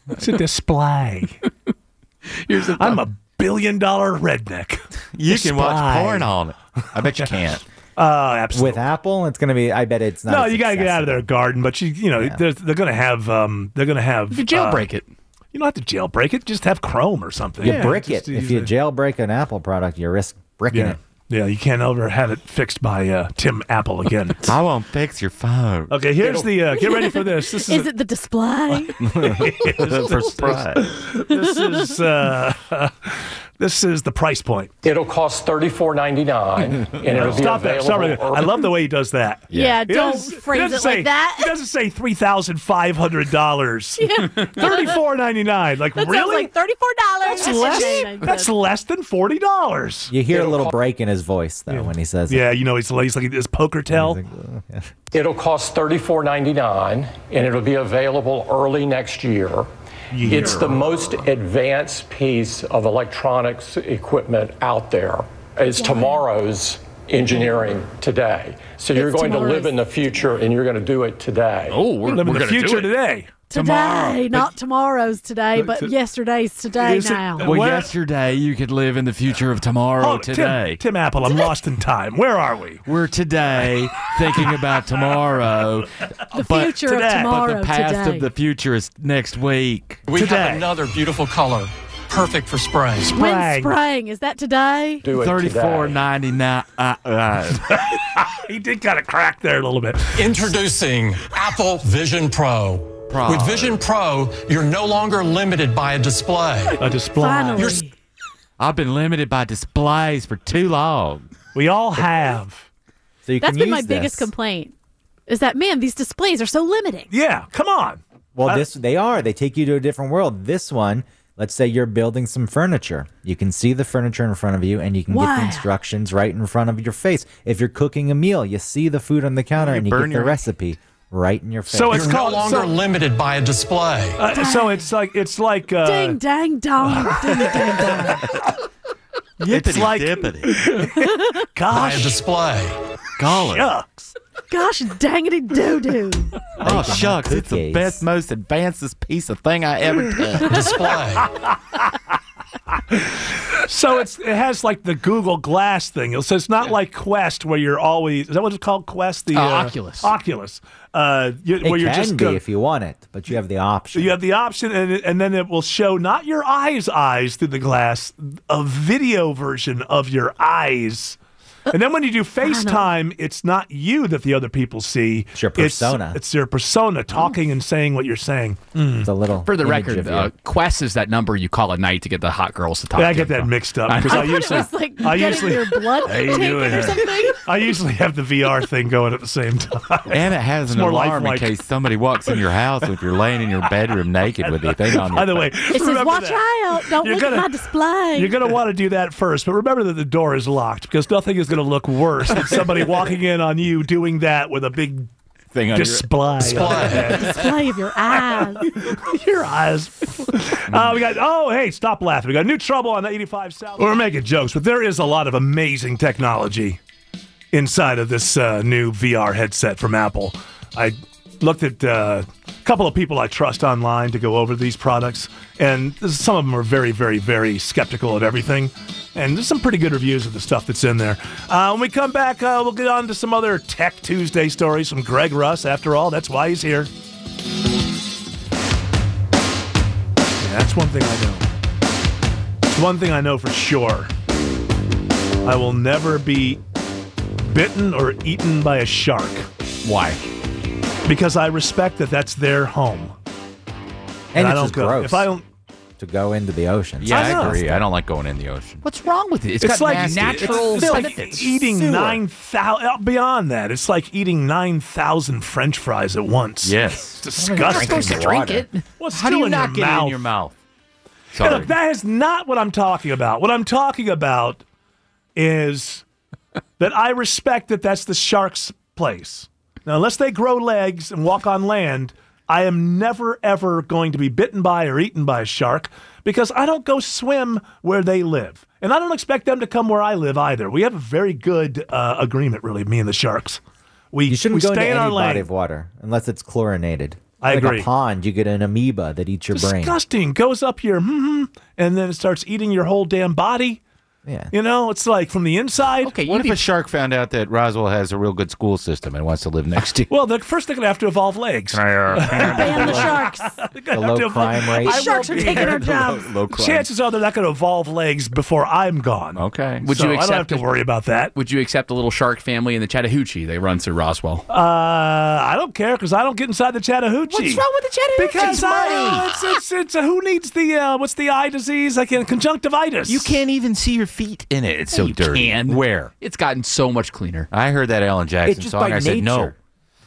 It's
[LAUGHS]
a display. I'm a billion dollar redneck.
You can watch
Display.
porn on it. I bet you
[LAUGHS]
can't.
Uh, absolutely.
With Apple, it's going to be. I bet it's not.
no,
as
you got to get out of their garden, but you you know they're, they're gonna have um they're gonna have
You jailbreak
it. You don't have to jailbreak it. Just have Chrome or something.
You brick it.
just
If
use
you
the-
jailbreak an Apple product, you risk bricking
yeah.
it.
Yeah, you can't ever have it fixed by uh, Tim Apple
[LAUGHS]
again.
I won't fix your phone.
Okay, here's the uh, get ready for this.
[LAUGHS]
This is, [LAUGHS]
Is it the display?
For Sprite.
this
[LAUGHS]
is uh, [LAUGHS] this is the
[LAUGHS]
price point.
It'll cost thirty-four ninety-nine, and it'll be
Stop that!
available.
Stop right there. I love the way he does that.
[LAUGHS] Yeah,
He
don't
doesn't- he
phrase
doesn't
it like
say-
that.
He doesn't say three thousand five hundred
[LAUGHS]
dollars. Thirty four ninety nine. Like
That sounds
really?
like thirty-four dollars.
that's less. That's less than forty dollars.
You hear a little break in his voice though when he says,
Yeah, you know he's he's like his poker tell.
It'll cost $34.99, and it'll be available early next year.
Year.
It's the most advanced piece of electronics equipment out there. It's tomorrow's engineering today. So you're
It's
going to live
tomorrow's-
in the future and you're going to do it today.
Oh,
we're- Live in we're the gonna do future it. today.
Today, not tomorrow's today, but yesterday's today
Is it-
now.
Well,
Where-
yesterday you could live in the future of tomorrow.
Hold it, Tim-
today,
Tim, Apple, I'm lost in time. Where are we?
We're today thinking about tomorrow.
The
but-
future of Today.
But
tomorrow,
the past
today.
of the future is next week.
We have another beautiful color, perfect for spraying.
When spraying is that today?
Do it today.
Thirty-four ninety-nine. Uh, uh.
[LAUGHS] he did kind of crack there a little bit.
Introducing Apple Vision Pro.
Pro.
With Vision Pro, you're no longer limited by a display.
A display.
Finally. You're
I've been limited by displays for too long.
We all have.
So you
That's been my biggest complaint. Is that man? These displays are so limiting.
Yeah, come on.
Well, this they are. They take you to a different world. This one, let's say you're building some furniture. You can see the furniture in front of you and you can get
Wow.
the instructions right in front of your face. If you're cooking a meal, you see the food on the counter
You
and you
burn
get the
your-
recipe right in your face.
So it's
You're
called-
no longer
so-
limited by a display.
Uh, so it's like it's like uh,
ding
[LAUGHS]
dang dong, ding dang dong.
it's like
By a
gosh,
display.
Golly.
shucks.
Gosh, dangity
[LAUGHS]
doo doo.
Oh, shucks. It's the best, most advanced piece of thing I
[LAUGHS]
ever
uh,
done.
display.
So it's it has like the Google Glass thing. So it's not like Quest where you're always. Is that what it's called? Quest the
Uh, Oculus.
Oculus. Uh, you,
it
where you're
can
just
be
go-
if you want it, but you have the option.
you have the option, and it- and then it will show not your eyes eyes through the glass, a video version of your eyes.
Uh,
And then when you do FaceTime, it's not you that the other people see. It's your
persona.
It's, your persona talking and saying what you're saying.
It's a little
For the
image
record,
of you.
uh, Quest is that number you call at night to get the hot girls to talk
Yeah, I
to
get
you.
that mixed up
[LAUGHS]
because I,
I thought it
usually
was like
I
getting
usually [LAUGHS]
your blood
How
[LAUGHS]
you
taken
doing?
or something.
I usually have the VR thing going at the same time.
And it has
It's
an
more
alarm
lifelike.
in case somebody walks in your house if you're laying in your bedroom naked with the thing on.
By the way,
It says,
remember
"Watch
that.
out! Don't
You're
look
gonna-
at my display."
You're going to want to do that first, but remember that the door is locked because nothing is going to look worse than somebody walking in on you doing that with a big
thing on
display. [LAUGHS]
display of your eyes.
Your eyes. Uh, we got, oh, hey, stop laughing. We got new trouble on the 85 South. We're making jokes, but there is a lot of amazing technology inside of this uh, new VR headset from Apple. I looked at uh, a couple of people I trust online to go over these products, and this- some of them are very, very, very skeptical of everything. And there's some pretty good reviews of the stuff that's in there. Uh, when we come back, uh, we'll get on to some other Tech Tuesday stories from Greg Russ. After all, that's why he's here. Yeah, that's one thing I know. It's one thing I know for sure. I will never be bitten or eaten by a shark.
Why?
Because I respect that that's their home.
And,
I
it's
don't
just
go-
gross.
if I don't-
to go into the ocean.
Yeah, I,
I know.
agree. I don't like going in the ocean.
What's wrong with it?
It's, like natural. It's, like eating nine thousand. Beyond that, it's like eating nine thousand French fries at once.
Yes.
it's disgusting.
You're not supposed to drink it.
What's
How do
still
you
in
not
your
get it in
mouth?
your mouth?
Hey,
Sorry.
look, that is not what I'm talking about. What I'm talking about is that I respect that that's the shark's place. Now, unless they grow legs and walk on land, I am never, ever going to be bitten by or eaten by a shark because I don't go swim where they live. And I don't expect them to come where I live either. We have a very good uh, agreement, really, me and the sharks. We,
You shouldn't
we
go into
stay
any
in our
body
lane.
of water unless it's chlorinated.
I
like
agree.
A pond, you get an amoeba that eats your brain.
disgusting. Goes up your hmm and then it starts eating your whole damn body.
Yeah.
You know, it's like from the inside. Okay,
What if a shark found out that Roswell has a real good school system and wants to live next to you?
Well, the first they're gonna have to evolve legs.
uh,
[LAUGHS]
Ban the sharks.
They're gonna
The
have
low
to evolve-
crime rate.
I
These
won't
sharks are
be
taking
here.
our jobs.
Low- low crime.
Chances are they're not gonna evolve legs before I'm gone.
Okay.
Would
So
you
I
accept
don't have to worry about that.
Would you accept a little shark family in the Chattahoochee? They run through Roswell.
Uh, I don't care because I don't get inside the Chattahoochee.
What's wrong with the Chattahoochee?
Because
It's
I, uh,
muddy.
it's, it's, it's a, who needs the uh, what's the eye disease? Like uh, conjunctivitis.
You can't even see your feet in it. It's
Yeah,
so
you
dirty.
can.
Where?
It's gotten so much cleaner.
I heard that Alan Jackson
It's just
song.
by
and I said no.
nature.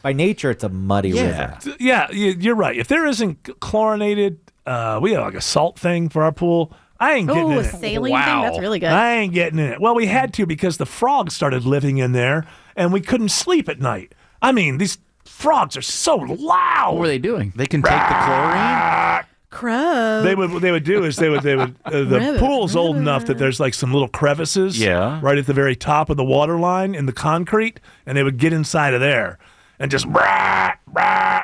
By nature, it's a muddy
Yeah.
river.
Th- Yeah, y- you're right. If there isn't c- chlorinated, uh, we have like a salt thing for our pool. I ain't getting
Ooh,
in
a
it.
saline thing? That's really good. Mm.
I ain't getting in it. Well, we had to because the frogs started living in there, and we couldn't sleep at night. I mean, these frogs are so loud.
What were they doing?
They can take the chlorine.
Crow.
They would. What they would do is they would. They would. Uh, the
Ribbit,
pool's old enough that there's like some little crevices.
Yeah.
Right at the very top of the water line in the concrete, and they would get inside of there and just. Brah, brah.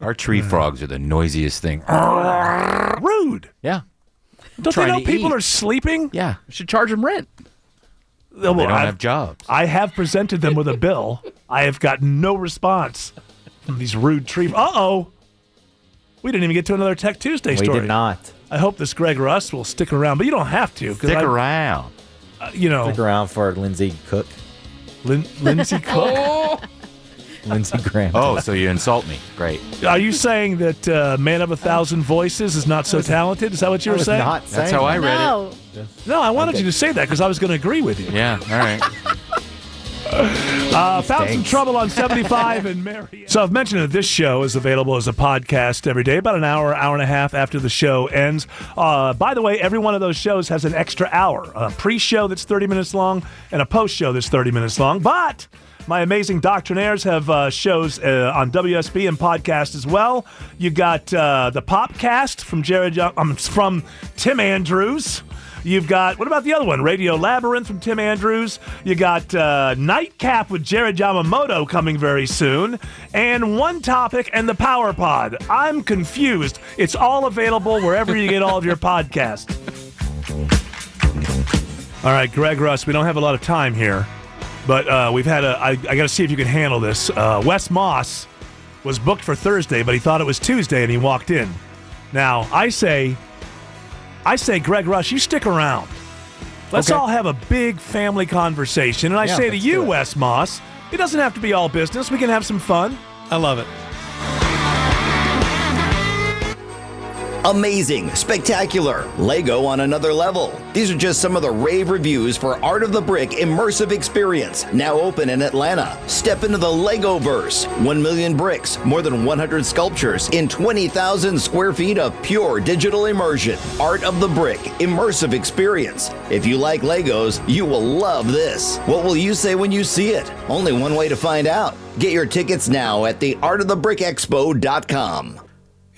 Our tree frogs are the noisiest thing.
Rude.
Yeah.
Don't they
Trying
know
to
people
eat.
are sleeping?
Yeah, we should charge them rent.
Well,
They don't
I've-
have jobs.
I have presented them with a bill. I have got no response from these rude tree. Uh oh. We didn't even get to another Tech Tuesday
We
story.
did not
I hope this Greg Russ will stick around, but you don't have to. 'cause
Stick
I-
around.
uh, you know,
stick around for Lindsay Cook,
Lin- Lindsey
[LAUGHS]
Cook.
Oh.
Lindsey Graham.
Oh, so you insult me. Great.
Are you saying that uh, Man of a Thousand Voices is not so talented? Is that what you
I
were
was
saying?
not
That's
saying
how I
that.
read
no.
No, I wanted
Okay.
you to say that because I was going to agree with you.
it. Yeah. All right.
Uh, found some trouble on 75 and Mary. So I've mentioned that this show is available as a podcast every day, about an hour, hour and a half after the show ends. Uh, by the way, every one of those shows has an extra hour, a pre-show that's 30 minutes long and a post-show that's 30 minutes long. But my amazing doctrinaires have uh, shows uh, on WSB and podcast as well. You got uh, the Popcast from Jared, um, from Tim Andrews. You've got what about the other one? Radio Labyrinth from Tim Andrews. You got uh, Nightcap with Jared Yamamoto coming very soon, and one topic and the Power Pod. I'm confused. It's all available wherever you get all of your podcasts. All right, Greg Russ, we don't have a lot of time here, but uh, we've had a. I, I got to see if you can handle this. Uh, Wes Moss was booked for Thursday, but he thought it was Tuesday, and he walked in. Now I say I say, Greg Rush, you stick around. Let's
Okay.
all have a big family conversation. And I
Yeah,
say to
let's
you,
do it.
Wes Moss, it doesn't have to be all business. We can have some fun.
I love it.
Amazing, spectacular, Lego on another level. These are just some of the rave reviews for Art of the Brick Immersive Experience, now open in Atlanta. Step into the Lego verse 1 million bricks, more than 100 sculptures in 20,000 square feet of pure digital immersion. Art of the Brick Immersive Experience. If you like Legos, you will love this. What will you say when you see it? Only one way to find out. Get your tickets now at theartofthebrickexpo.com.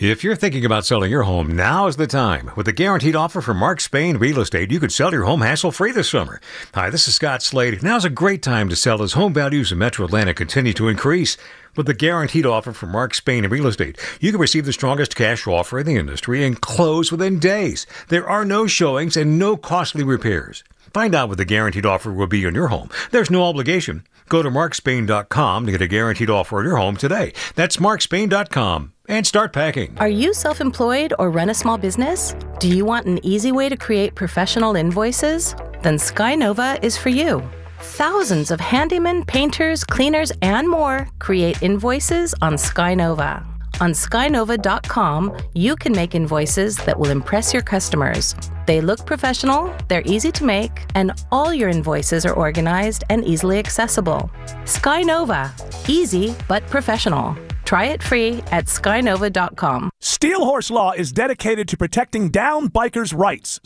If you're thinking about selling your home, now is the time. With a guaranteed offer from Mark Spain Real Estate, you could sell your home hassle free this summer. Hi, this is Scott Slade. Now's a great time to sell as home values in Metro Atlanta continue to increase. With the guaranteed offer from Mark Spain Real Estate, you can receive the strongest cash offer in the industry and close within days. There are no showings and no costly repairs. Find out what the guaranteed offer will be on your home. There's no obligation. Go to markspain.com to get a guaranteed offer on your home today. That's markspain.com and start packing.
Are you self employed or run a small business? Do you want an easy way to create professional invoices? then SkyNova is for you. Thousands of handymen, painters, cleaners, and more create invoices on SkyNova. On skynova.com, you can make invoices that will impress your customers. They look professional, they're easy to make, and all your invoices are organized and easily accessible. SkyNova, easy but professional. Try it free at skynova.com.
Steel Horse Law is dedicated to protecting down bikers' rights.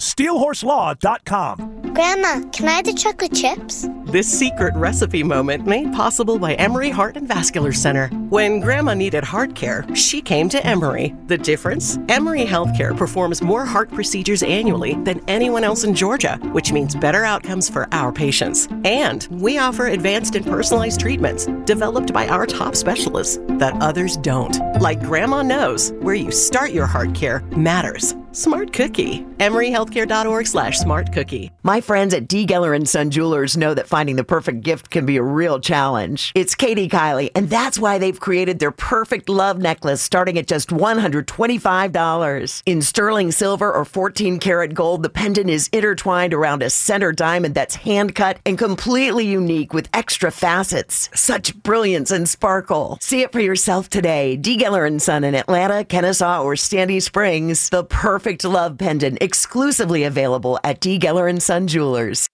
SteelHorseLaw.com.
Grandma, can I have the chocolate chips?
This secret recipe moment made possible by Emory Heart and Vascular Center. When grandma needed heart care, she came to Emory. The difference? Emory Healthcare performs more heart procedures annually than anyone else in Georgia, which means better outcomes for our patients. And we offer advanced and personalized treatments developed by our top specialists that others don't. Like grandma knows, where you start your heart care matters. Smart Cookie. EmoryHealthcare.org slash smart cookie.
My friends at D. Geller and Son Jewelers know that finding the perfect gift can be a real challenge. It's Katie Kylie, and that's why they've created their perfect love necklace starting at just $125. In sterling silver or 14 karat gold, the pendant is intertwined around a center diamond that's hand cut and completely unique with extra facets. Such brilliance and sparkle. See it for yourself today. D. Geller and Son in Atlanta, Kennesaw, or Sandy Springs. The perfect love pendant exclusively available at D. Geller and Son Jewelers.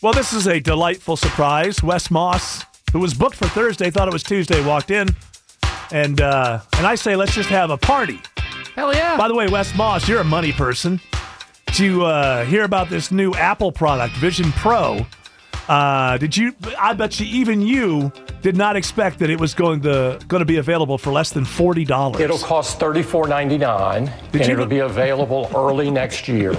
Well, this is a delightful surprise. Wes Moss, who was booked for Thursday, thought it was Tuesday, walked in, and uh, and I say let's just have a party.
Hell yeah!
By the way, Wes Moss, you're a money person. To uh, hear about this new Apple product, Vision Pro, uh, did you? I bet you, even you, did not expect that it was going to going to be available for less than forty dollars.
It'll cost $34.99, and
Did you-
it'll be available early next year.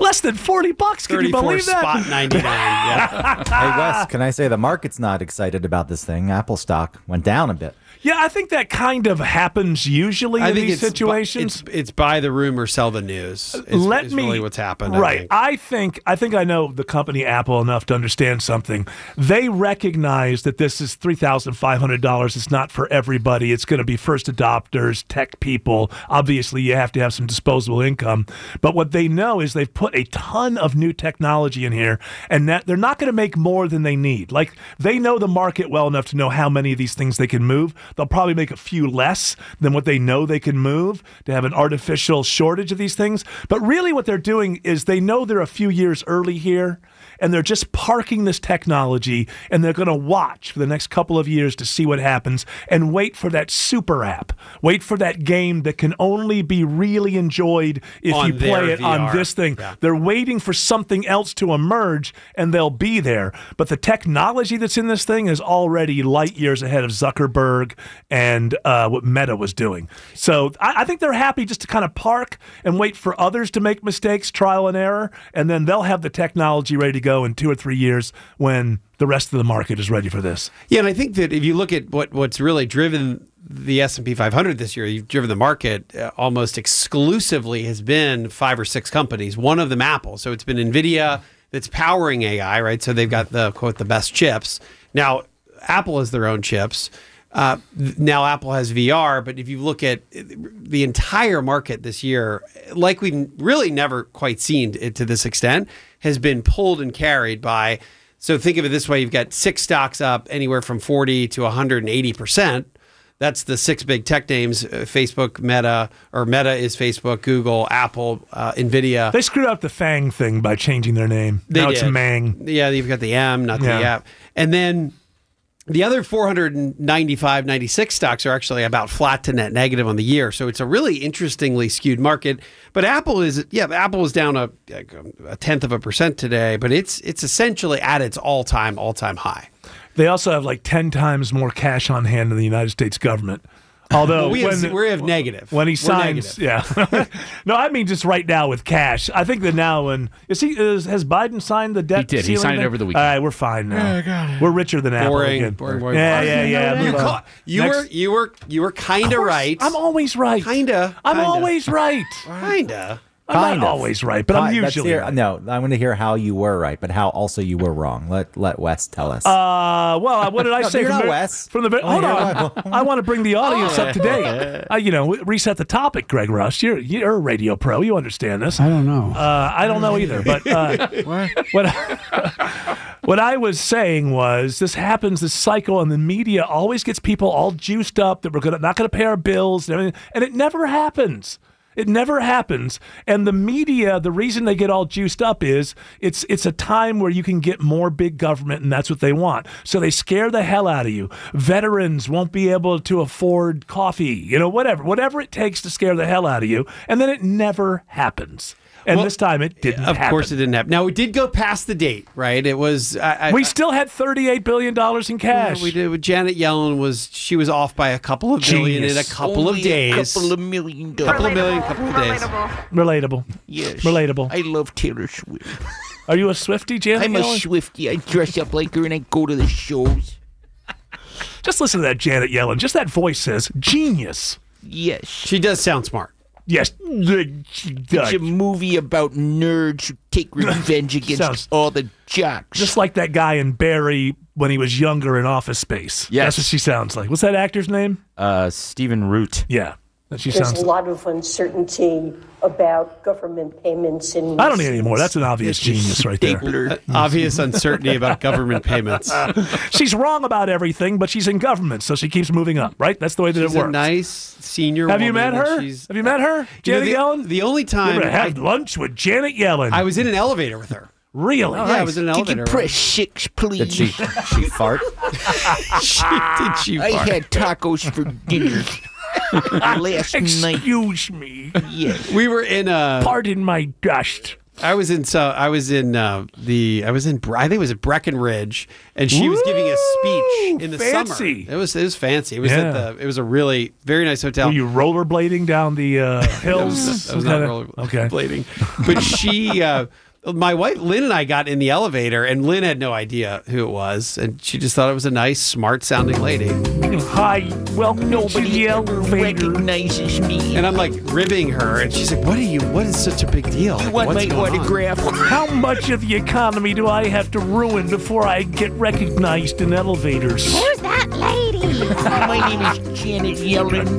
Less than 40 bucks. Can you
34
believe that?
spot 99, yeah.
hey, Wes, can I say the market's not excited about this thing? Apple stock went down a bit.
[LAUGHS] Yeah, I think that kind of happens usually in these
bu-
situations.
it's, it's buy the rumor, sell the news. Is,
Let
is
me
really what's happened. I
Right.
think.
I think. I think I know the company Apple enough to understand something. They recognize that this is three thousand five hundred dollars. It's not for everybody. It's going to be first adopters, tech people. Obviously, you have to have some disposable income. But what they know is they've put a ton of new technology in here, and that they're not going to make more than they need. Like they know the market well enough to know how many of these things they can move. They'll probably make a few less than what they know they can move to have an artificial shortage of these things. But really, what they're doing is they know they're a few years early here and they're just parking this technology and they're going to watch for the next couple of years to see what happens and wait for that super app. Wait for that game that can only be really enjoyed if
On
you
their
play it on
VR.
this thing. They're waiting for something else to emerge and they'll be there. But the technology that's in this thing is already light years ahead of Zuckerberg and uh, what Meta was doing. So I, I think they're happy just to kind of park and wait for others to make mistakes, trial and error, and then they'll have the technology ready to go in two or three years when the rest of the market is ready for this.
Yeah, and I think that if you look at what what's really driven the S and P 500 this year, you've driven the market uh, almost exclusively has been five or six companies. One of them, Apple. So it's been Nvidia that's powering AI, right? So they've got the quote the best chips. Now Apple has their own chips. Uh, th- now Apple has VR, but if you look at uh, the entire market this year, like we've really never quite seen it to this extent, has been pulled and carried by so think of it this way: you've got six stocks up anywhere from forty to one hundred and eighty percent. That's the six big tech names: uh, Facebook, Meta, or Meta is Facebook, Google, Apple, uh, Nvidia.
They screwed up the Fang thing by changing their name.
They
now it's
did.
Mang.
Yeah, you've got the M, not the
Yeah.
app. And then the other 495, 96 stocks are actually about flat to net negative on the year. So it's a really interestingly skewed market. But Apple is, yeah, Apple is down a, like, um, a tenth of a percent today, but it's it's essentially at its all time, all time high.
They also have like 10 times more cash on hand than the United States government. Although
Well, we,
when,
have, we have negative.
when he
We're
signs,
negative.
yeah. [LAUGHS] no, I mean just right now with cash. I think that now when is he is, has Biden signed the debt?
He did. He
ceiling
signed it
thing?
over the weekend.
All right, we're fine now.
Oh, God.
We're richer than Apple
Boring,
again.
boring, boring,
yeah,
boring.
yeah, yeah,
You,
move on.
caught- you
Next-
were you were you were kind
Of
of
course,
right.
I'm always right.
Kinda.
I'm
kinda.
always right.
Kinda.
I'm not
Kind of.
always right, but I'm
Fine, let's
usually
hear-
right.
No, I want to hear how you were right, but how also you were wrong. Let let Wes tell us.
Uh, well, I- what did I
No,
say?
you're
from
not
the,
Wes.
From the very,
Oh,
hold
you're Oh.
on, I want to bring the audience up to date. Uh, you know, reset the topic, Greg Rush. You're you're a radio pro. You understand this. I
don't know.
Uh, I don't know either.
[LAUGHS]
But uh, [LAUGHS] what what I was saying was this happens. This cycle and the media always gets people all juiced up that we're gonna, not going to pay our bills and everything, and it never happens. It never happens. And the media, the reason they get all juiced up is it's it's a time where you can get more big government and that's what they want. So they scare the hell out of you. Veterans won't be able to afford coffee, you know, whatever. Whatever it takes to scare the hell out of you. And then it never happens. And this time it didn't
Of
happen.
course, it didn't happen. Now, it did go past the date, right? It was. I, I,
we still had $38 billion in cash.
Yeah, we did. Janet Yellen was she was off by a couple of billion in a
Genius.
couple
Only
of
a
days.
couple
of million. Couple of million. Couple of days.
Relatable.
Yes.
Relatable.
I love Taylor Swift.
Are you a Swifty, Janet?
I'm a
Yellen?
Swifty. I dress up like her and I go to the shows.
Just listen to that Janet Yellen. Just that voice says genius.
Yes.
She does sound smart.
Yes.
It's a movie about nerds who
[LAUGHS]
take revenge against
Sounds-
all the jocks.
Just like that guy in Barry when he was younger in Office Space. Yes. That's what she sounds like. What's that actor's name?
Uh, Stephen Root.
Yeah. That she
There's
sounds
a lot of uncertainty about government payments and
I don't need any more.
[LAUGHS]
That's an obvious genius right there.
Obvious uncertainty about government
[LAUGHS]
payments.
she's wrong about everything, but she's in government, so she keeps moving up, right? That's the way that
She's
it
a
works.
nice senior.
Have you
woman,
met
and
her?
she's-
Have you met her?
You know,
Janet Yellen?
the, the only time
Time I had
I-
lunch with Janet Yellen.
I was in an elevator with her.
Really?
Oh, Yeah, I was in an elevator. with her.
six, please? [LAUGHS]
Did she-
she fart?
did she
I
fart?
had tacos for
[LAUGHS]
dinner last night.
Excuse me.
Yes.
we were in a
pardon my dust.
I was in so I was in uh, the I was in Bre- I think it was at Breckenridge and she was giving a speech in the
fancy.
summer. It was it was fancy. It was at
Yeah.
the it was a really very nice hotel.
Were you rollerblading down the
[LAUGHS]
uh,
I
hills?
was,
Some
not
kinda-
roller
Okay.
blading. But she, uh, my wife Lynn and I got in the elevator, and Lynn had no idea who it was, and she just thought it was a nice, smart sounding lady.
Hi, welcome
Nobody
to the
ever
elevator.
recognizes me.
And I'm like ribbing her, and she's like, "What are you? What is such a big deal?
You
Like,
want
Oh, what's
my
going on?"
autograph?
How much of the economy do I have to ruin before I get recognized in elevators? [LAUGHS]
Who's that lady?
my name is Janet Yellen.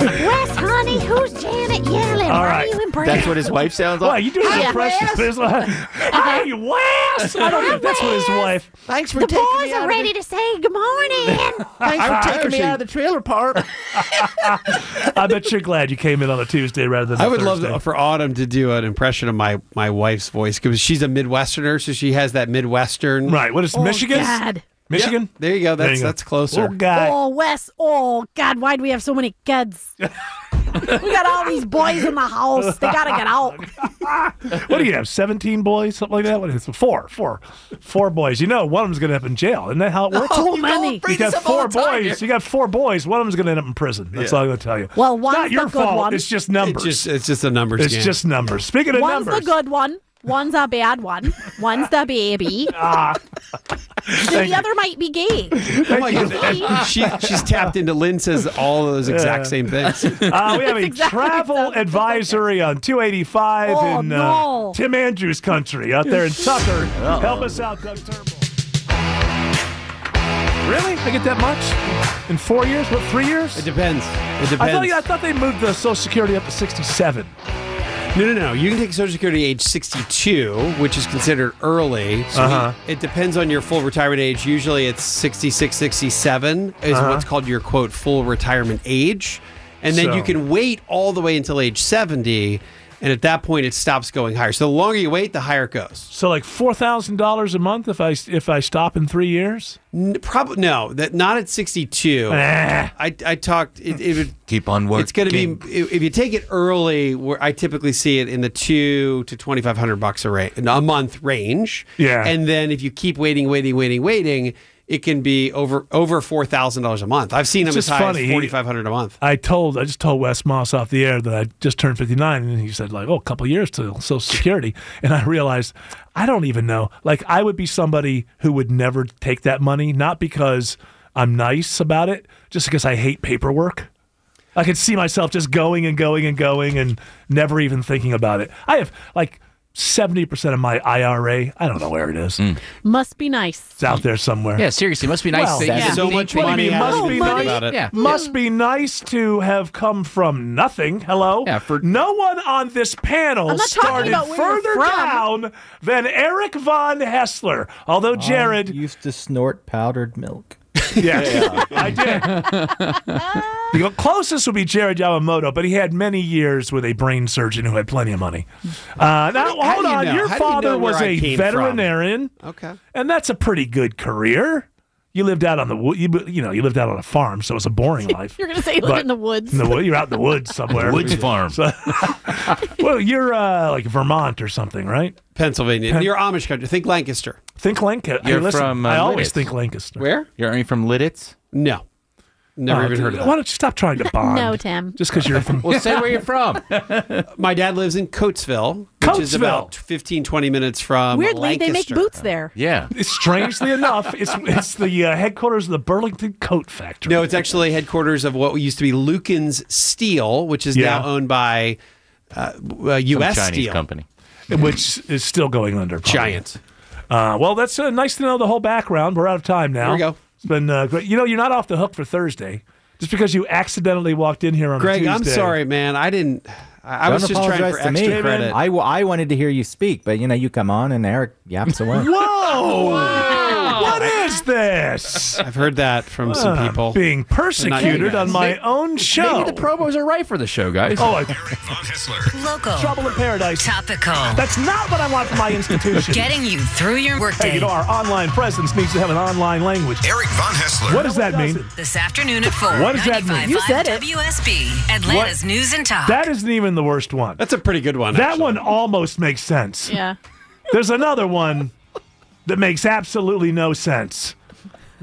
Wes, honey, who's Janet Yellen?
All
Why
right.
are you impressed?
That's what his wife sounds like?
Why, you doing an
Yeah.
impression?
Wes?
It's like, [LAUGHS] Hey, Wes! [LAUGHS] I don't think that's what his wife.
Thanks for
The
taking
boys
me out
are
of
ready
the-
to say good morning.
[LAUGHS] Thanks
I-
for
I
taking me
actually-
out of the trailer park.
I bet you're glad you came in on a Tuesday rather than. I
I would love for Autumn to do an impression of my my wife's voice because she's a Midwesterner, so she has that Midwestern.
Right. What is
Michigan?
Michigan?
Oh, God.
Michigan.
there you go.
you
That's
go.
that's closer.
Oh, God.
Oh, Wes. Oh, God. Why do we have so many kids? we got all these boys in the house. They got to get out.
what do you have? Seventeen boys, something like that. What is it? Four, four, four boys. You know, one of them's going to end up in jail. Isn't that how it works?
Oh, many.
You got four boys. You got four boys. One of them's going to end up in prison. That's
Yeah.
all I'm going to tell you.
Oh, Well,
It's not
one's
your
the good
fault.
one.
It's just numbers.
It's just it's just a numbers
It's
game.
just numbers. [LAUGHS] Speaking of
One's
numbers,
the good one. One's a bad one. One's the baby.
Ah.
[LAUGHS] the other might be gay.
Oh my goodness. she, she's tapped into Lynn says all those exact
Yeah.
same things.
[LAUGHS] Uh, we have a travel advisory on 285
Oh,
in
no.
uh, Tim Andrews country out
[LAUGHS]
there in Tucker.
Oh.
Uh-oh.
Help us out, Doug Turnbull. Really? I get that much? In four years? What, three years? It
depends. It depends.
I thought, I thought they moved the Social Security up to 67.
No, no, no. You can take Social Security age 62, which is considered early. So
Uh-huh.
It depends on your full retirement age. Usually it's 66, 67 is
Uh-huh.
what's called your quote full retirement age. And then you
So-
can wait all the way until age 70. And at that point, it stops going higher. So the longer you wait, the higher it goes.
So like $4,000 a month if I, if I stop in three years?
Probably no, that not at 62.
Eh.
I, I talked. It, it would
Keep on working.
It's going to be if if you take it early. Where I typically see it in the two to twenty five hundred bucks a ra- a month range.
Yeah.
and then if you keep waiting, waiting, waiting, waiting, it can be over over four thousand dollars a month. I've seen
It's
them as
just
high
funny.
as
He-
forty five hundred a month.
I told I just told Wes Moss off the air that I just turned 59, and he said like, "Oh, a couple years to Social Security," [LAUGHS] and I realized I don't even know. Like, I would be somebody who would never take that money, not because I'm nice about it, just because I hate paperwork. I could see myself just going and going and going and never even thinking about it. I have like 70% of my IRA. I don't know where it is.
Must be nice.
It's out there somewhere.
Yeah, seriously, must be nice
Well,
that you
yeah.
so think much
What do you mean,
money
must
out of
be
it.
nice?
About it. Yeah.
Must be nice to have come from nothing. Hello. Yeah, for no one on this panel
I'm not talking
started
about where you're
further
from.
down than Eric von Hessler. Although Jared
used to snort
[LAUGHS]
powdered milk.
Yes, I did. The closest would be Jared Yamamoto, but he had many years with a brain surgeon who had plenty of money. Uh, now,
How
hold
do you
on.
know?
Your
How do you
father
know where
was
I
a
came from?
veterinarian.
Okay.
And that's a pretty good career. You lived out on the wo- you, you know you lived out on a farm, so it's a
[LAUGHS]
boring life.
[LAUGHS] You're gonna say you lived
But-
in the woods.
In the wo- you're out in the woods somewhere.
Woods
farm. [LAUGHS] well, you're uh, like Vermont or something, right?
Pennsylvania.
Pen-
You're Amish country. Think Lancaster.
Think Lancaster.
You're
listen,
from, uh,
I always
Lidditz.
think Lancaster.
Where?
You're you from Lidditz?
No. Never
Oh,
even
dude,
heard of that.
Why don't you stop
[LAUGHS]
trying to bond?
No, Tim.
Just because you're from. [LAUGHS]
Well, say where
you're from.
My dad lives in Coatesville, which is about 15, 20 minutes from
Weirdly, they make
Lancaster.
boots there.
Yeah.
Strangely enough, it's it's the uh, headquarters of the Burlington Coat Factory.
No, it's actually headquarters of what used to be Lucan's Steel, which is
Yeah.
now owned by uh, uh, U.S. Steel.
which is still going under. probably.
Giant.
Uh, well, that's uh, nice to know the whole background. We're out of time now.
There we go.
It's been uh, great. You know, you're not off the hook for Thursday just because you accidentally walked in here on a
Greg, I'm
Tuesday.
sorry, man. I didn't. I, I
Don't
was just trying
apologize
for
to me.
extra credit.
I, w- I wanted to hear you speak, but you know, you come on and Eric yaps away. [LAUGHS]
Whoa! What is this?
I've heard that from some
Ah,
people.
being persecuted on my
Maybe-
own show.
Maybe the promos are right for the show, guys.
[LAUGHS] Oh, I-
Local.
Trouble in paradise.
Topical.
That's not what I want for my institution.
Getting you through your workday.
Hey, you know, our online presence needs to have an online language. Eric Von Hessler. What does that mean?
This afternoon at 4.
What does that mean?
95.5
You said it.
WSB, Atlanta's
What?
news and talk.
That isn't even the worst one.
That's a pretty good one.
That one almost makes sense.
Yeah.
There's another one that makes absolutely no sense.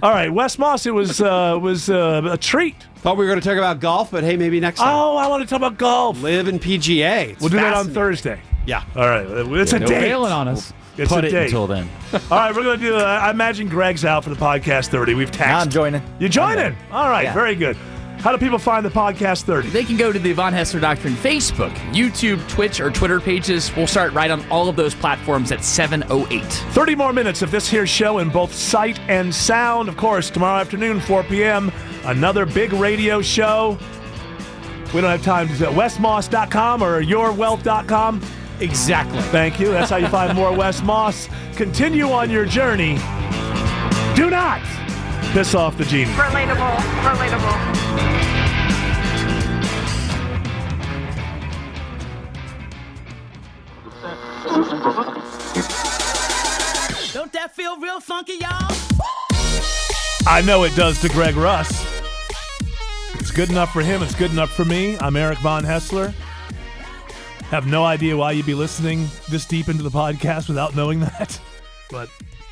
All right, Wes Moss, it was uh, was uh, a treat.
Thought we were going to talk about golf, but hey, maybe next time.
Oh, I want to talk about golf.
Live in PGA. It's
We'll do that on
fascinating.
Thursday.
Yeah.
Oh. All right, uh, it's a
No
date.
bailing
on us.
It's
Put
a
it
date.
until then.
All right, we're going to do. Uh, I imagine Greg's out for the podcast 30. We've taxed. I'm joining. You're joining? All right,
Yeah.
very good. How do people find the podcast 30?
They can go to the Von Hessler Doctrine Facebook, YouTube, Twitch, or Twitter pages. We'll start right on all of those platforms at 708.
30 more minutes of this here show in both sight and sound. Of course, tomorrow afternoon, 4 p.m., another big radio show. We don't have time to westmoss.com or yourwealth.com.
Exactly.
Thank you. That's how you find more West Moss. Continue on your journey. Do not piss off the genie.
Relatable. Relatable.
Don't that feel real funky, y'all?
I know it does to Greg Russ. It's good enough for him. It's good enough for me. I'm Eric Von Hessler. Have no idea why you'd be listening this deep into the podcast without knowing that, [LAUGHS] but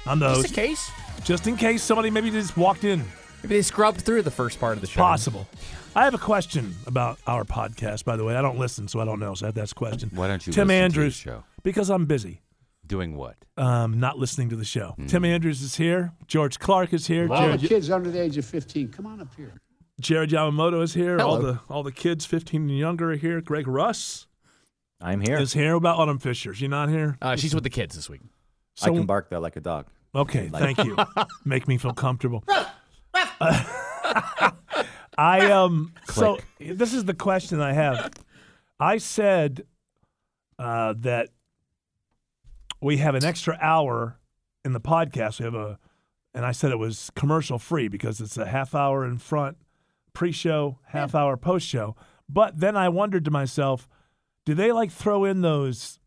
I'm the
Just
host.
in case.
Just in case somebody maybe just walked in.
Maybe they scrubbed through the first part of the show.
Possible. I have a question about our podcast, by the way. I don't listen, so I don't know. So that's a question.
Why don't you
Tim
listen to the
Andrews?
show?
Because I'm busy.
Doing what?
Um, not listening to the show.
Hmm.
Tim Andrews is here. George Clark is here.
All the
Jared-
kids under the age of 15, come on up here.
Jared Yamamoto is here. All
Hello.
the all the kids, fifteen and younger, are here. Greg Russ.
I'm here.
Is here What about Autumn Fisher. She not here.
Uh, she's with the kids this week.
I can bark though like a dog.
Okay,
Like-
thank you. Make me feel comfortable. Uh, [LAUGHS] I um. So this is the question I have. I said uh, that we have an extra hour in the podcast. We have a, and I said it was commercial free because it's a half hour in front, pre-show, half hour post-show. But then I wondered to myself, do they like throw in those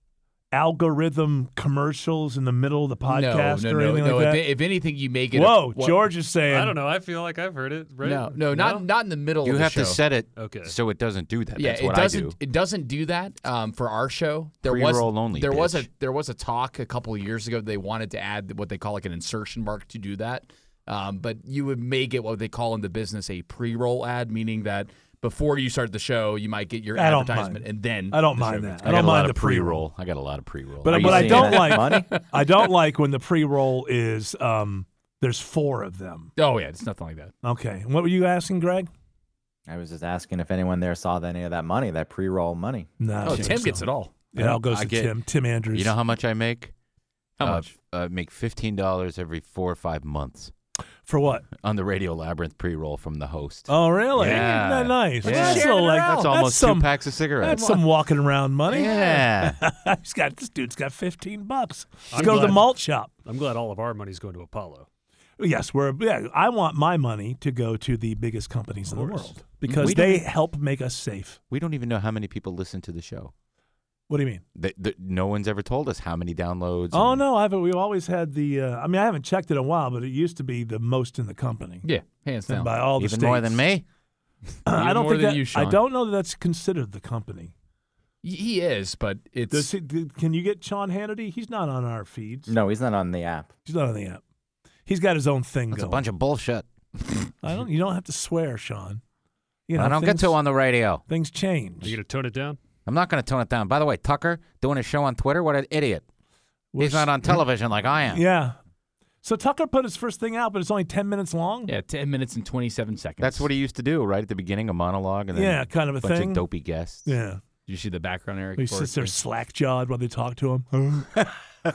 algorithm commercials in the middle of the podcast
no,
or
no,
anything
no.
like
if,
that?
if anything, you make it.
Whoa,
what-
George is saying.
I don't know. I feel like I've heard it. Right?
No, no, not not in the middle.
you
of the
have
show.
to set it
Okay.
so it doesn't do that.
Yeah,
That's
it
what
doesn't-
I do.
it doesn't do that um, for our show. There was
Pre-roll only,
There was a there was a talk a couple of years ago. that They wanted to add what they call like an insertion mark to do that, um, but you would may get what they call in the business a pre-roll ad, meaning that before you start the show, you miuld get your
I don't
advertisement,
mind.
and then
I don't
the show
mind
gets
that.
going.
I don't mind the pre-roll.
I got a lot of pre-roll.
But, but I don't like [LAUGHS] I don't like when the pre-roll is um, there's four of them.
Oh yeah, it's nothing like that.
Okay. And what were you asking, Greg?
[LAUGHS] I was just asking if anyone there saw any of that money, that pre-roll money.
No,
Oh, Tim gets it all.
It all goes to Tim. Tim Andrews.
You know how much I make?
How
Uh,
much?
I make fifteen dollars every four or five months.
For what?
On the Radio Labyrinth pre-roll from the host.
Oh, really?
Yeah.
Isn't that nice?
Yeah.
That's, so, like,
That's almost
some-
two packs of cigarettes.
That's some walking around money.
Yeah.
[LAUGHS] He's got this dude's got fifteen bucks. Let's
I'm
go to the
glad-
malt shop.
I'm glad all of our money's going to Apollo.
Yes, we're. Yeah, I want my money to go to the biggest companies in the
course.
world because
We
they
don't-
help make us safe.
We don't even know how many people listen to the show.
What do you mean?
That that no one's ever told us how many downloads.
Oh no, I've we've always had the. Uh, I mean, I haven't checked it in a while, but it used to be the most in the company.
Yeah, hands
And
down.
by all the
Even more
states.
than
Eh.
me?
I
Even
don't
more
think
than
that,
you,
[CLEARS THROAT] I
Sean.
don't know that that's considered the company.
He is, but it's.
Does he, do- can you get Sean Hannity? He's not on our feeds.
No, he's not on the app.
He's not on the app. He's got his own thing
That's a
going.
bunch of bullshit.
I don't. You don't have to swear, Sean. You know,
I don't
things-
get to on the radio.
Things change.
Are
you gonna tone it down?
I'm not going to tone it down. By the way, Tucker doing a show on Twitter. What an idiot! He's not on television like I am.
Yeah. So Tucker put his first thing out, but it's only ten minutes long.
Yeah,
10 minutes and 27 seconds.
That's what he used to do, right at the beginning, a monologue, and then
Yeah, kind of a
bunch
thing.
of dopey guests.
Yeah.
Did you see the background, Eric?
He sits there slack jawed while they talk to
[LAUGHS]
him.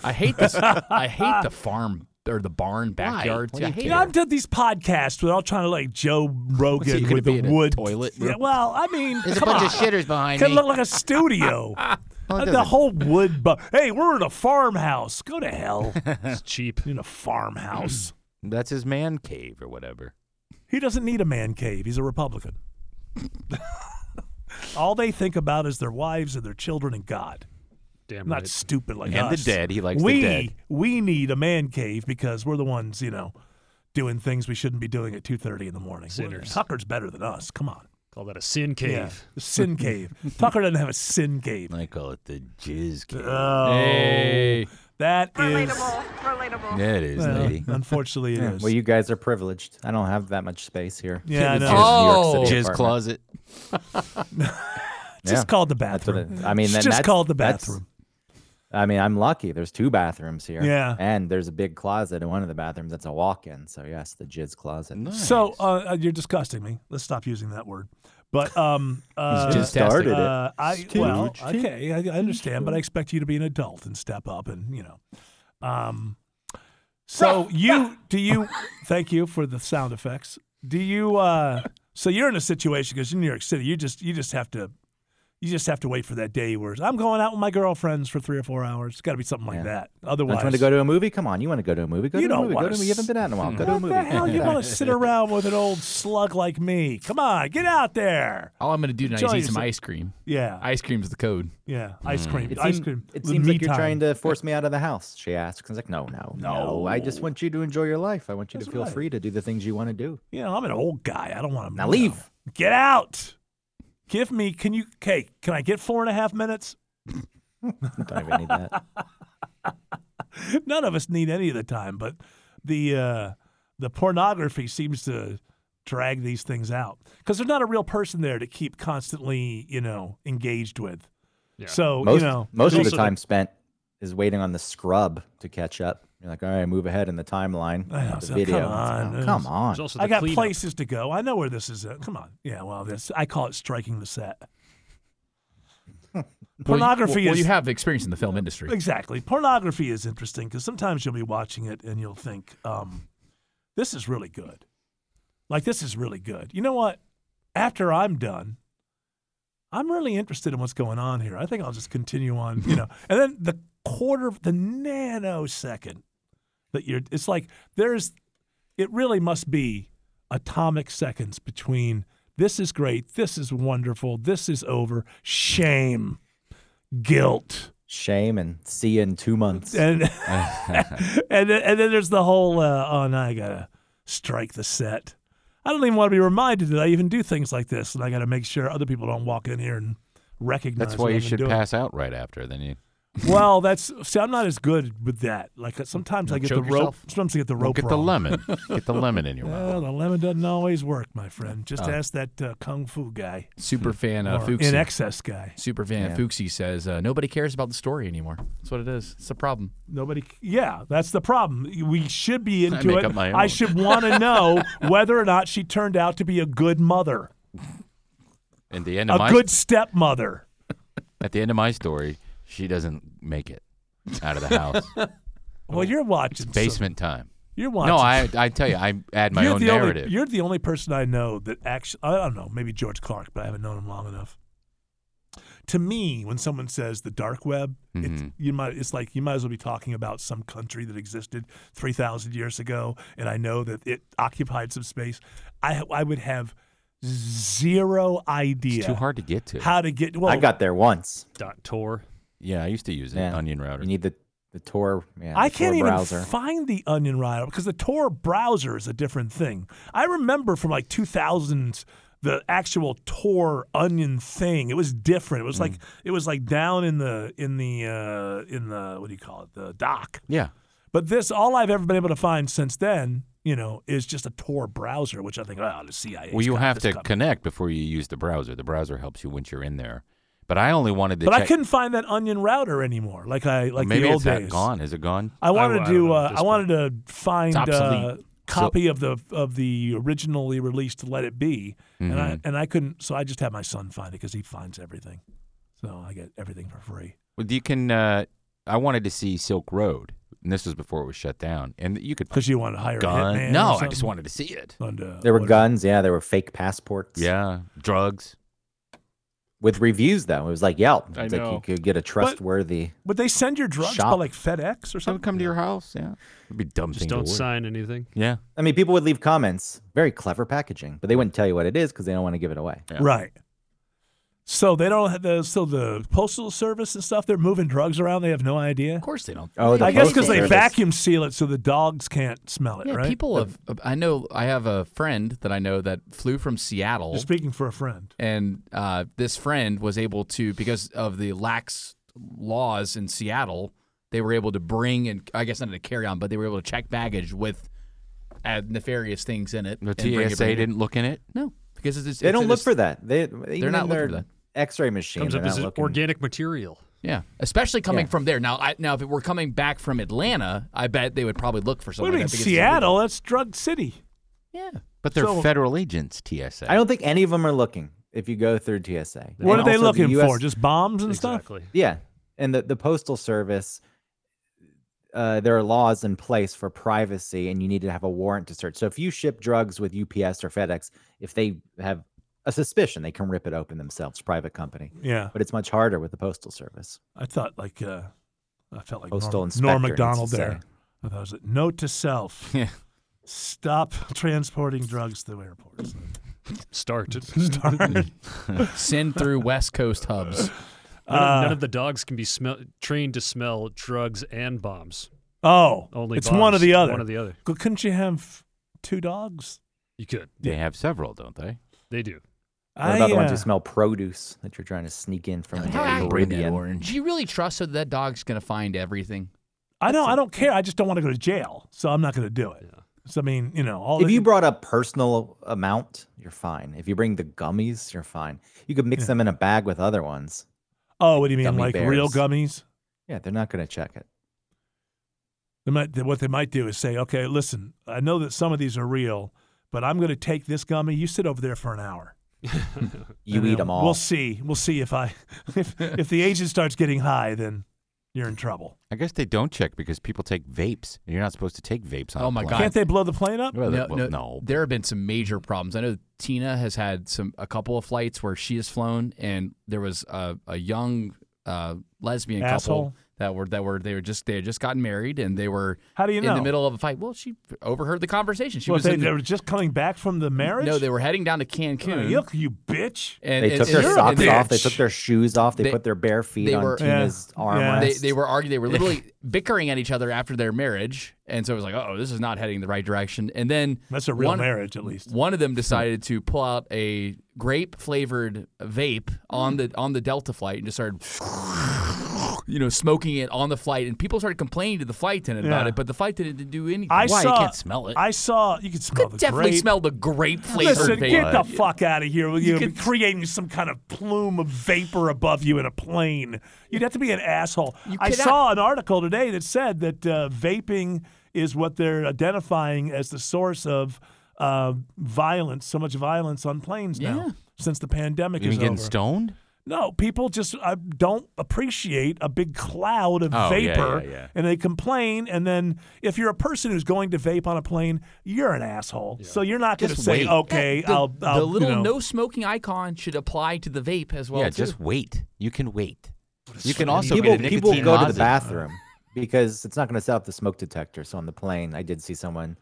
I hate this. I hate
[LAUGHS]
the farm or the barn backyards.
Why?
Yeah, I
you
hate it.
know, I've done these podcasts where they're all trying to like Joe
So
Rogan
you gonna
with
be
the
in a
wood
toilet?
Yeah, well, I mean,
There's a
come
bunch of
on.
shitters behind
Could
me.
look like a studio.
[LAUGHS]
Uh,
it
the
doesn't.
whole wood. Bu- hey, we're in a farmhouse. Go to hell.
[LAUGHS] it's
cheap
in a farmhouse.
[CLEARS THROAT] That's his man cave or whatever.
He doesn't need a man cave. He's a Republican. [LAUGHS] All they think about is their wives and their children and God.
Damn
Not
right.
stupid like
And the
us.
dead. He likes the
we,
dead.
We need a man cave because we're the ones, you know, doing things we shouldn't be doing at 2.30 in the morning.
Sinners.
Tucker's better than us. Come on.
Call that a sin cave.
Yeah, the
[LAUGHS]
sin cave. Tucker doesn't have a sin cave.
I call it the jizz cave.
Oh, that is
Relatable. Yeah, it is,
Well,
lady.
Unfortunately, it is.
Yeah, Well, you guys are privileged. I don't have that much space here.
Yeah, I
It's
know.
just New York
Oh.
City
Jizz
apartment.
closet.
Just [LAUGHS]
Yeah.
called the
That's what
bathroom.
it- I mean,
It's
then
just
that's-
called the
that's-
bathroom.
I mean, I'm lucky. There's two bathrooms here.
Yeah.
and there's a big closet in one of the bathrooms that's a walk-in. So yes, the jizz closet.
So uh, uh, you're disgusting me. Let's stop using that word.
[LAUGHS]
But um, uh,
just started it.
uh, I well,
Stooge.
okay, I, I understand, but I expect you to be an adult and step up, and you know.
[LAUGHS]
Um, so you do you? Thank you for the sound effects. Do you? Uh, so you're in a situation because in New York City, you just you just have to. You just have to wait for that day where it's, I'm going out with my girlfriends for three or four hours. It's got to be something like that.
Don't you
Otherwise,
want to go to a movie? Come on, you want to go to a movie? Go
you
to a
don't
movie. Go
want
to a movie. You haven't been out in a while. Go to a movie.
What the hell? You
[LAUGHS]
want to sit around with an old slug like me? Come on, get out there.
All I'm going to do tonight is
Enjoy
eat some
yourself.
ice cream.
Yeah.
Ice cream's the code. Mm.
Yeah, ice cream. Uh,
It
ice
seem-
cream.
It
The
seems
me
like you're
time.
trying to force me out of the house. She asks. I was like, no, no, no. I just want you to enjoy your life. I want you to feel
right.
free to do the things you want to do.
You know, I'm an old guy. I don't want to.
Now leave.
Get out. Give me. Can you? Okay. Can I get four and a half minutes?
Don't even need that.
[LAUGHS] None of us need any of the time, but the uh, the pornography seems to drag these things out because there's not a real person there to keep constantly, you know, engaged with. So
most,
you know,
most of
there's
the
also-
time spent is waiting on the scrub to catch up. You're like, all right, move ahead in the timeline.
I know,
the
so
video.
Come on.
Oh, come on.
I got places to go. I know where this is. At. Come on. Yeah. Well, this I call it striking the set.
well,
Pornography
you- Well,
is
you have experience in the film industry.
exactly. Pornography is interesting because sometimes you'll be watching it and you'll think, um, "This is really good. Like this is really good." You know what? After I'm done, I'm really interested in what's going on here. I think I'll just continue on. You know, and then the quarter, the nanosecond that you're it's like there's it really must be atomic seconds between this is great this is wonderful this is over shame guilt
Shame and see you in two months.
[LAUGHS]
and
[LAUGHS]
and [LAUGHS] then, and then there's the whole uh, oh now i gotta strike the set i don't even want to be reminded that i even do things like this and i gotta make sure other people don't walk in here and recognize
That's
what
why you
I've been
should
doing.
pass out right after. Then you
well that's see i'm not as good with that like uh, sometimes i
Don't
get the
choke
rope
yourself.
sometimes i get the
Don't
rope
get the
wrong.
lemon. Get the lemon in your mouth.
[LAUGHS] Well, the lemon doesn't always work, my friend. Just
Oh.
ask that uh, kung fu guy.
Super fan uh,
Or
Fuxi.
In excess guy.
Super fan
Yeah.
Fuxi says uh, nobody cares about the story anymore. That's what it is. It's a problem.
Nobody. Yeah, that's the problem. We should be into
make
it.
up my
I
own.
[LAUGHS]
should want to know whether or not she turned out to be a good mother.
And the end of
A
my
good stepmother.
at the end of my story, she doesn't make it [LAUGHS] out of the house.
Well, you're watching
It's
some-
basement time.
You're
No, I
watching-
I tell you, I add my
you're
own
the only-
narrative.
you're the only person I know that actually, I don't know, maybe George Clark, but I haven't known him long enough. To me, when someone says the dark web, it's,
Mhm.
you might, it's like you might as well be talking about some country that existed 3,000 years ago, and I know that it occupied some space. I, I would have [LAUGHS] zero idea.
It's too hard to get to.
How to get. Well,
I got there once.
Dot Tor.
Yeah, I used to use it. Onion router.
You need the the Tor. Yeah,
I
the
can't
Tor
even
browser.
find the Onion Router because the Tor browser is a different thing. I remember from like 2000s the actual Tor Onion thing. It was different. It was like it was like down in the in the uh, in the what do you call it? The dock.
Yeah.
But this all I've ever been able to find since then, you know, is just a Tor browser, which I think oh, the CIA. 's
Well, you
got
have
this
to
covered.
connect before you use the browser. The browser helps you once you're in there. But I only wanted to.
But
check.
I couldn't find that Onion Router anymore. Like I like
maybe
the old
it's that
days.
gone. Is it gone? Oh,
I wanted
I don't
to.
know
uh,
at this
I wanted to find
It's
a
obsolete.
copy of the of the originally released "Let It Be," and I
Mhm.
and I couldn't. So I just had my son find it because he finds everything. So I get everything for free.
Well, you can. Uh, I wanted to see Silk Road, and this was before it was shut down. And you could
because you want to hire a
gun.
hitman or
no, I
something?
just wanted to see it.
And, uh,
There were guns. Yeah, there were fake passports.
Yeah, drugs.
With reviews though, it was like Yelp. It's
I
like
know.
you could get a trustworthy.
Would they send your drugs by
Shop.
like FedEx or something?
come to your house. Yeah, It'd be a dumb
Just
thing to
don't
order.
sign anything.
Yeah.
I mean, people would leave comments. Very clever packaging, but they wouldn't tell you what it is because they don't want to give it away.
right. So they don't. Have the, so the postal service and stuff, they're moving drugs around. They have no idea. Of
course they don't.
Oh, the
I guess because
postal
they
service.
vacuum seal it so the dogs can't smell it.
Yeah,
right?
people have. I know. I have a friend that I know that flew from Seattle.
You're speaking for a friend.
and uh, this friend was able to because of the lax laws in Seattle, they were able to bring and I guess not to carry on, but they were able to check baggage with uh, nefarious things in it.
The TSA didn't look in it.
No, because it's, it's
They don't look
it's-
for that. They
they're not looking for that.
X-ray machine.
Comes
they're
up as
not
an
looking.
organic material.
Yeah, especially coming
Yeah.
from there. Now, I, now if it were coming back from Atlanta, I bet they would probably look for
What
something.
do you mean
like that because it's
Seattle? That's drug city.
Yeah.
But they're
So-
federal agents, TSA.
I don't think any of them are looking. If you go through TSA,
What
And
are
also
they
the
looking
US
for? Just bombs and stuff.
Yeah, and the the postal service. Uh, there are laws in place for privacy, and you need to have a warrant to search. So if you ship drugs with UPS or FedEx, if they have a suspicion, they can rip it open themselves, private company.
Yeah.
but it's much harder with the postal service.
I thought like uh, I felt like
Postal
Norm,
inspector
Norm
needs to
Macdonald
say.
there. I thought it was a note to self.
Yeah.
Stop transporting drugs to airports. [LAUGHS]
Started. [LAUGHS]
Started.
Send through West Coast hubs.
None, of, none
Uh,
of the dogs can be smell, trained to smell drugs and bombs.
Oh,
Only
it's one or
bombs,
the other.
One or the other.
Well, couldn't you have two dogs?
You could.
They have several, don't they?
They do.
What about the ones who smell produce that you're trying to sneak in from the Caribbean?
Do you really trust that that dog's going to find everything?
I don't. I don't care. I just don't want to go to jail, so I'm not going to do it. So I mean, you know, all
If
the-
you brought a personal amount, you're fine. If you bring the gummies, you're fine. You could mix them in a bag with other ones.
oh, what do you mean,
gummy
like real
bears.
gummies?
Yeah, they're not going to check it.
They might, they- what they might do is say, okay, listen, I know that some of these are real, but I'm going to take this gummy. You sit over there for
[LAUGHS]
an hour.
You
And
eat
then
them all.
We'll see. We'll see if I [LAUGHS] if, if the agent starts getting high, then you're in trouble.
I guess they don't check because people take vapes, and you're not supposed to take vapes on.
Oh
a
my
plane.
God.
Can't they blow the plane up?
Well,
no,
well,
no,
no.
There have been some major problems. I know Tina has had some a couple of flights where she has flown, and there was a, a young uh, lesbian
Asshole.
couple that were that were they were just they had just gotten married, and they were
How do you
in
know?
the middle of a fight? Well, she overheard the conversation. She
well,
was
they,
in
they
the-
were just coming back from the marriage.
no, they were heading down to Cancun.
Look, you bitch!
And-
they
and-
took
and-
their
and-
socks
and-
off. They took their shoes off. They,
They-
put their bare feet on Tina's arm.
They, they were arguing.
[LAUGHS]
They were literally bickering at each other after their marriage, and so it was like, oh, this is not heading the right direction. And then
That's a real
one-
marriage, at least.
One of them decided to pull out a grape flavored vape on the on the Delta flight and just started. You know, smoking it on the flight, and people started complaining to the flight attendant about
Yeah.
it, but the flight attendant didn't do anything.
I saw.
You can't smell it.
I saw. You can smell the
Definitely
grape.
smell the grape flavored
Listen,
vape.
get the fuck out of here! With you, creating some kind of plume of vapor above you in a plane. You'd have to be an asshole. I
cannot-
saw an article today that said that uh, vaping is what they're identifying as the source of uh, violence. So much violence on planes now. since the pandemic
You
is
mean getting
over.
stoned?
No, people just uh, don't appreciate a big cloud of
Oh, yeah,
vapor,
yeah, yeah.
and they complain. And then, if you're a person who's going to vape on a plane, you're an asshole. So you're not going to
Just
say,
wait.
"Okay,
That- the,
I'll."
the
I'll you
little
know.
no smoking icon should apply to the vape as well.
yeah,
too.
just wait. You can wait. You can
And
also
people,
get a nicotine
people go to
lozenge.
the bathroom because it's not going to set up the smoke detector. So on the plane, I did see someone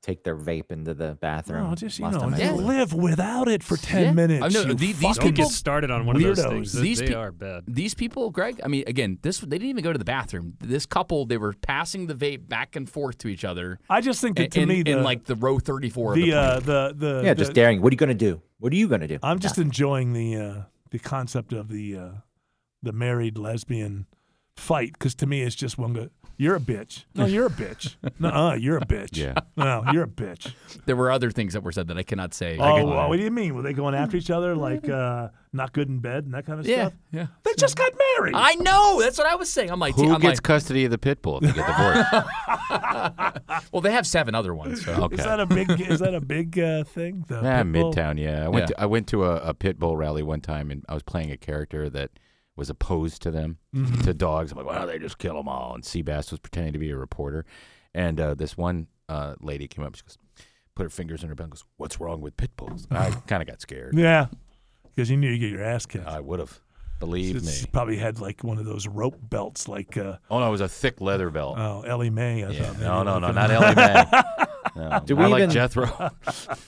take their vape into the bathroom.
No, Oh, just you
last
know,
time I
just
flew.
live without it for ten
Yeah.
Oh,
minutes.
I know, the-
you
these
fucking
people-
started on one of those things. They-
These
they
peo-
are bad.
These people, Greg. I mean, again, this they didn't even go to the bathroom. This couple, they were passing the vape back and forth to each other.
I just think that to
in,
me, the-
in like the row thirty-four.
the,
of the
uh, the the
yeah, just
the-
daring. What are you going to do? What are you going to do?
I'm just enjoying the uh, the concept of the uh, the married lesbian fight because to me it's just one go. You're a bitch. No, you're a bitch. No, [LAUGHS] uh, you're a bitch.
Yeah.
No, you're a bitch.
[LAUGHS] There were other things that were said that I cannot say.
Oh, well, what do you mean? Were they going after each other like uh, not good in bed and that kind of
Yeah,
stuff? Yeah. They just got married.
I know. That's what I was saying. I'm like,
Who
I'm
gets
like,
custody of the pit bull if they get
[LAUGHS]
divorced?
well, they have seven other ones. So.
Okay.
Is that
[LAUGHS]
a big? is that a big uh, thing?
[LAUGHS]
The
Yeah,
pit bull?
Midtown. Yeah, I went. To, I went to a, a pit bull rally one time, and I was playing a character that was opposed to them,
Mm-hmm.
Mhm.
to dogs. I'm like, wow, they just kill them all. And Seabass was pretending to be a reporter, and uh, this one uh, lady came up. She goes, put her fingers in her belt, and goes, "What's wrong with pit bulls?"
[LAUGHS]
And I kind of got scared.
Yeah, because you knew you get your ass kicked.
I would have, believe
It's-
me.
Probably had like one of those rope belts, like uh,
Oh no, it was a thick leather belt.
oh Ellie May. I
Yeah,
thought maybe
no, no,
like
no,
a- [LAUGHS]
not Ellie May. No,
Do
not
we
like
even-
Jethro.
[LAUGHS]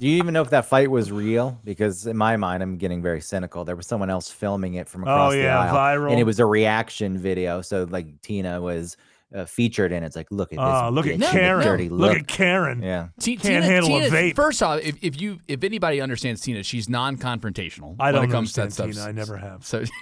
Do you even know if that fight was real? Because in my mind, I'm getting very cynical. There was someone else filming it from
Oh,
across the
yeah,
aisle,
viral.
and it was a reaction video. So like Tina was uh, featured in. it. It's like, look at this.
Oh, look at
bitch with the
Karen.
Dirty
Look
look.
at Karen.
Yeah.
Ti-
Can't handle a
Tina's-
vape.
First off, if, if you if anybody understands Tina, she's non-confrontational.
I
when
don't
it comes to that
understand
stuff.
Tina. I never have.
So [LAUGHS]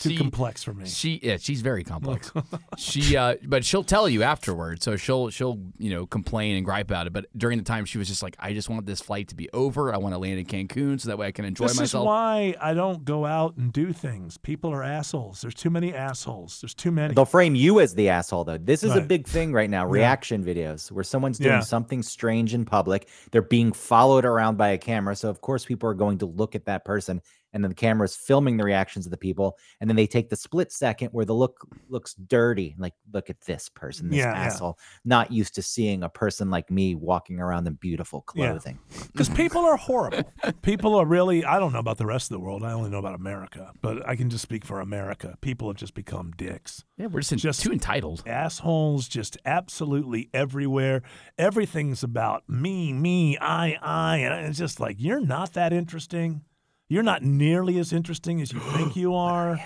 Too complex for me.
She yeah, she's very complex.
[LAUGHS]
she uh, but she'll tell you afterward. So she'll she'll you know complain and gripe about it. But during the time, she was just like, I just want this flight to be over. I want to land in Cancun so that way I can enjoy
this
myself.
is why I don't go out and do things. People are assholes. There's too many assholes. There's too many.
They'll frame you as the asshole, though. This is a
Right.
big thing right now reaction videos where someone's doing
Yeah.
something strange in public. They're being followed around by a camera. So, of course, people are going to look at that person. And then the camera's filming the reactions of the people. And then they take the split second where the look looks dirty. Like, look at this person, this
Yeah, yeah.
asshole, not used to seeing a person like me walking around in beautiful clothing.
Because people are horrible. people are really, I don't know about the rest of the world. I only know about America, but I can just speak for America. People have just become dicks.
Yeah, we're just, too entitled.
Assholes just absolutely everywhere. Everything's about me, me, I, I. And it's just like, you're not that interesting. You're not nearly as interesting as you think you are.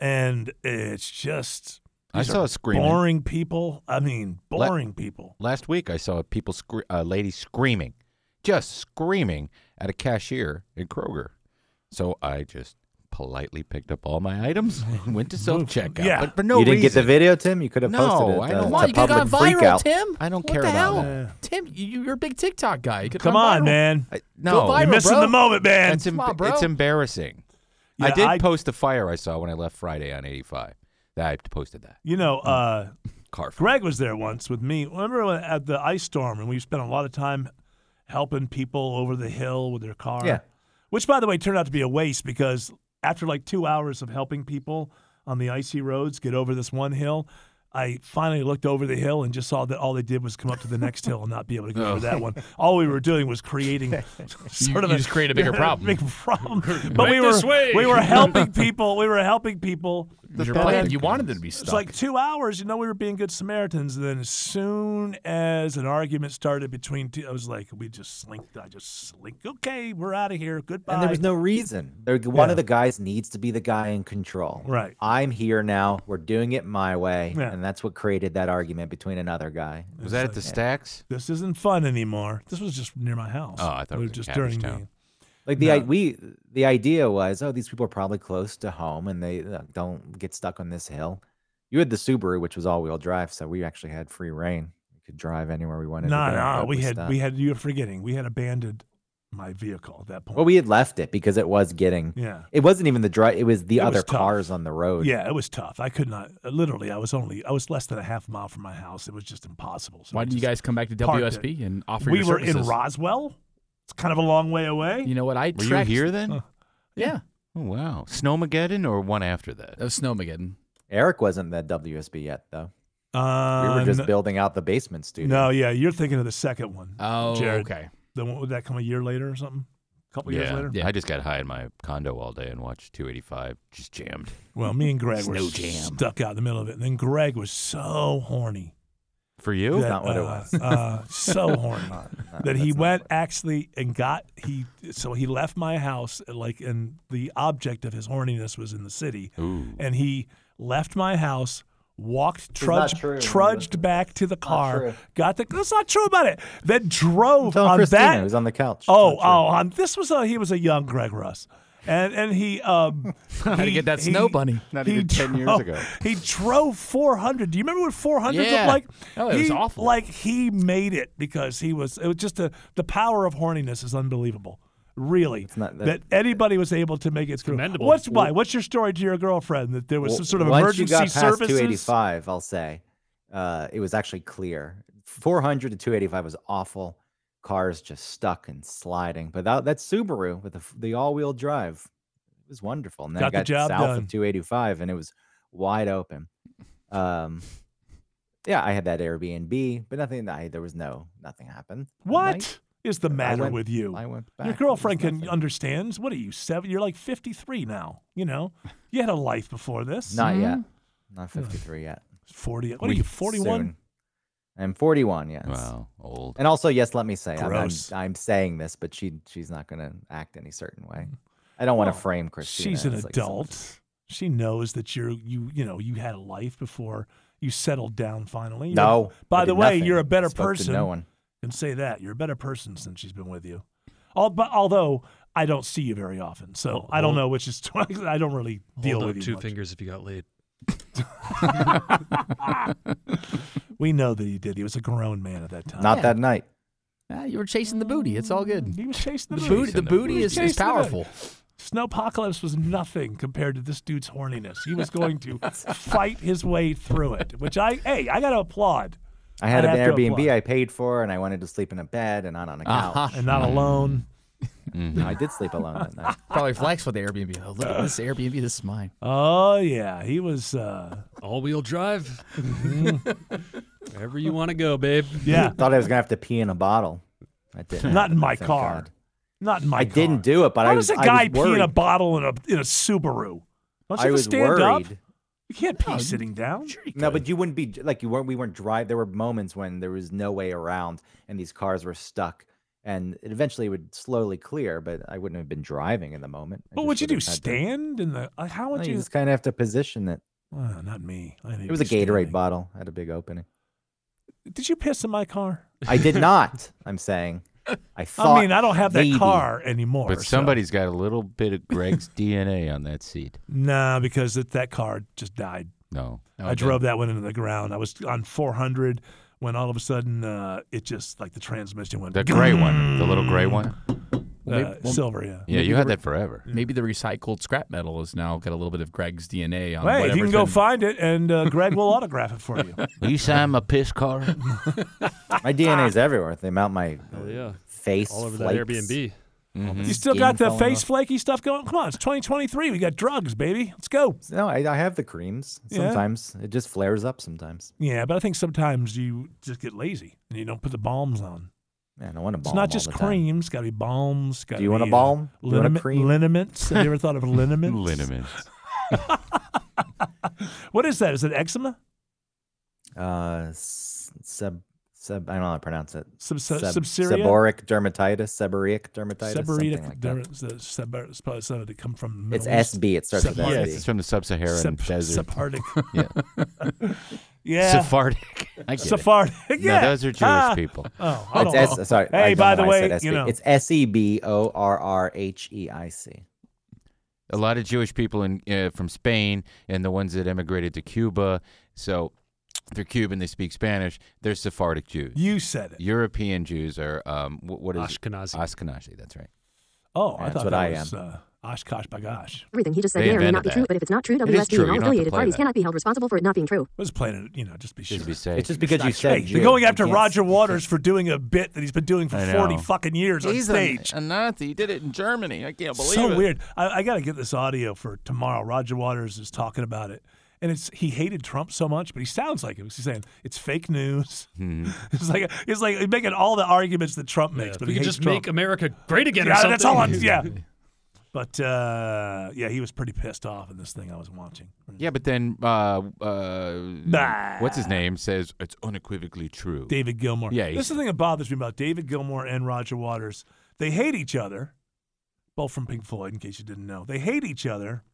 And it's just.
I
these
saw
are
a screaming.
Boring people. I mean,
La-
boring people.
Last week, I saw people, scre- a lady screaming, just screaming at a cashier in Kroger. So I just politely picked up all my
[LAUGHS]
items and went to self checkout.
Yeah.
but, but no
You didn't get the
reason.
video, Tim? You could have posted
No,
it,
I
uh,
don't.
Why? to You could've public gone viral, freakout. Tim.
I don't
What
care
the
about
hell?
that.
Tim, you, you're a big TikTok guy. You could've
Come
gone
on,
viral.
man.
No,
Go viral, bro.
That's
Come
emb-
on, bro.
It's embarrassing. I
Yeah,
did
I-
post the fire I saw when I left Friday on 85. I posted that.
You
Hmm.
know, uh,
Car
Greg was there once with me. Remember when- at the ice storm, and we spent a lot of time helping people over the hill with their car.
Yeah.
Which, by the way, turned out to be a waste because after like two hours of helping people on the icy roads get over this one hill, I finally looked over the hill and just saw that all they did was come up to the next hill and not be able to go
Oh.
over that one. All we were doing
[LAUGHS]
was creating sort of
you just create a
[LAUGHS]
bigger problem.
big
[LAUGHS]
problem. But
Right
we were
this way.
we
[LAUGHS]
were helping people. We were helping people.
Your
And
plan,
then-
you wanted them to be stuck.
it's like two hours. You know, we were being good Samaritans, and then as soon as an argument started between two, I was like, "We just slinked. I just slinked. Okay, we're out of here. Goodbye."
And there was no reason. There, one
Yeah.
of the guys needs to be the guy in control.
Right.
I'm here now. We're doing it my way.
Yeah.
And that's what created that argument between another guy.
Was that at the stacks?
This isn't fun anymore. This was just near my house.
Oh, I thought it
We
was
were
in
just
Cabbage
during
Town.
Like the i- we the idea was, oh, these people are probably close to home and they uh, don't get stuck on this hill. You had the Subaru, which was all-wheel drive, so we actually had free reign. We could drive anywhere we
the.
wanted.
No,
to go
no,
without
we
the
had
stop.
we had. You're forgetting. We had abandoned my vehicle at that point.
Well, we had left it because it was getting.
Yeah.
It wasn't even the drive. It was the
It was
other
tough.
cars on the road.
Yeah, it was tough. I could not. Literally, I was only. I was less than a half mile from my house. It was just impossible. So
Why
I
didn't you
just
guys come back to
parked
WSP
it.
and offer
We
your
were in
services?
Roswell. It's kind of a long way away.
You know what? I
Were you
tracked-
here then?
yeah.
Oh, wow. Snowmageddon or one after that?
That was Snowmageddon.
Eric wasn't at WSB yet, though. we
Uh,
were just
n-
building out the basement studio.
No, yeah, you're thinking of the second one.
Oh,
Jared.
okay.
The one, would that come a year later or something? A couple years
yeah.
later?
I just got high in my condo all day and watched 285. Just jammed.
Well, me and Greg were
Snow jam.
stuck out in the middle of it. And then Greg was so horny.
For you?
that, uh, uh,
[LAUGHS]
so horny that he went actually and got he. So he left my house like, and the object of his horniness was in the city,
Ooh.
and he left my house. Walked,
is not
trudged,
true.
trudged back to the
true.
car. Got the. That's not true about it. Then drove
Tell
on
Oh, Christina,
that.
who's on the couch.
Oh, oh, on this was a he was a young Greg Russ. And and he
[LAUGHS]
um
How to
he-
get that
he-
snow bunny. Not
he
even 10 years
drove-
ago.
He drove 400. Do you remember what 400
Yeah.
looked like?
Oh, it was
He-
awful.
Like he made it because he was it was just a, the power of horniness is unbelievable. Really.
not-
that, anybody was able to make it through.
commendable.
What's why?
Well-
What's your story to your girlfriend that there was some
Well,
sort of
once
emergency
you got past
services?
285, I'll say, uh, it was actually clear. 400 to 285 was awful. Cars just stuck and sliding. But that, that Subaru with the, f- the all-wheel drive it was wonderful. And then
Got the
I got
job
south
done.
of 285, and it was wide open. Um, yeah, I had that Airbnb, but nothing. I, there was no nothing happened.
What is the matter
went-
with you?
I went
Your
back,
girlfriend can understands. What are you seven? You're like 53 now. You know, you had a life before this.
Not yet. Not 53 yet.
40. What are you? 41.
Soon. I'm 41. Yes. Wow.
Old.
And also, yes, let me say, I'm, I'm,
Gross.
I'm saying this, but she she's not going to act any certain way. I don't want
Well,
to frame Christina.
Oh, She's an
as, like, some-
adult. She knows that you're you you know you had a life before you settled down finally. You're-
No,
By
I
the
did
way,
nothing.
you're a better
Spoke to no
person.
one.
Can say that you're a better person since she's been with you. Al- but although I don't see you very often, so I don't
hold-
know which is [LAUGHS] I don't really deal
Hold
with
up
you
two
much.
fingers if you got laid.
[LAUGHS] we know that he did. He was a grown man at that time.
Not that night.
Ah, you were chasing the booty. It's all good.
He was chasing
the
the
booty. The booty is, is
Chasing the booty.
powerful. [LAUGHS]
Snowpocalypse was nothing compared to this dude's horniness. He was going
[LAUGHS]
to fight his way through it, which I hey, I got to applaud.
I had
I
an
have to
Airbnb
applaud.
I paid for, and I wanted to sleep in a bed and not on a couch.
Uh-huh.
and not alone.
No, I did sleep alone that
[LAUGHS]
night.
Probably flex with the Airbnb. Oh, look at this Airbnb.
[LAUGHS]
This is mine.
Oh yeah, [LAUGHS] he was uh Mm-hmm.
All-wheel drive. Wherever you want to go, babe.
Yeah.
[LAUGHS] Thought I was gonna have to pee in a bottle. I didn't.
Not
happen,
in my
thank
car.
God.
not in my
I didn't do it, but
How
I was.
does a
I
guy
was
pee in a
worried.
bottle in a in a Subaru? Don't you
I
have to
was
stand up?
worried.
You can't pee sitting down.
No, but you wouldn't be like you weren't. We weren't drive. There were moments when there was no way around, and these cars were stuck, and it eventually would slowly clear. But I wouldn't have been driving in the moment. I
What would
just
you do?
would've had to-
Stand in the? uh, How
No,
would
you
you?
just kind of have to position it.
Oh, not me. I
It was a Gatorade bottle. Had a big opening.
Did you piss in my car?
I did not. I'm
[LAUGHS]
saying. I thought.
I mean, I don't have that
maybe.
car anymore.
But
so-
somebody's got a little bit of
[LAUGHS]
Greg's DNA on that seat.
Nah, because it, that car just died.
No.
I drove that one into the ground. I was on 400 when all of a sudden uh, it just like the transmission went.
The gray one.
[LAUGHS]
The little gray one.
Well,
Uh,
maybe- well,
silver, yeah.
Yeah,
maybe
you had
the-
that forever.
Maybe the recycled scrap metal has now got a little bit of Greg's DNA on.
Hey, if you
whatever's
can go
been-
find it, and
[LAUGHS]
uh, Greg will autograph it for you.
Will you sign my piss car?
My DNA's everywhere. They mount my
Hell yeah.
face.
All over
flakes. Mm-hmm.
that Airbnb.
You still
skin
got the
falling
face
off.
flaky stuff going? Come on, it's 2023. We got drugs, baby. Let's go.
No, I, I have the creams.
Yeah.
Sometimes it just flares up. Sometimes.
Yeah, but I think sometimes you just get lazy and you don't put the balms on.
Man, I want to
It's not just creams. Got to be balms. Gotta
you want
be,
a
uh,
balm? You want a
liniment-
cream?
Liniments. Have you
[LAUGHS]
ever thought of liniments?
Liniments.
What is that? Is it eczema?
uh s- sub sub I don't know how to pronounce it.
Sub- sub- subseria?
Seboric dermatitis, seborrheic dermatitis, something like that.
It's probably something that come from. the
It's
Middle East.
SB, it starts with
Sephardic.
SB.
Yes, it's from the sub-Saharan
Sep-
desert.
Sephardic.
[LAUGHS] Yeah.
yeah.
[LAUGHS]
Sephardic. I get it.
Sephardic.
No,
Yeah.
those are Jewish
Ah.
people.
Oh, I
It's
don't know.
S, sorry. I
Hey,
don't
by
know
the
why I said
way,
SB.
you know,
it's S E B O R R H E I C.
a lot of Jewish people in uh, from Spain and the ones that emigrated to Cuba. So they're Cuban. They speak Spanish. They're Sephardic Jews.
you said it.
European Jews are um, wh- what is it?
Ashkenazi.
Ashkenazi. That's right.
[LAUGHS] Oh, I
That's
thought
what
that
I
was,
am.
uh, Oshkosh bagosh.
Everything he just said
They
may or may
invented
not be true,
that.
but if it's not true,
It is
WSB
true.
and all
You don't have to
affiliated
play
parties
that.
cannot be held responsible for it not being true.
I was playing it, you know, just be sure.
be safe. It's just
because
you said
Hey,
Jew.
they're going
You
after
can't
Roger Waters for doing a bit that he's been doing for
I know.
40 fucking years
He's
on
a-
stage.
a Nazi. He did it in Germany. I can't believe
so
it.
weird. I, I got to get this audio for tomorrow. Roger Waters is talking about it, and it's he hated Trump so much, but he sounds like it. He's saying it's fake news.
Mm-hmm.
[LAUGHS] It's like it's like he's making all the arguments that Trump makes, but
we
he
could
hates
just
Trump.
make America great again or
Yeah, that's all.
something.
I'm,
[LAUGHS]
yeah. But uh, yeah, he was pretty pissed off in this thing I was watching.
Yeah, but then uh, uh, what's his name says it's unequivocally true.
David Gilmore.
Yeah,
this is the thing that bothers me about David Gilmore and Roger Waters. They hate each other, both from Pink Floyd. In case you didn't know, they hate each other,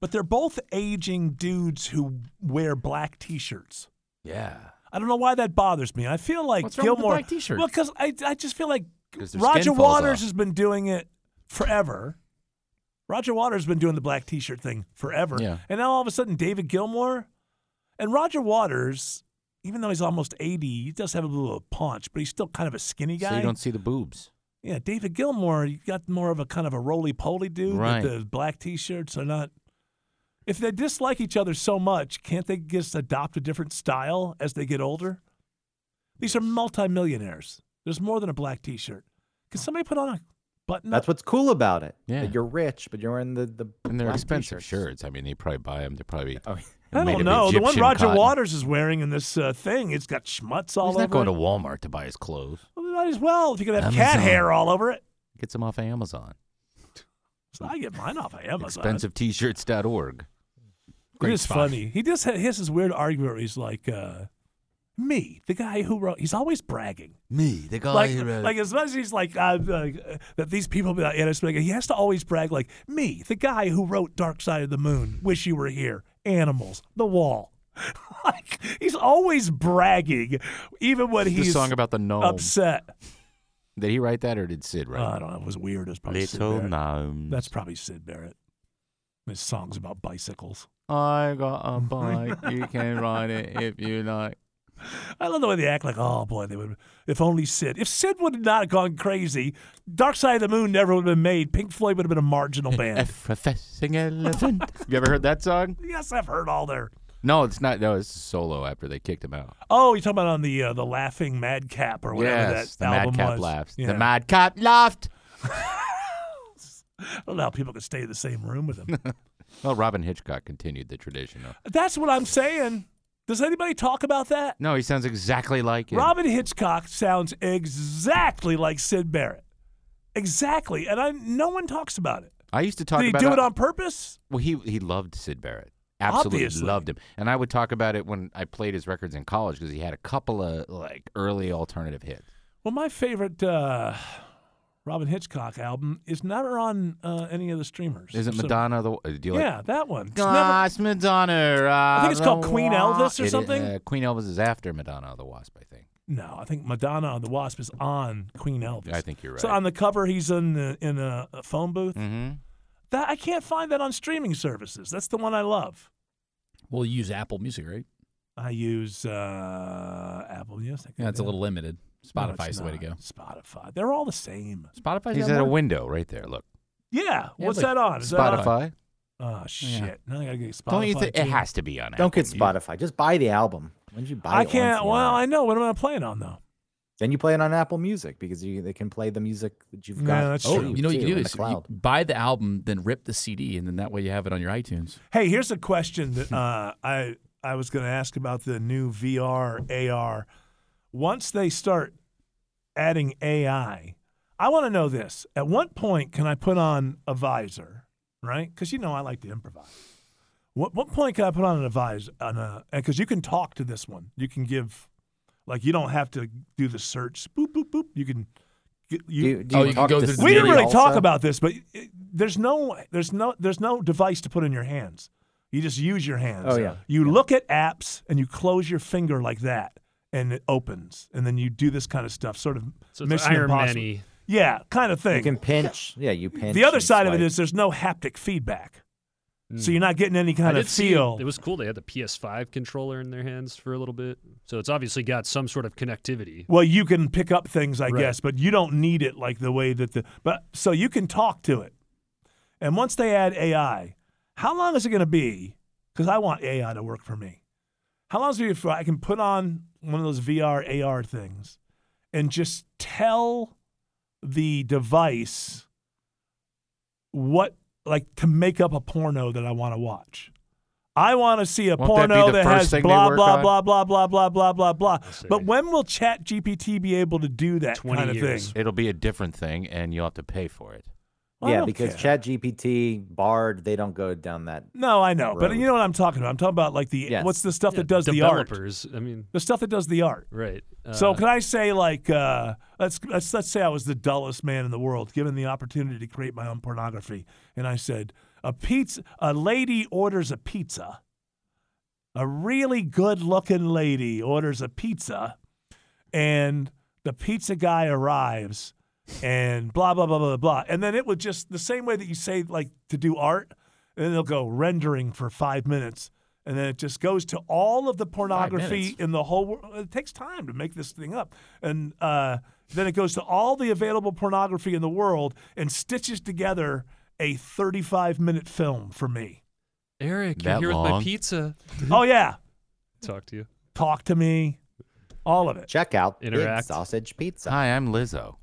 but they're both aging dudes who wear black T-shirts.
Yeah.
I don't know why that bothers me. I feel like
What's wrong with the
Gilmore.
black T-shirts?
Well, because I, I just feel like
'Cause their skin
Roger
falls
Waters
off.
has been doing it forever. Roger Waters has been doing the black T-shirt thing forever,
Yeah.
and now all of a sudden David Gilmore and Roger Waters, even though he's almost eighty, he does have a little paunch, but he's still kind of a skinny guy.
So you don't see the boobs.
yeah, David Gilmore, you got more of a kind of a roly-poly dude.
Right.
That the black T-shirts are not. If they dislike each other so much, can't they just adopt a different style as they get older? These are multimillionaires. There's more than a black T-shirt. Can somebody put on a button?
That's what's cool about it.
Yeah.
that you're rich, but you're in the the
And they're
black
expensive
t-shirts. Oh,
shirts. I mean, they probably buy them. They probably.
I
made
don't
of
know. The one
Egyptian
Roger
cotton.
Waters is wearing in this uh, thing, it's got schmutz all
He's
over
not going
it.
to Walmart to buy his clothes.
Well, might as well if you're gonna have cat
Amazon.
hair all over it.
Gets them off of Amazon.
So I get mine off of Amazon.
ExpensiveT-shirts.org.
it is funny. He just had, he has this weird argument where he's like, uh, "Me, the guy who wrote." He's always bragging.
Me, the guy
like,
who wrote-
like as much as he's like uh, uh, that, these people be like anti-Semitic. He has to always brag, like me, the guy who wrote Dark Side of the Moon, Wish You Were Here, Animals, The Wall. [LAUGHS] like he's always bragging, even when
The
he's
song about the gnome.
upset.
Did he write that or did Sid write
Uh,
it?
I don't know. It was weird. It was probably Sid
Little
Barrett.
gnomes.
That's probably Sid Barrett. His songs about bicycles.
I got a bike. you can
[LAUGHS]
ride it if you [LAUGHS] like.
I love the way they act like, oh boy, they would. If only Sid. If Sid would have not have gone crazy, Dark Side of the Moon never would have been made. Pink Floyd would have been a marginal
[LAUGHS]
band.
Professing elephant. you ever heard that song?
[LAUGHS] yes, I've heard all their.
No, it's not. No, it's solo after they kicked him out.
Oh, you're talking about on the uh, the Laughing Madcap or whatever
Yes,
that
the
album
Madcap
was.
Laughs. The
Madcap
laughed.
I don't know how people can stay in the same room with him.
[LAUGHS] Well, Robin Hitchcock continued the tradition.
[LAUGHS]
Of,
That's what I'm saying. Does anybody talk about that?
no, he sounds exactly like it.
Robin Hitchcock sounds exactly like Sid Barrett. Exactly. And I no one talks about it.
I used to talk
Did he
about
do
how-
it on purpose?
Well, he he loved Sid Barrett. Absolutely
Obviously.
loved him. And I would talk about it when I played his records in college because he had a couple of like early alternative hits.
Well, my favorite uh, Robin Hitchcock album is never on uh, any of the streamers.
Isn't
So-
Madonna the uh, do you
yeah,
like?
that one. It's never-
Glass Madonna. I
think it's called Queen Elvis or something.
uh, Queen Elvis is after Madonna of the Wasp, I think.
no, I think Madonna on the Wasp is on Queen Elvis.
I think you're right.
So on the cover, he's in the, in a, a phone booth.
Mhm.
That I can't find that on streaming services. That's the one I love.
We'll use Apple Music, right?
I use uh, Apple Music.
Yeah, it's a
Yeah.
little limited.
No,
Spotify's
it's
the way to go.
not. Spotify. Uh, They're all the same.
Spotify's
He's at a window right there. Look,
Yeah.
Yeah,
What's
like
that on? Is That on?
Spotify.
Oh shit! Now I gotta get Spotify.
Don't you think it
too.
has to be on?
Don't get Spotify. Just buy the album. When you buy,
I
it once,
can't.
you
Well,
know.
I know. What am I playing on though?
then you play it on Apple Music because you they can play the music that you've got.
oh,
free,
you know what you
too,
can do
in
is
the
you
cloud.
buy the album, then rip the CD, and then that way you have it on your iTunes.
Hey, here's a question that uh, I I was going to ask about the new VR AR. Once they start adding AI, I want to know this: at what point can I put on a visor, right? Because you know I like to improvise. What what point can I put on an advisor? On a because you can talk to this one. You can give, like you don't have to do the search. Boop boop boop. You can.
Do-
get-
do you Oh, you can talk go to through the
we didn't
Siri
really talk
also?
about this, but it- there's no there's no there's no device to put in your hands. You just use your hands.
Oh, yeah.
You look at apps and you close your finger like that, and it opens, and then you do this kind of stuff, sort of
So it's
Mission
Iron
Impossible.
Man-y.
Yeah, kind of thing.
You can pinch. Yeah, you pinch.
The other
and
side of
swipe.
it is there's no haptic feedback. So you're not getting any kind
Hmm. I
of
did see-
feel.
it was cool. They had the PS5 controller in their hands for a little bit, so it's obviously got some sort of connectivity.
well, you can pick up things, I
Right.
guess, but you don't need it like the way that the. But so you can talk to it. And once they add AI, how long is it going to be? Because I want AI to work for me. How long is it gonna be before I can put on one of those VR, AR things and just tell the device what, like, to make up a porno that I want to watch? I want to see a
Won't that be
porno
the
that,
first
has
thing they
blah
work
blah,
on?
blah blah blah blah blah blah blah. But when will Chat GPT be able to do that kind of thing?
It'll be a different thing, and you'll have to pay for it.
I
yeah,
don't
because
care.
ChatGPT, Bard, they don't go down that.
No, I know, but
road.
you know what I'm talking about. I'm talking about like the
Yes.
what's the stuff
Yeah,
that does the art,
developers. I mean,
the stuff that does the art.
right.
so
Uh,
can I say like uh, let's, let's let's say I was the dullest man in the world, given the opportunity to create my own pornography, and I said a pizza, a lady orders a pizza, a really good-looking lady orders a pizza, and the pizza guy arrives, and blah blah blah blah blah, and then it would just the same way that you say like to do art, and then they'll go rendering for five minutes. And then it just goes to all of the pornography
minutes.
in the whole world. It takes time to make this thing up. And uh, then it goes to all the available pornography in the world and stitches together a 35 minute film for me.
Eric,
That
you're here with my
long?
pizza.
Oh, yeah.
Talk to you.
Talk to me. All of it.
Check out
Interact.
Big Sausage Pizza.
Hi, I'm Lizzo.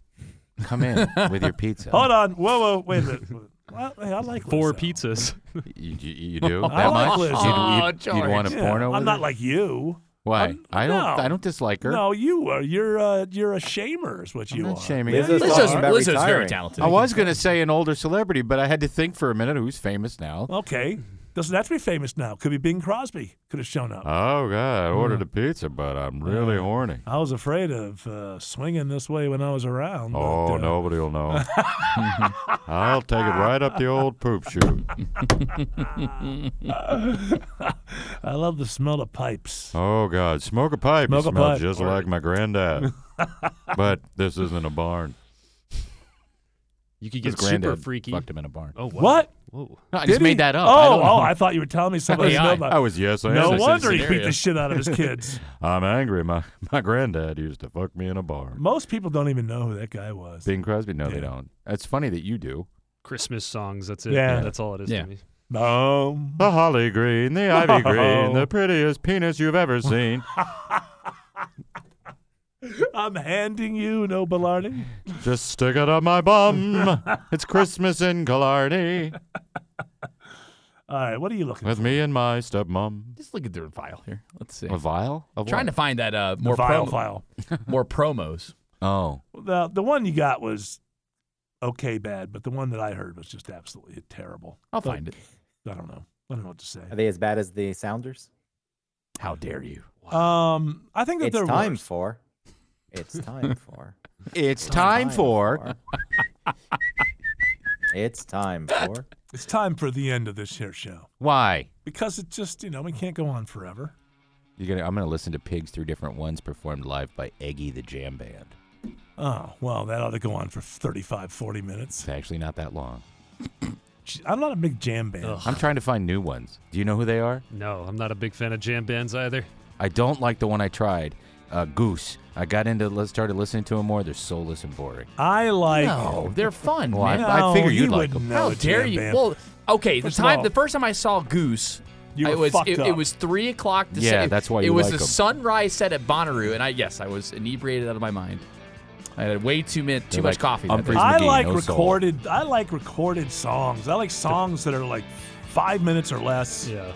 Come
[LAUGHS]
in with your pizza.
Hold on. Whoa, whoa. Wait a minute. Well, hey, I like
Four
Lizzo.
pizzas.
You, you,
[LAUGHS]
you do
I
that
like
much?
Lizzo.
You'd, you'd, you'd want a
Yeah,
porno?
I'm
with
not
her?
like you.
Why?
I'm-
I don't.
no.
I don't dislike her.
No, you are. You're uh, you're a shamer, is what you
I'm
are.
not shaming her.
Lizzo's
talking about Lizzo's very retiring. talented.
I was going to say an older celebrity, but I had to think for a minute who's famous now.
Okay. Doesn't have to be famous now. Could be Bing Crosby. Could have shown up.
Oh, God. I
Mm-hmm.
ordered a pizza, but I'm really horny.
I was afraid of uh, swinging this way when I was around. but,
Oh,
uh,
nobody
[LAUGHS]
will know. I'll take it right up the old poop
[LAUGHS]
chute.
[LAUGHS] I love the smell of pipes.
Oh, God. Smoke a pipe.
Smoke a
it smells
pipe.
just like my
[LAUGHS]
granddad. but this isn't a barn.
You could
His
get super
granddad
freaky.
fucked him in a barn.
Oh, wow.
What?
Whoa.
No, I
Did
just made
he?
that up. I
Oh,
don't
oh,
know.
I thought you were telling
[LAUGHS]
me somebody
Yeah,
know
I-
about.
I was yes, I
No
am. This is
wonder he beat
scenario.
the shit out
[LAUGHS]
of his kids.
I'm angry. My, my granddad used to fuck me in a barn.
Most people don't even know who that guy was.
Bing Crosby? No,
Yeah.
they don't. It's funny that you do.
Christmas songs. That's it.
Yeah.
That's all it is
Yeah.
to me.
Um,
the holly green, the
[LAUGHS]
ivy green,
Whoa.
the prettiest penis you've ever
[LAUGHS]
seen.
[LAUGHS] I'm handing you no
[LAUGHS]
Bellardi.
Just stick it up my bum. It's Christmas in Killarney
All right, what are you looking
with me and my stepmom.
Just look at their file here. Let's see.
A vial? Of
Trying to
what?
find that uh, more
vial
promo-
file.
more promos.
Oh.
for? The, the one you got was okay bad, but the one that I heard was just absolutely terrible.
I'll find it.
I don't know. I don't know what to say.
Are they as bad as the Sounders?
How dare you?
Um, I think that
It's
they're
time
worse.
for. It's time for.
[LAUGHS]
It's time for.
[LAUGHS] It's time for.
It's time for the end of this here show
Why?
because it just you know we can't go on forever.
You're gonna, I'm going to listen to Pigs Through Different Ones performed live by Eggy the Jam Band.
Oh well, that ought to go on for 35, 40 minutes.
It's actually not that long.
[CLEARS THROAT] Gee, I'm not a big jam band.
I'm trying to find new ones. Do you know who they are?
No, I'm not a big fan of jam bands either.
I don't like the one I tried. Uh, Goose. I got into li- started listening to them more. They're soulless and boring.
I like.
No, they're fun.
Well, I,
man.
I
No,
figure
he
you'd like
wouldn't
them.
know
How
a
dare
jam
you?
band.
Well, okay.
First
the
of
time,
all-
the first time I saw Goose,
You
I
were
was
fucked
it,
up.
it was three o'clock. To
Yeah,
it-
that's why
it
you
was
like
the
'em.
sunrise set at Bonnaroo, and I yes, I was inebriated out of my mind. I had way too mi- too
They're
much
like
coffee. that
Humphreys
day.
I
McGee,
like
no soul.
recorded. I like recorded songs. I like songs that are like five minutes or less.
Yeah.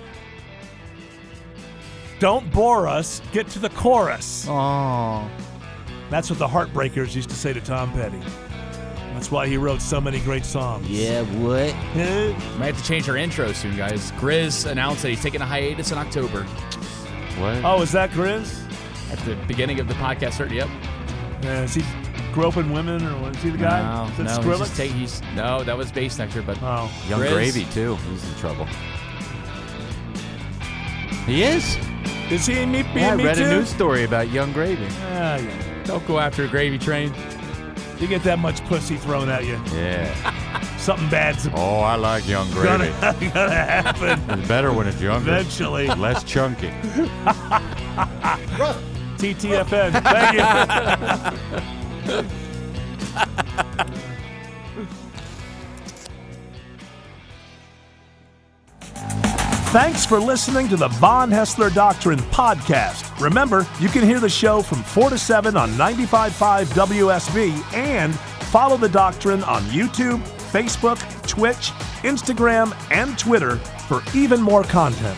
Don't bore us. Get to the chorus.
Oh.
That's what the Heartbreakers used to say to Tom Petty. That's why he wrote so many great songs.
Yeah, what?
Eh,
Might have to change our intro soon, guys. Grizz announced that he's taking a hiatus in October
What?
Oh, is that Grizz?
at the beginning of the podcast. Certainly, yep.
Yeah, is he groping women or what? Is he the guy? is that
no, he's
Skrillex?
just take- he's- no, that was Bass Nectar, but
oh,
Young
Grizz-
Gravy too. He's in trouble. He is.
is he in me? Be
Yeah, I
me
read
too?
a news story about Young Gravy.
Ah, yeah.
Don't go after a gravy train.
You get that much pussy thrown at you,
Yeah.
[LAUGHS] something bad's
Oh, I like Young
gonna,
Gravy.
[LAUGHS] gonna happen
It's better when it's younger.
eventually.
Less chunky.
TTFN. Thank you. Thanks for listening to the Von Hessler Doctrine podcast. Remember, you can hear the show from 4 to 7 on 95.5 WSB and follow the doctrine on YouTube, Facebook, Twitch, Instagram, and Twitter for even more content.